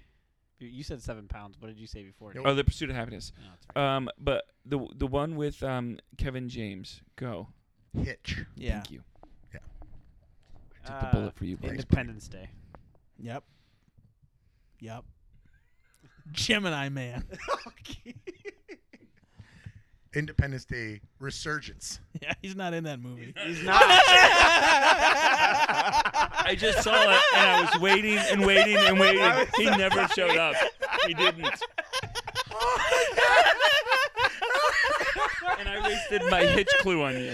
A: You- You said seven pounds. What did you say before?
B: Nope.
D: Oh, the pursuit of happiness.
A: No, it's right.
D: Um, but the the one with um Kevin James. Go.
B: Hitch.
C: Yeah.
D: Thank you.
B: Yeah.
D: I took
A: Uh,
D: the bullet for you, buddy.
A: Independence Day.
C: Yep. Yep. Gemini Man.
B: Independence Day resurgence.
C: Yeah, he's not in that movie.
A: He's not.
D: I just saw it and I was waiting and waiting and waiting. He never showed up. He didn't. and I wasted my hitch clue on you.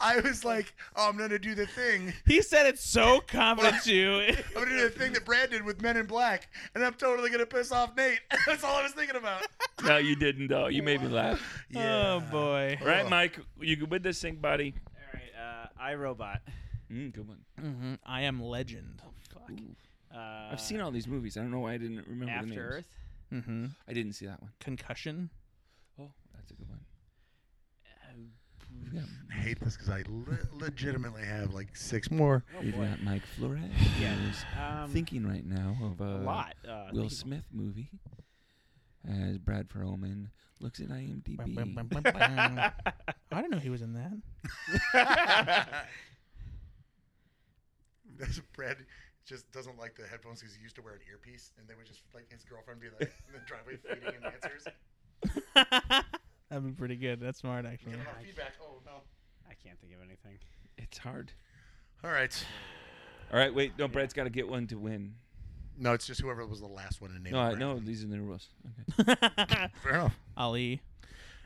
B: I was like, oh, I'm gonna do the thing.
C: he said it so confident too.
B: I'm gonna do the thing that Brad did with Men in Black, and I'm totally gonna piss off Nate. That's all I was thinking about.
D: No, you didn't, though. You made me laugh.
C: Oh boy.
D: Right, Mike? You good with this thing, buddy?
A: All right, uh, iRobot.
D: Mm, good one.
C: Mm-hmm. I am legend.
A: Fuck. Uh,
D: I've seen all these movies. I don't know why I didn't remember the names.
A: After Earth. Oh,
C: Mm-hmm.
D: I didn't see that one.
C: Concussion.
D: Oh, that's a good one.
A: Uh,
B: I hate this because I le- legitimately have like six more.
A: Oh
D: We've
A: boy.
D: got Mike Flores.
A: Yeah.
D: who is
A: Um,
D: thinking right now of
A: a
D: uh,
A: lot. Uh,
D: Will
A: thinking-
D: Smith movie as Brad Perlman looks at IMDb.
C: I don't know he was in that.
B: That's Brad just doesn't like the headphones because he used to wear an earpiece, and they would just like his girlfriend be like in the driveway feeding him answers.
C: That'd be pretty good. That's smart, actually.
B: Get a lot of feedback. Oh no!
A: I can't think of anything.
D: It's hard.
B: All right.
D: All right, wait. No, Brad's got to get one to win.
B: No, it's just whoever was the last one to name.
D: No, I,
B: it,
D: no,
B: Brad.
D: these are the rules. Okay.
B: Fair enough.
C: Ali,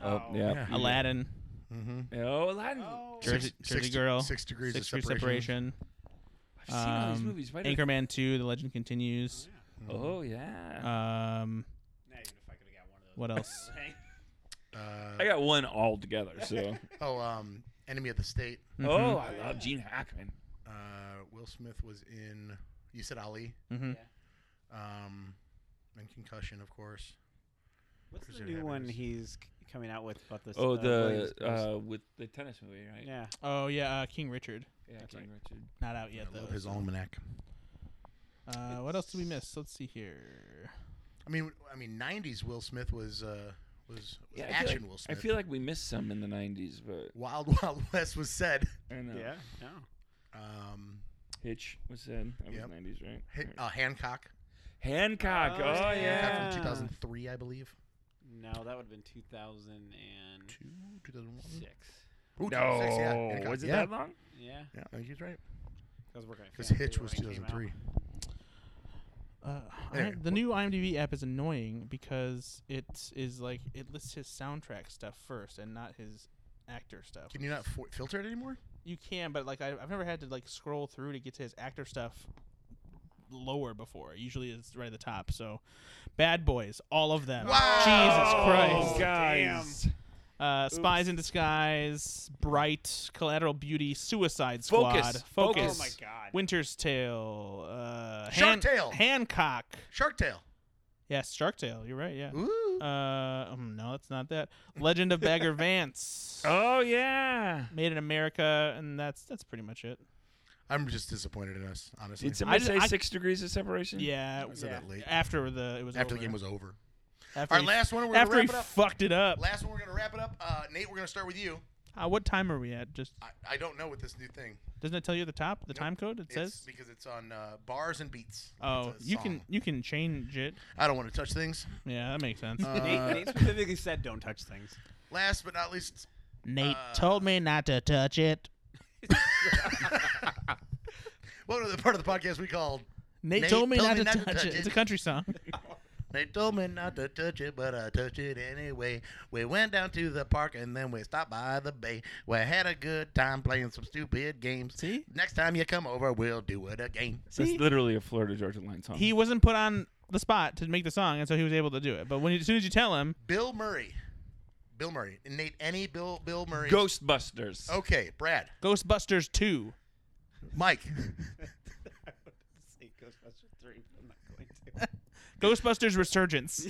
D: Oh,
A: Oh.
D: yeah.
B: Yeah.
C: Aladdin,
B: Mm-hmm.
D: Oh, Aladdin.
A: Oh.
C: Jersey,
B: Six-
C: Jersey
B: six-
C: Girl,
B: six degrees
C: Six
B: of
C: Degrees Separation,
D: I've seen all these
C: um,
D: movies. Why did I-
C: Anchorman Two, The Legend Continues.
D: Oh, yeah.
C: Um,
A: Not even if I could have got one of those.
C: what else?
B: Uh,
D: I got one all together, so.
B: oh, um, Enemy of the State.
D: Oh, I love Gene Hackman.
B: Uh, Will Smith was in. You said Ali.
C: hmm
B: Um, and concussion, of course.
A: What's the
B: Pursuit of
A: new one
B: Happiness.
A: he's c- coming out with? About this?
D: Oh,
A: uh,
D: the
A: Williams girls?
D: uh, with the tennis movie, right?
A: yeah.
C: Oh yeah, uh, King Richard.
D: yeah
A: That's
D: King Richard.
C: Not out yet
B: I
C: though.
B: love his almanac.
C: Uh, what else did we miss? Let's see here.
B: I mean, I mean, '90s Will Smith was uh, was, was
D: Yeah, I feel
B: action
D: like-
B: Will
D: I
B: Smith.
D: feel like we missed some in the '90s, but
B: Wild Wild West was said.
D: I know.
A: Yeah. No.
B: Um,
D: Hitch was said. That
B: Yep.
D: was '90s, right?
B: Hi-
D: Alright.
B: uh, Hancock.
D: Hancock.
A: Oh,
D: Oh,
A: yeah.
D: yeah.
B: Hancock
A: Yeah.
B: from 2003, I believe.
A: No, that would have been 2006.
B: Two, 2001. Ooh, 2006, yeah.
D: No,
B: Hancock,
D: was it
B: yeah.
D: that long?
A: Yeah,
B: Yeah, I think he's right.
A: I was working. at
B: Because
A: Family
B: Hitch
A: when
B: was
A: it came out.
B: 2003.
C: Uh, I,
B: Anyway,
C: the new IMDb app is annoying because it is like it lists his soundtrack stuff first and not his actor stuff.
B: Can you not for- filter it anymore?
C: You can, but like I, I've never had to like scroll through to get to his actor stuff lower before. Usually it's right at the top. So, Bad Boys, all of them.
B: Wow.
C: Jesus Christ.
D: Oh, guys.
C: Uh, Spies in Disguise, Bright, Collateral Beauty, Suicide Squad,
D: Focus.
A: Oh
D: Focus.
A: my God.
C: Winter's Tale, uh,
B: Shark
C: Han-
B: Tale.
C: Hancock.
B: Shark Tale.
C: Yes, Shark Tale. You're right. Yeah.
B: Ooh.
C: Uh, um, no, it's not that. Legend of Bagger Vance.
D: Oh yeah.
C: Made in America, and that's that's pretty much it.
B: I'm just disappointed in us, honestly.
D: Did somebody
C: just-
D: say
C: I-
D: six degrees of separation?
C: Yeah.
B: I said that late.
C: After the it was
B: After the
C: over.
B: game was over.
C: after
B: All right,
C: he-
B: last one. We're going to
C: after
B: wrap
C: he
B: it up.
C: fucked it up.
B: Last one, we're going to wrap it up. Uh, Nate, we're going to start with you.
C: Uh, what time are we at? Just
B: I, I don't know what this new thing
C: doesn't it tell you at the top the time code? It
B: It's
C: says.
B: because it's on uh, bars and beats.
C: Oh,
B: It's a
C: you
B: song.
C: can you can change it.
B: I don't want to touch things.
C: Yeah, that makes sense.
A: Nate,
B: Uh,
A: Nate specifically said, "Don't touch things."
B: Last but not least,
C: Nate
B: uh,
C: told me not to touch it.
B: welcome to the part of the podcast we called.
C: Nate,
B: Nate
C: told me not to
B: to
C: touch it. It's a country song.
B: They told me not to touch it, but I touched it anyway. We went down to the park and then we stopped by the bay. We had a good time playing some stupid games.
C: See?
B: Next time you come over, we'll do it again.
D: That's
C: See?
D: literally a Florida Georgia Line song.
C: he wasn't put on the spot to make the song, and so he was able to do it. But when you, as soon as you tell him,
B: Bill Murray. Bill Murray. Nate, any Bill Bill Murray?
D: Ghostbusters.
B: Okay, Brad.
C: Ghostbusters two,
B: Mike.
A: I would say Ghostbusters three, but I'm not going to.
C: Ghostbusters resurgence.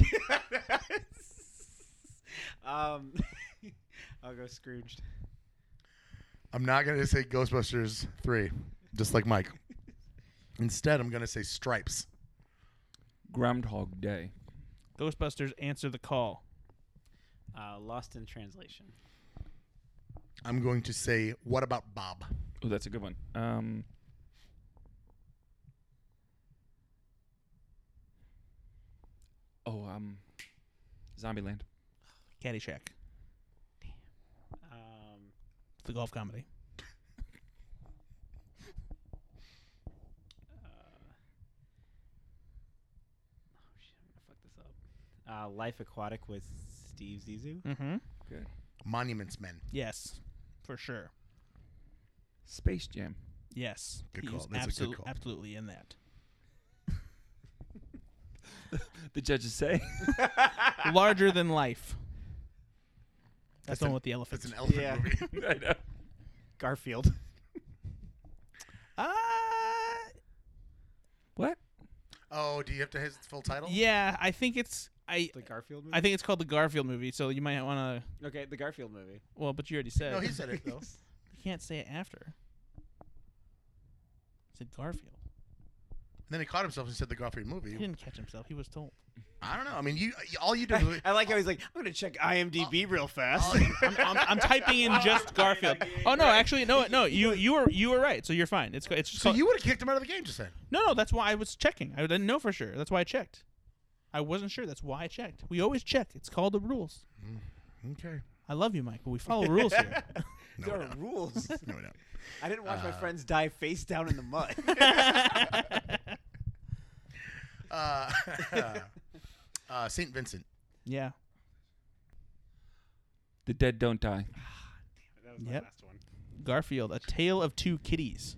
A: um, I'll go Scrooged.
B: I'm not going to say Ghostbusters 3, just like Mike. Instead, I'm going to say Stripes.
D: Groundhog Day.
C: Ghostbusters answer the call.
A: Uh, Lost in Translation.
B: I'm going to say, What About Bob?
D: Oh, that's a good one. Um, oh, um, Zombieland.
C: Caddyshack,
A: Um,
C: the golf comedy.
A: uh, oh shit, I'm gonna fuck this up. Uh, Life Aquatic with Steve Zissou.
C: Mm-hmm.
B: Monuments Men.
C: Yes, for sure.
D: Space Jam.
C: Yes,
B: Good
C: He
B: call.
C: was
B: That's a good
C: absolu-
B: call.
C: Absolutely in that.
D: The judges say.
C: Larger than life.
B: That's
C: That's the one
B: an-
C: with the elephant.
B: That's an elephant
A: Yeah.
B: movie.
D: I know.
A: Garfield.
C: Uh,
D: What?
B: Oh, do you have to his full title?
C: yeah, I think it's I.
A: the Garfield movie.
C: I think it's called the Garfield movie. So you might want to.
A: okay, the Garfield movie.
C: Well, but you already said.
B: No, he said it though.
C: you can't say it after. He said Garfield.
B: And then he caught himself and said the Garfield
C: He
B: movie.
C: didn't catch himself. He was told.
B: I don't know. I mean, you all you did. Was,
A: I like how he's like, I'm gonna check IMDb real fast.
B: all-
C: I'm, I'm, I'm typing in just Garfield. Oh no, actually, no, no. You you were you were right. So you're fine. It's it's just
B: so
C: called-
B: you would have kicked him out of the game just then.
C: No, no, that's why I was checking. I didn't know for sure. That's why I checked. I wasn't sure. That's why I checked. We always check. It's called the rules.
B: Okay.
C: I love you, Mike, but we follow rules here.
A: there are rules.
B: No, no.
A: I didn't watch my friends die face down in the mud.
B: Uh, uh, Saint Vincent.
C: Yeah.
D: The dead don't die.
A: that was
C: my Yep.
A: last one.
C: Garfield, A Tale of Two Kitties.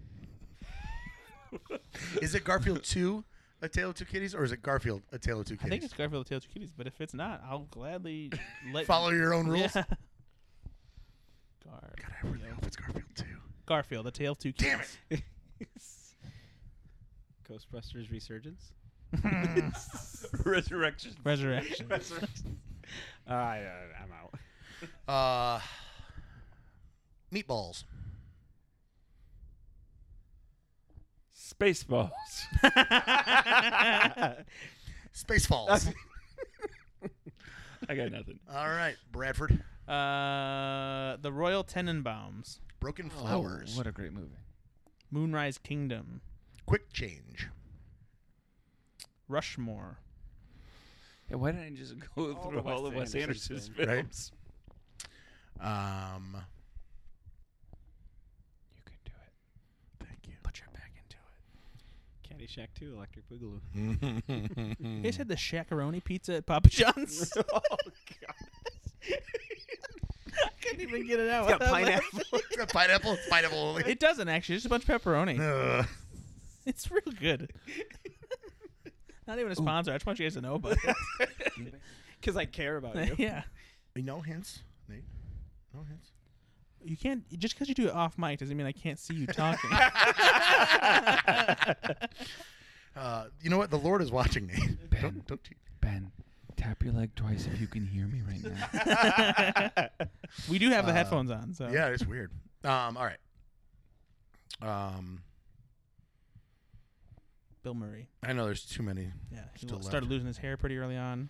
B: Is it Garfield Two, A Tale of Two Kitties, or is it Garfield, A Tale of Two
C: I think
B: Kitties?
C: it's Garfield, A Tale of Two Kitties, but if it's not, I'll gladly let
B: Follow your own
C: Yeah.
B: rules.
C: Gar-
B: God, I really hope it's Garfield Two.
C: Garfield, A Tale of Two Kitties.
B: Damn it!
A: Ghostbusters Resurgence.
D: Resurrection.
C: Resurrection.
A: Uh, I, I- I'm out.
B: Uh, meatballs.
D: Spaceballs.
B: Spaceballs.
D: I got nothing.
B: All right, Bradford.
C: uh, the Royal Tenenbaums.
B: Broken
C: Oh,
B: Flowers.
D: what a great movie.
C: Moonrise Kingdom.
B: Quick Change.
C: Rushmore.
D: Yeah, why didn't I just go
A: All
D: through
A: the
D: all
A: Wes
D: of Wes
A: Anderson's
D: Anderson's
B: films. Right?
D: films?
B: Um,
D: You can do it.
B: thank you.
D: Put your back into it.
A: Caddyshack 2, Electric Boogaloo.
C: You guys had the shakaroni pizza at Papa John's?
A: oh, God.
C: I couldn't even get it out.
A: It's got
C: without laughing.
A: pineapple.
B: pineapple. Pineapple only. Uh,
C: It doesn't actually. It's just a bunch of pepperoni.
B: Ugh.
C: It's real good. Not even a sponsor. I just want you guys to know about it.
A: Because I care about you.
C: yeah.
B: No hints, Nate. No hints.
C: You can't just because you do it off mic doesn't mean I can't see you talking.
B: Uh, you know what? The Lord is watching, Nate. Don't, don't you?
D: Ben, tap your leg twice if you can hear me right now.
C: we do have the
B: Uh,
C: headphones on, so
B: Yeah, it's weird. Um, all right. Um,
C: Bill Murray.
B: I know there's too many.
C: Yeah, he
B: Still
C: started
B: left.
C: losing his hair pretty early on.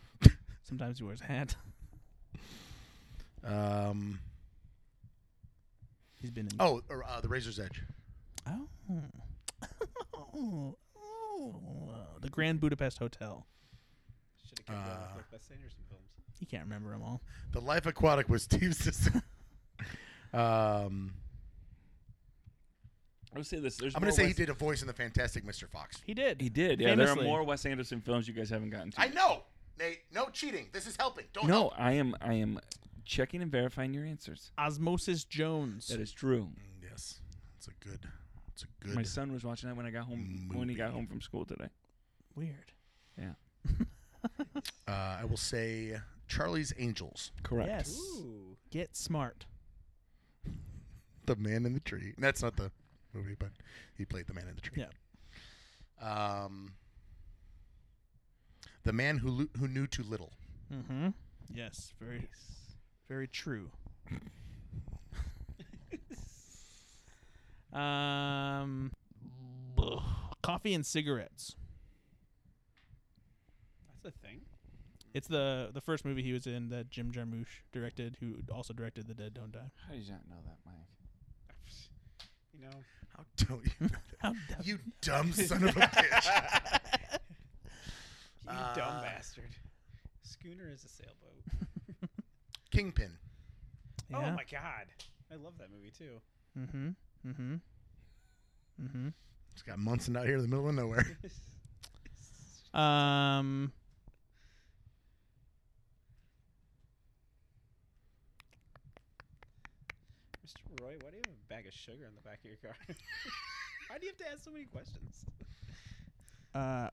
C: Sometimes he wears a hat.
B: Um,
C: He's been in.
B: oh, or, uh, the Razor's Edge.
C: Oh. oh. The Grand Budapest Hotel.
A: Should have kept
B: going
A: going
B: with,
A: like Wes Anderson films.
C: You can't remember them all.
B: The Life Aquatic was Steve's sister. um,
D: I would say this. There's
B: I'm gonna
D: more
B: say he
D: Wes-
B: did a voice in the Fantastic Mr. Fox.
C: He did.
D: He did. Yeah, there are
C: Famously.
D: more Wes Anderson films you guys haven't gotten to.
B: I know, Nate. No cheating. This is helping. Don't
D: no,
B: help.
D: I am. I am checking and verifying your answers.
C: Osmosis Jones.
D: That is true.
B: Mm, Yes, it's a good. It's a
D: My
B: good.
D: son was watching that when I got home. When he got home from school today.
C: Weird.
D: Yeah.
B: Uh, I will say Charlie's Angels.
D: Correct.
C: Yes.
A: Ooh.
C: Get smart.
B: The Man in the Tree. That's not the movie, but he played the Man in the Tree. Yeah. Um, the man who Lu- who knew too little.
C: Mm-hmm. Yes. Very, very true. um, coffee and cigarettes.
A: That's a thing.
C: It's the the first movie he was in that Jim Jarmusch directed, who also directed The Dead Don't Die.
D: How did you not know that, Mike?
A: You know,
B: How don't you?
C: How
B: you dumb son of a bitch.
A: you
B: Uh,
A: dumb bastard. Schooner is a sailboat.
B: Kingpin.
A: Oh my god. I love that movie too.
C: Mm-hmm. Mm-hmm. Mm-hmm.
B: It's got Munson out here in the middle of nowhere.
C: Um.
A: Mr. Roy, why do you have a bag of sugar in the back of your car? why do you have to ask so many questions?
C: Uh,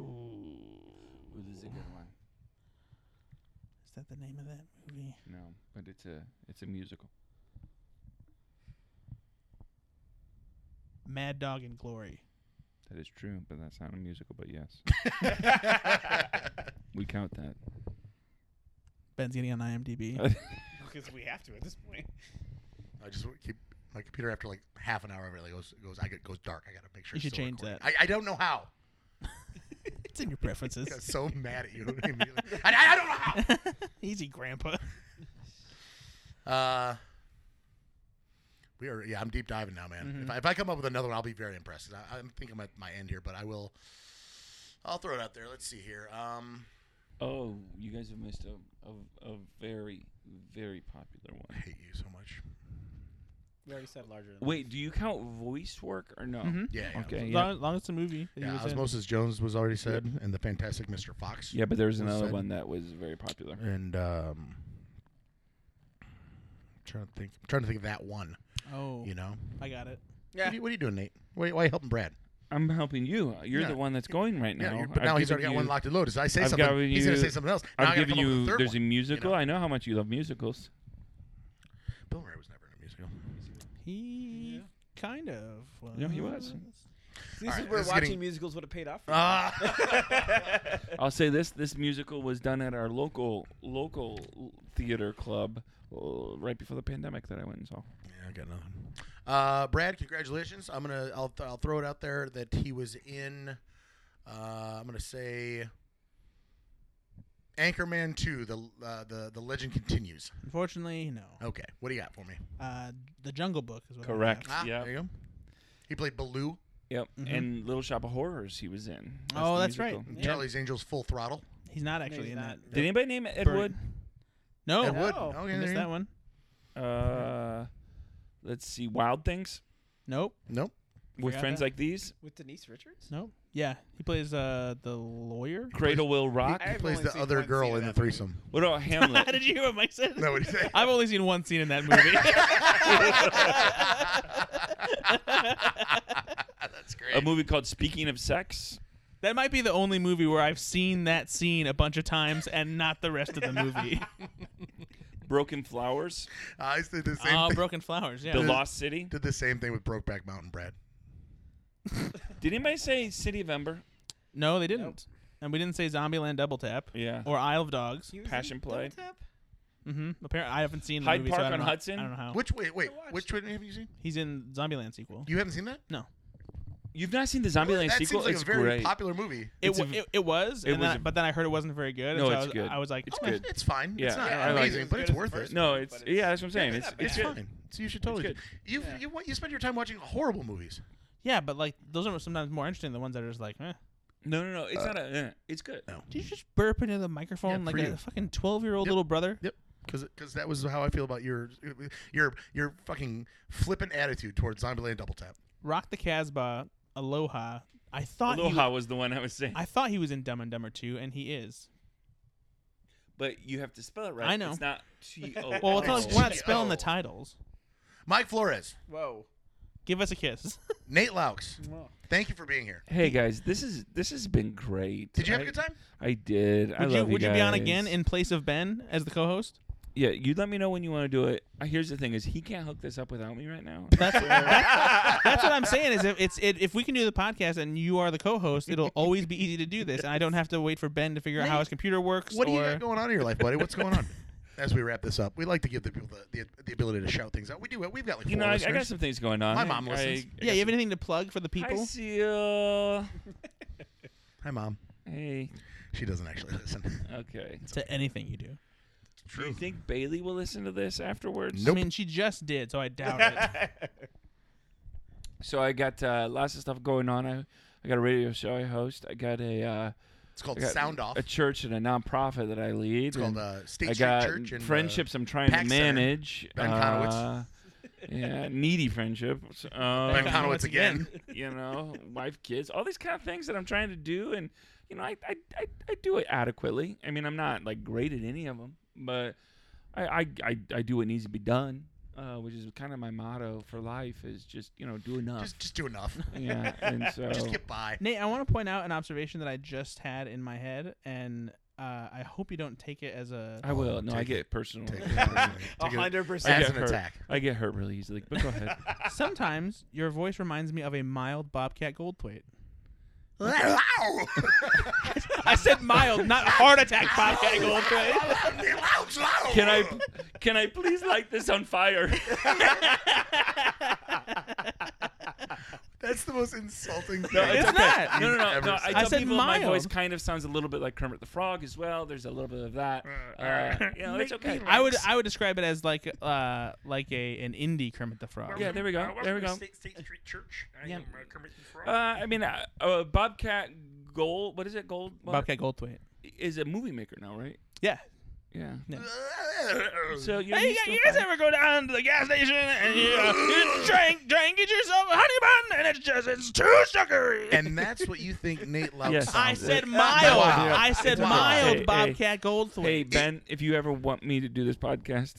D: Ooh, this is a good one.
C: is that the name of that movie?
D: No, but it's a it's a musical.
C: Mad Dog and Glory.
D: That is true, but that's not a musical. But yes,
B: That's
D: we count that.
C: Ben's getting on IMDb.
A: Because we have to at this point.
B: I just wanna keep my computer after like half an hour of it like goes goes I get goes dark. I gotta make sure.
C: You
B: it's
C: should
B: still
C: change
B: recording. I, I don't know how.
C: it's in your
B: I got
C: preferences.
B: so mad at you. immediately. I, I I don't know how.
C: Easy, Grandpa.
B: Uh, we are. Yeah, I'm deep diving now, man. If, I, if I come up with another one, I'll be very impressed. I, I think I'm at my end here, but I will. I'll throw it out there. Let's see here. Um,
D: Oh, you guys have missed a a, a very very popular
B: I
D: one.
B: hate you so much.
A: We already said larger than
D: Wait, do you count voice work or no?
C: Mhm.
B: Yeah. Mm-hmm. yeah.
D: Okay,
C: As
D: Oh. yeah.
C: long, as long as it's a movie. that he
B: Yeah,
C: was in.
B: Osmosis Jones was already said, and the Fantastic Mr. Fox,
D: Yeah, but there's
B: Who
D: another
B: said-
D: one that was very popular.
B: and um, I'm trying to think, I'm trying to think of that one.
C: Oh,
B: You know,
C: I got it.
B: what, are you, what are you doing, Nate? Why, why are you helping Brad?
D: I'm helping you. You're
B: Yeah.
D: the one that's going right
B: Yeah,
D: now.
B: you're- but
D: I've
B: now he's
D: given
B: already got one
D: you-
B: locked and loaded. So I say
D: I've
B: something,
D: given
B: he's gonna
D: you-
B: say something else. Now I
D: I've
B: gotta
D: given
B: come up with
D: you.
B: a third
D: There's
B: one.
D: a musical.
B: know?
D: I know how much you love musicals.
B: Bill Murray was never in a musical.
C: He kind of. Was.
D: No, he was.
A: This
B: Alright,
A: is where
B: this is
A: watching
B: getting-
A: musicals would have paid off. For you.
B: Ah.
D: I'll say this: this musical was done at our local local theater club uh, right before the pandemic that I went and saw.
B: Yeah, I got nothing. Uh, Brad, congratulations. I'm gonna I'll, th- I'll throw it out there that he was in. Uh, I'm gonna say. Anchorman 2, the uh, the the legend continues.
C: Unfortunately, no.
B: Okay, what do you got for me?
C: Uh, the Jungle Book is what I
D: Correct.
C: have.
B: Ah,
D: Yep.
B: there you go. He played Baloo,
D: Yep.
B: Mm-hmm.
C: Mhm.
D: And Little Shop of Horrors, he was in.
C: Oh,
D: the
C: that's right.
D: musical.
C: Yeah.
B: Charlie's Angels, Full Throttle.
C: He's not actually
A: he's
C: in
A: not.
C: that.
D: Did anybody name Ed
C: Bird.
D: Wood?
C: No,
B: Ed Wood. Okay, there
C: I
A: no.
C: Oh, missed
B: you
C: that
B: go.
C: one.
D: Uh, let's see. Wild Things
C: Nope.
B: Nope.
D: with
C: Forgot
D: friends
C: that.
D: like these.
A: With Denise Richards?
C: Nope. Yeah, he plays uh the lawyer.
D: Cradle Will Rock.
A: I-
B: He
A: I've
B: plays
A: only
B: the
A: seen
B: other
A: one
B: girl
A: scene of
B: in the
A: that movie.
B: threesome.
D: What about
C: How
D: Hamlet?
C: did you hear what Mike said?
B: No, what do you say?
C: I've only seen one scene in that movie.
B: That's
D: A
B: great.
D: movie called Speaking of Sex.
C: that might be the only movie where I've seen that scene a bunch of times and not the rest of the movie.
D: Broken Flowers.
B: I did the same.
C: Oh,
B: thing.
C: Broken Flowers. Yeah.
D: The Lost City.
B: Did the same thing with Brokeback Mountain, Brad.
D: Did anybody say City of Ember?
C: No, they didn't. And we didn't say Zombieland Double Tap
D: Yeah.
C: or Isle of Dogs.
A: He was in
D: Passion Play.
A: Double Tap?
C: Mm-hmm. Apparently, I haven't seen the
D: Hyde
C: movie,
D: Park
C: so I don't
D: on
C: know-
D: Hudson?
C: I don't know how.
B: Which wait wait
A: I
B: which
A: watched
B: one have you seen?
C: He's in Zombieland sequel.
B: You haven't seen that?
D: You've not seen the Zombieland
B: that
D: sequel?
B: seems like
D: it's
B: a very
D: great.
B: popular movie.
C: It,
D: It's a
C: wa-
D: v-
C: it, it was,
D: it
C: and
D: was
C: then I-
D: a-
C: but then I heard it wasn't very good. and
D: No,
C: so I
D: it's
C: was,
D: good.
C: I was like,
D: It's
C: oh,
D: good.
B: It's fine.
D: Yeah,
B: it's not
D: I like
B: amazing,
A: it.
B: but it's worth
A: It's
B: it.
D: No, it's
A: But it's-
D: yeah. That's what I'm saying.
A: it's
D: It's
A: not
D: it's
B: it's
A: bad.
D: good.
B: fine. So you should totally.
D: good.
B: You
A: Yeah.
B: you what you spend your time watching horrible movies.
C: Yeah, but like those are sometimes more interesting than the ones that are just like, eh.
D: No, no, no. It's
C: Uh,
D: not a. eh, It's good.
B: No.
C: Did you just burp into the microphone
B: Yeah,
C: like
B: for
C: a
B: you.
C: fucking twelve-year-old
B: Yep.
C: little brother?
B: Yep. Because that was how I feel about your your your fucking flippant attitude towards Zombieland Double Tap.
C: Rock the Casbah, Aloha. I thought He,
D: Aloha was the one I was saying,
C: I thought he was in Dumb and Dumber 2, and he is.
D: but you have to spell it right.
C: I know.
D: It's not T O.
C: Well, it's
B: Oh.
C: not like we're not
B: Shit.
C: spelling the
B: Oh.
C: titles.
B: Mike Flores,
A: Whoa.
C: Give us a kiss.
B: Nate Laux,
A: Well,
B: thank you for being here.
D: Hey guys, this is this has been great.
B: Did you have
D: I-
B: a good time?
D: I did. I
C: would you,
D: love you.
C: would you be on
D: guys.
C: again in place of Ben as the co-host?
D: Yeah, you let me know when you want to do it. Uh, Here's the thing: is he can't hook this up without me right now.
C: That's, that's, that's what I'm saying. Is if it's it, if we can do the podcast and you are the co-host, it'll always be easy to do this, and I don't have to wait for Ben to figure out how his computer works.
B: What do you
C: or-
B: got going on in your life, buddy? What's going on? As we wrap this up, we like to give the people the, the, the ability to shout things out. We do. We've got like four
D: You know, I, I
B: listeners.
D: got some things going on.
B: My mom
D: I-
B: listens.
D: I
C: Yeah, you have
D: got
C: anything to plug for the
D: some-
C: people?
D: Hi, Seal.
B: Hi, mom.
D: uh, Hey.
B: She doesn't actually listen.
D: Okay.
C: To anything you do.
D: Do you think Bailey will listen to this afterwards?
B: Nope.
C: I mean, she just did, so I doubt it.
D: So I got uh, lots of stuff going on. I, I got a radio show I host. I got a uh,
B: It's called
D: I got
B: Sound Off.
D: a church and a nonprofit that I lead.
B: It's called
D: and
B: uh, State
D: I
B: Street
D: got
B: Church and uh,
D: friendships I'm trying to
B: Pax Center.
D: manage.
B: Ben Conowitz.
D: Uh, yeah, needy friendships. Um,
B: Ben Conowitz again.
D: you know, wife, kids, all these kind of things that I'm trying to do, and you know, I I, I, I do it adequately. I mean, I'm not like great at any of them, but I I, I, I do what needs to be done. uh, which is kind of my motto for life, is just you know do enough.
B: Just, just do enough.
D: yeah, and so
B: just get by.
C: Nate, I want to point out an observation that I just had in my head, and uh, I hope you don't take it as a.
D: I will. No, I
B: Take
D: get personal.
B: Take it.
A: A
B: Take it
A: hundred
D: I
A: percent.
B: as an
D: get hurt.
B: attack.
D: I get hurt really easily. But go ahead.
C: Sometimes your voice reminds me of a mild Bobcat Goldthwait. I said mild, Oh, not heart attack Bobcat Goldthwait.
D: Can I can I please light this on fire?
B: That's the most insulting thing.
C: it's
D: okay.
C: not.
D: No, no, no.
B: Ever
D: no I
B: said-
D: tell
C: I said
D: people
C: mild.
D: my voice kind of sounds a little bit like Kermit the Frog as well. There's a little bit of that. Uh, you know, it's okay.
C: I would I would describe it as like uh like a an indie Kermit the Frog.
D: Yeah, there we go. There we go.
E: State, State Street Church. I
D: Yeah.
E: am uh, Kermit the Frog.
D: Uh, I mean, uh, uh, Bobcat Gold. What is it? Gold. what?
C: Bobcat Goldthwait.
D: is a movie maker now, right?
C: Yeah.
D: Yeah.
B: so,
D: So you know, he's still fine.
C: ever go down to the gas station and you, uh, you try and try and get yourself a honey bun and it's just it's too sugary.
B: and that's what you think Nate Lout
D: Yes.
B: sounds
C: I
B: like.
C: said
B: No
C: mild.
B: idea.
C: I said
B: Wow.
C: mild
D: Hey,
C: Bobcat Goldthwait.
D: Hey Ben, if you ever want me to do this podcast,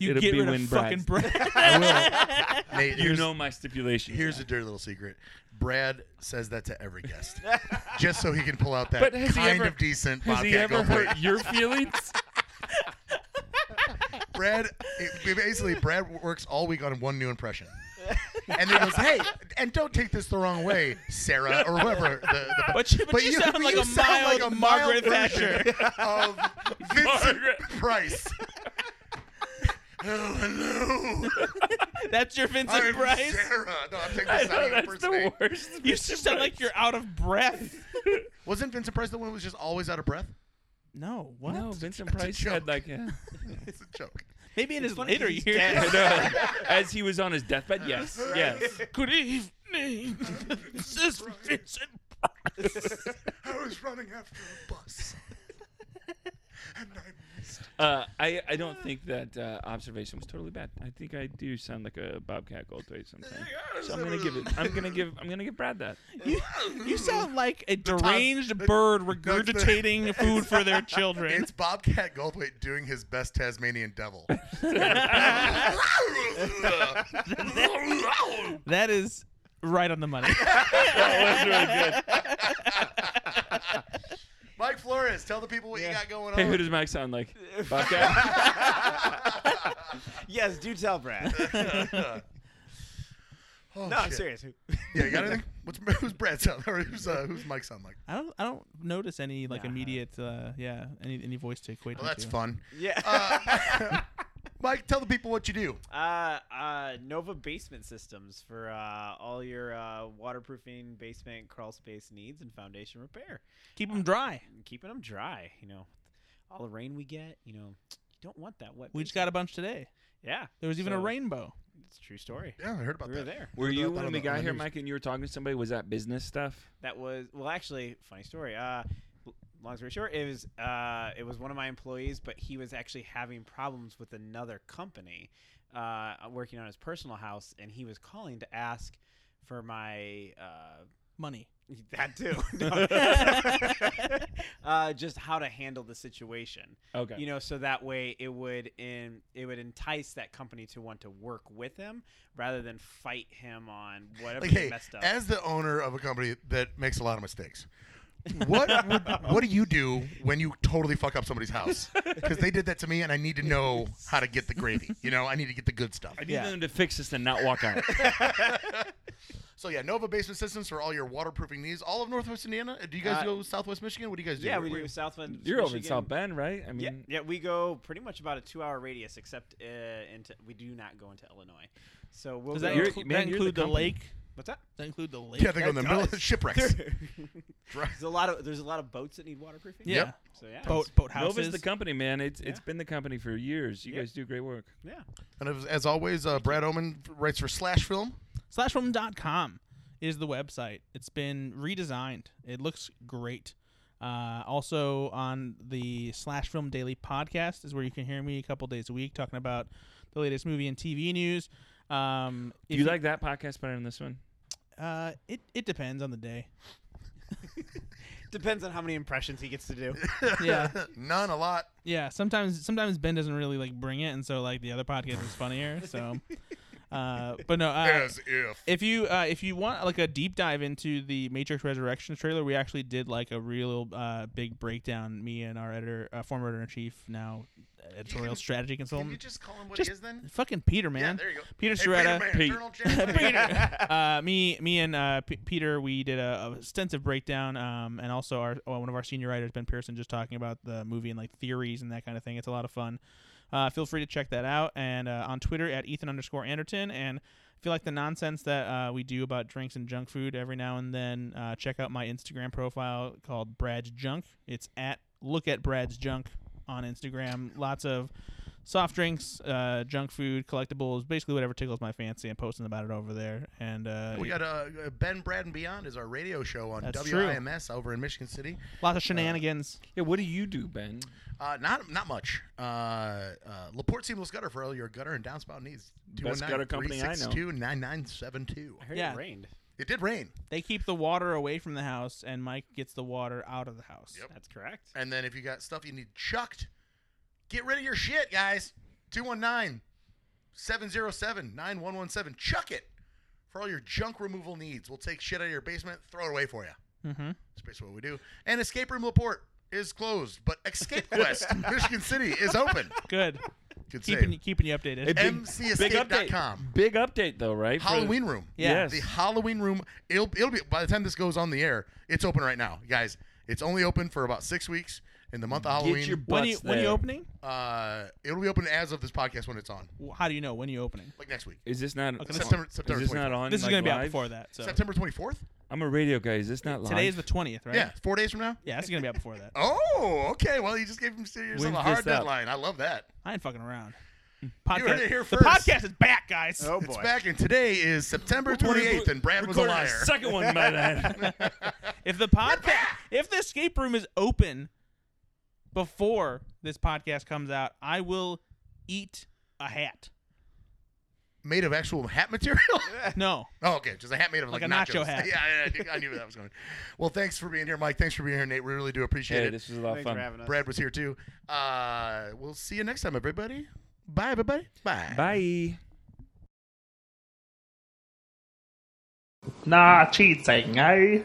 C: you
D: it'll
C: get
D: be
C: rid
D: when
C: of fucking bread.
B: Nate,
D: you
B: here's,
D: know my stipulation.
B: here's a dirty little secret. Brad says that to every guest, just so he can pull out that
D: But has he
B: kind
D: ever-
B: of decent
D: Has he
B: Bobcat
D: ever
B: Goldthwait.
D: hurt your feelings?
B: Brad, it- basically, Brad works all week on one new impression. and then he goes, hey, and don't take this the wrong way, Sarah, or whoever. The, the,
C: But you- but you sound like a
B: sound
C: mild Margaret
B: version Of Vincent
D: Margaret.
B: Price. oh, hello.
C: That's your Vincent
B: I'm
C: Price.
B: Sarah. No, I'm taking
D: I
B: this out
D: know
B: of the
D: that's
B: first
D: the
B: name.
D: worst.
C: You just sound like you're out of breath.
B: Wasn't Vincent Price the one who was just always out of breath?
C: No, what?
D: No, Vincent Price
B: joke.
D: had like yeah.
B: It's a joke.
C: Maybe in his
A: funny 'cause
C: later
A: he's
C: years.
D: I know. As he was on his deathbed, yes, yes.
C: Good evening. this is Vincent.
B: I was running after a bus. and I missed.
D: Uh, I I don't think that uh, observation was totally bad. I think I do sound like a Bobcat Goldthwait sometimes. So I'm gonna give it. I'm gonna give. I'm gonna give Brad that.
C: You, you sound like a
B: top-
C: deranged
B: the-
C: bird
B: that's the-
C: regurgitating food for their children.
B: It's Bobcat Goldthwait doing his best Tasmanian devil.
C: That is right on the money.
B: Mike Flores, tell the people what you got going on.
D: Hey, who does Mike sound like? Bobcat.
A: yes, do tell Brad.
B: Oh,
A: No, I'm
B: shit.
A: serious. Who-
B: Yeah, you got anything? What's, who's Brad sound? Or who's, uh, who's Mike sound like?
C: I don't. I don't notice any like
A: Nah.
C: immediate. Uh, yeah, any any voice to equate.
B: Well, that's
C: into.
B: fun.
A: Yeah.
B: Uh, Mike, tell the people what you do.
A: Uh, uh, Nova Basement Systems for uh, all your uh, waterproofing, basement, crawl space needs, and foundation repair.
C: Keep them dry.
A: And keeping them dry, you know. All the rain we get, you know, you don't want that wet.
C: We just got a
A: basement.
C: bunch today.
A: Yeah.
C: There was even a
A: So-
C: rainbow.
A: It's a true story.
B: Yeah, I heard about
A: we were
B: that.
A: there.
D: Were
B: Heard
D: you
B: about that
D: when
B: on
D: we
B: the- on
D: got
B: the
D: here,
B: news.
D: Mike, and you were talking to somebody? Was that business stuff?
A: That was well, actually, funny story. Uh, l- long story short, it was uh, it was one of my employees, but he was actually having problems with another company, uh, working on his personal house, and he was calling to ask for my uh,
C: Money.
A: that too. No. uh, just how to handle the situation,
D: Okay.
A: you know, so that way it would in it would entice that company to want to work with him rather than fight him on whatever
B: Like,
A: they
B: hey,
A: messed up.
B: as the owner of a company that makes a lot of mistakes, what would, what do you do when you totally fuck up somebody's house? Because they did that to me, and I need to know how to get the gravy. You know, I need to get the good stuff.
D: I need
C: Yeah.
D: them to fix this and not walk out.
B: So yeah, Nova Basement Systems for all your waterproofing needs. All of Northwest Indiana. Do you guys
A: Uh,
B: go Southwest Michigan? What do you guys do?
A: yeah,
B: Where-
A: we
B: where-
A: do Southland.
D: You're over in
A: Michigan.
D: South Bend, right? I mean,
A: Yeah, yeah, we go pretty much about a two-hour radius, except uh, into we do not go into Illinois. So we'll
C: Does
A: go,
C: that,
D: You're-
C: inclu-
D: man,
C: that
D: you're
C: include
D: the
C: the,
D: company.
C: lake?
A: what's that?
C: Does that include the lake?
B: Yeah, they go in the
A: That
B: middle of
A: does.
B: shipwrecks. Right.
A: there's a lot of there's a lot of boats that need waterproofing.
C: Yeah.
B: Yep.
A: So yeah.
C: Boat boat
D: Nova's
C: houses.
D: the company, man. It's it's
A: Yeah.
D: been the company for years. You
A: Yeah.
D: guys do great work.
A: Yeah.
B: And as, as always, uh, Brad Oman writes for Slash Film.
C: Slashfilm.com is the website. It's been redesigned. It looks great. Uh, also on the Slash Film Daily podcast is where you can hear me a couple days a week talking about the latest movie and TV news. Um,
D: Do
C: if
D: you like that podcast better than this one?
C: Uh, it it depends on the day.
A: Depends on how many impressions he gets to do.
C: Yeah.
B: None, a lot.
C: Yeah, sometimes sometimes Ben doesn't really like bring it, and so like the other podcast is funnier. So, uh, but no, uh,
B: As if.
C: if you uh, if you want like a deep dive into the Matrix Resurrections trailer, we actually did like a real uh, big breakdown. Me and our editor, uh, former editor in chief, now editorial
B: can-
C: strategy
B: Can you
C: consultant,
B: just call him what
C: just
B: he is then?
C: fucking Peter man,
B: Yeah, there you go.
C: Peter
B: hey,
C: Serrata.
B: Peter, man,
D: Pete.
B: turn on channel eight.
C: uh, me, me, and uh, P- Peter, we did a, a extensive breakdown, um, and also our well, one of our senior writers, Ben Pearson, just talking about the movie and like theories and that kind of thing. It's a lot of fun. Uh, feel free to check that out, and uh, on Twitter at Ethan underscore Anderton. And if you like the nonsense that uh, we do about drinks and junk food every now and then, uh, check out my Instagram profile called Brad's Junk. It's at look at Brad's Junk on Instagram. Lots of soft drinks, uh, junk food, collectibles, basically whatever tickles my fancy. I'm posting about it over there. And uh,
B: We got uh, Ben, Brad, and Beyond is our radio show on
C: That's true.
B: WIMS over in Michigan City.
C: lots of shenanigans.
D: Yeah, what do you do, Ben?
B: Uh, not not much. Uh, uh, Laporte Seamless Gutter for all your gutter and downspout needs.
D: Best gutter company I know.
B: 9972
A: I heard
C: Yeah.
A: it rained.
B: It did rain.
C: they keep the water away from the house, and Mike gets the water out of the house.
B: Yep.
A: That's correct.
B: And then if you got stuff you need chucked, get rid of your shit, guys. 219 707 9117. Chuck it for all your junk removal needs. We'll take shit out of your basement, throw it away for you.
C: Mm-hmm.
B: That's basically what we do. And Escape Room Laporte is closed, but Escape Quest, Michigan City, is open.
C: Good.
B: Good
C: keeping
B: save.
C: keeping you updated.
D: Hey, big- Big update.
B: MCEscape.com.
D: Big update though, right? For-
B: Halloween Room.
C: Yeah.
D: Yes.
B: The Halloween Room. It'll, it'll be, by the time this goes on the air, it's open right now. Guys, it's only open for about six weeks. In the month of Halloween,
D: Get your
C: when
D: butts
C: are you, when are you
D: there.
C: opening?
B: Uh, it'll be open as of this podcast when it's on,
C: Wh- How do you know when are you opening?
B: like next week,
D: Is this not
C: Okay,
D: is
B: September- September
D: this not
B: 24th.
D: on?
C: This is
D: like,
C: going to be out
D: live?
C: before that. So
B: September 24th.
D: I'm a radio guy. Is this not live?
C: today is the twentieth, right?
B: Yeah, four days from now.
C: Yeah, it's going to be out before that.
B: Oh, okay. Well, you just gave him yourself
D: When's
B: a hard
D: this out?
B: deadline. I love that.
C: I ain't fucking around.
B: You heard it here
C: the
B: first.
C: podcast is back, guys.
A: Oh boy.
B: It's back, and today is September
D: We reco-
B: 28th, and Brad was a
D: recorded
B: liar.
D: the Second one by then.
C: If the podcast, if the escape room is open before this podcast comes out, I will eat a hat.
B: Made of actual hat material?
C: No,
B: oh, okay. Just a hat made of like,
C: Like a nacho
B: nachos.
C: hat.
B: Yeah, I, I, knew- I knew that was going. Well, thanks for being here, Mike. Thanks for being here, Nate. We really do appreciate
D: hey,
B: it.
D: this was a lot of
A: Thanks for
D: fun.
A: having us.
B: Brad was here too. Uh, we'll see you next time, everybody. Bye, everybody. Bye.
D: Bye.
F: Nah, cheating, eh?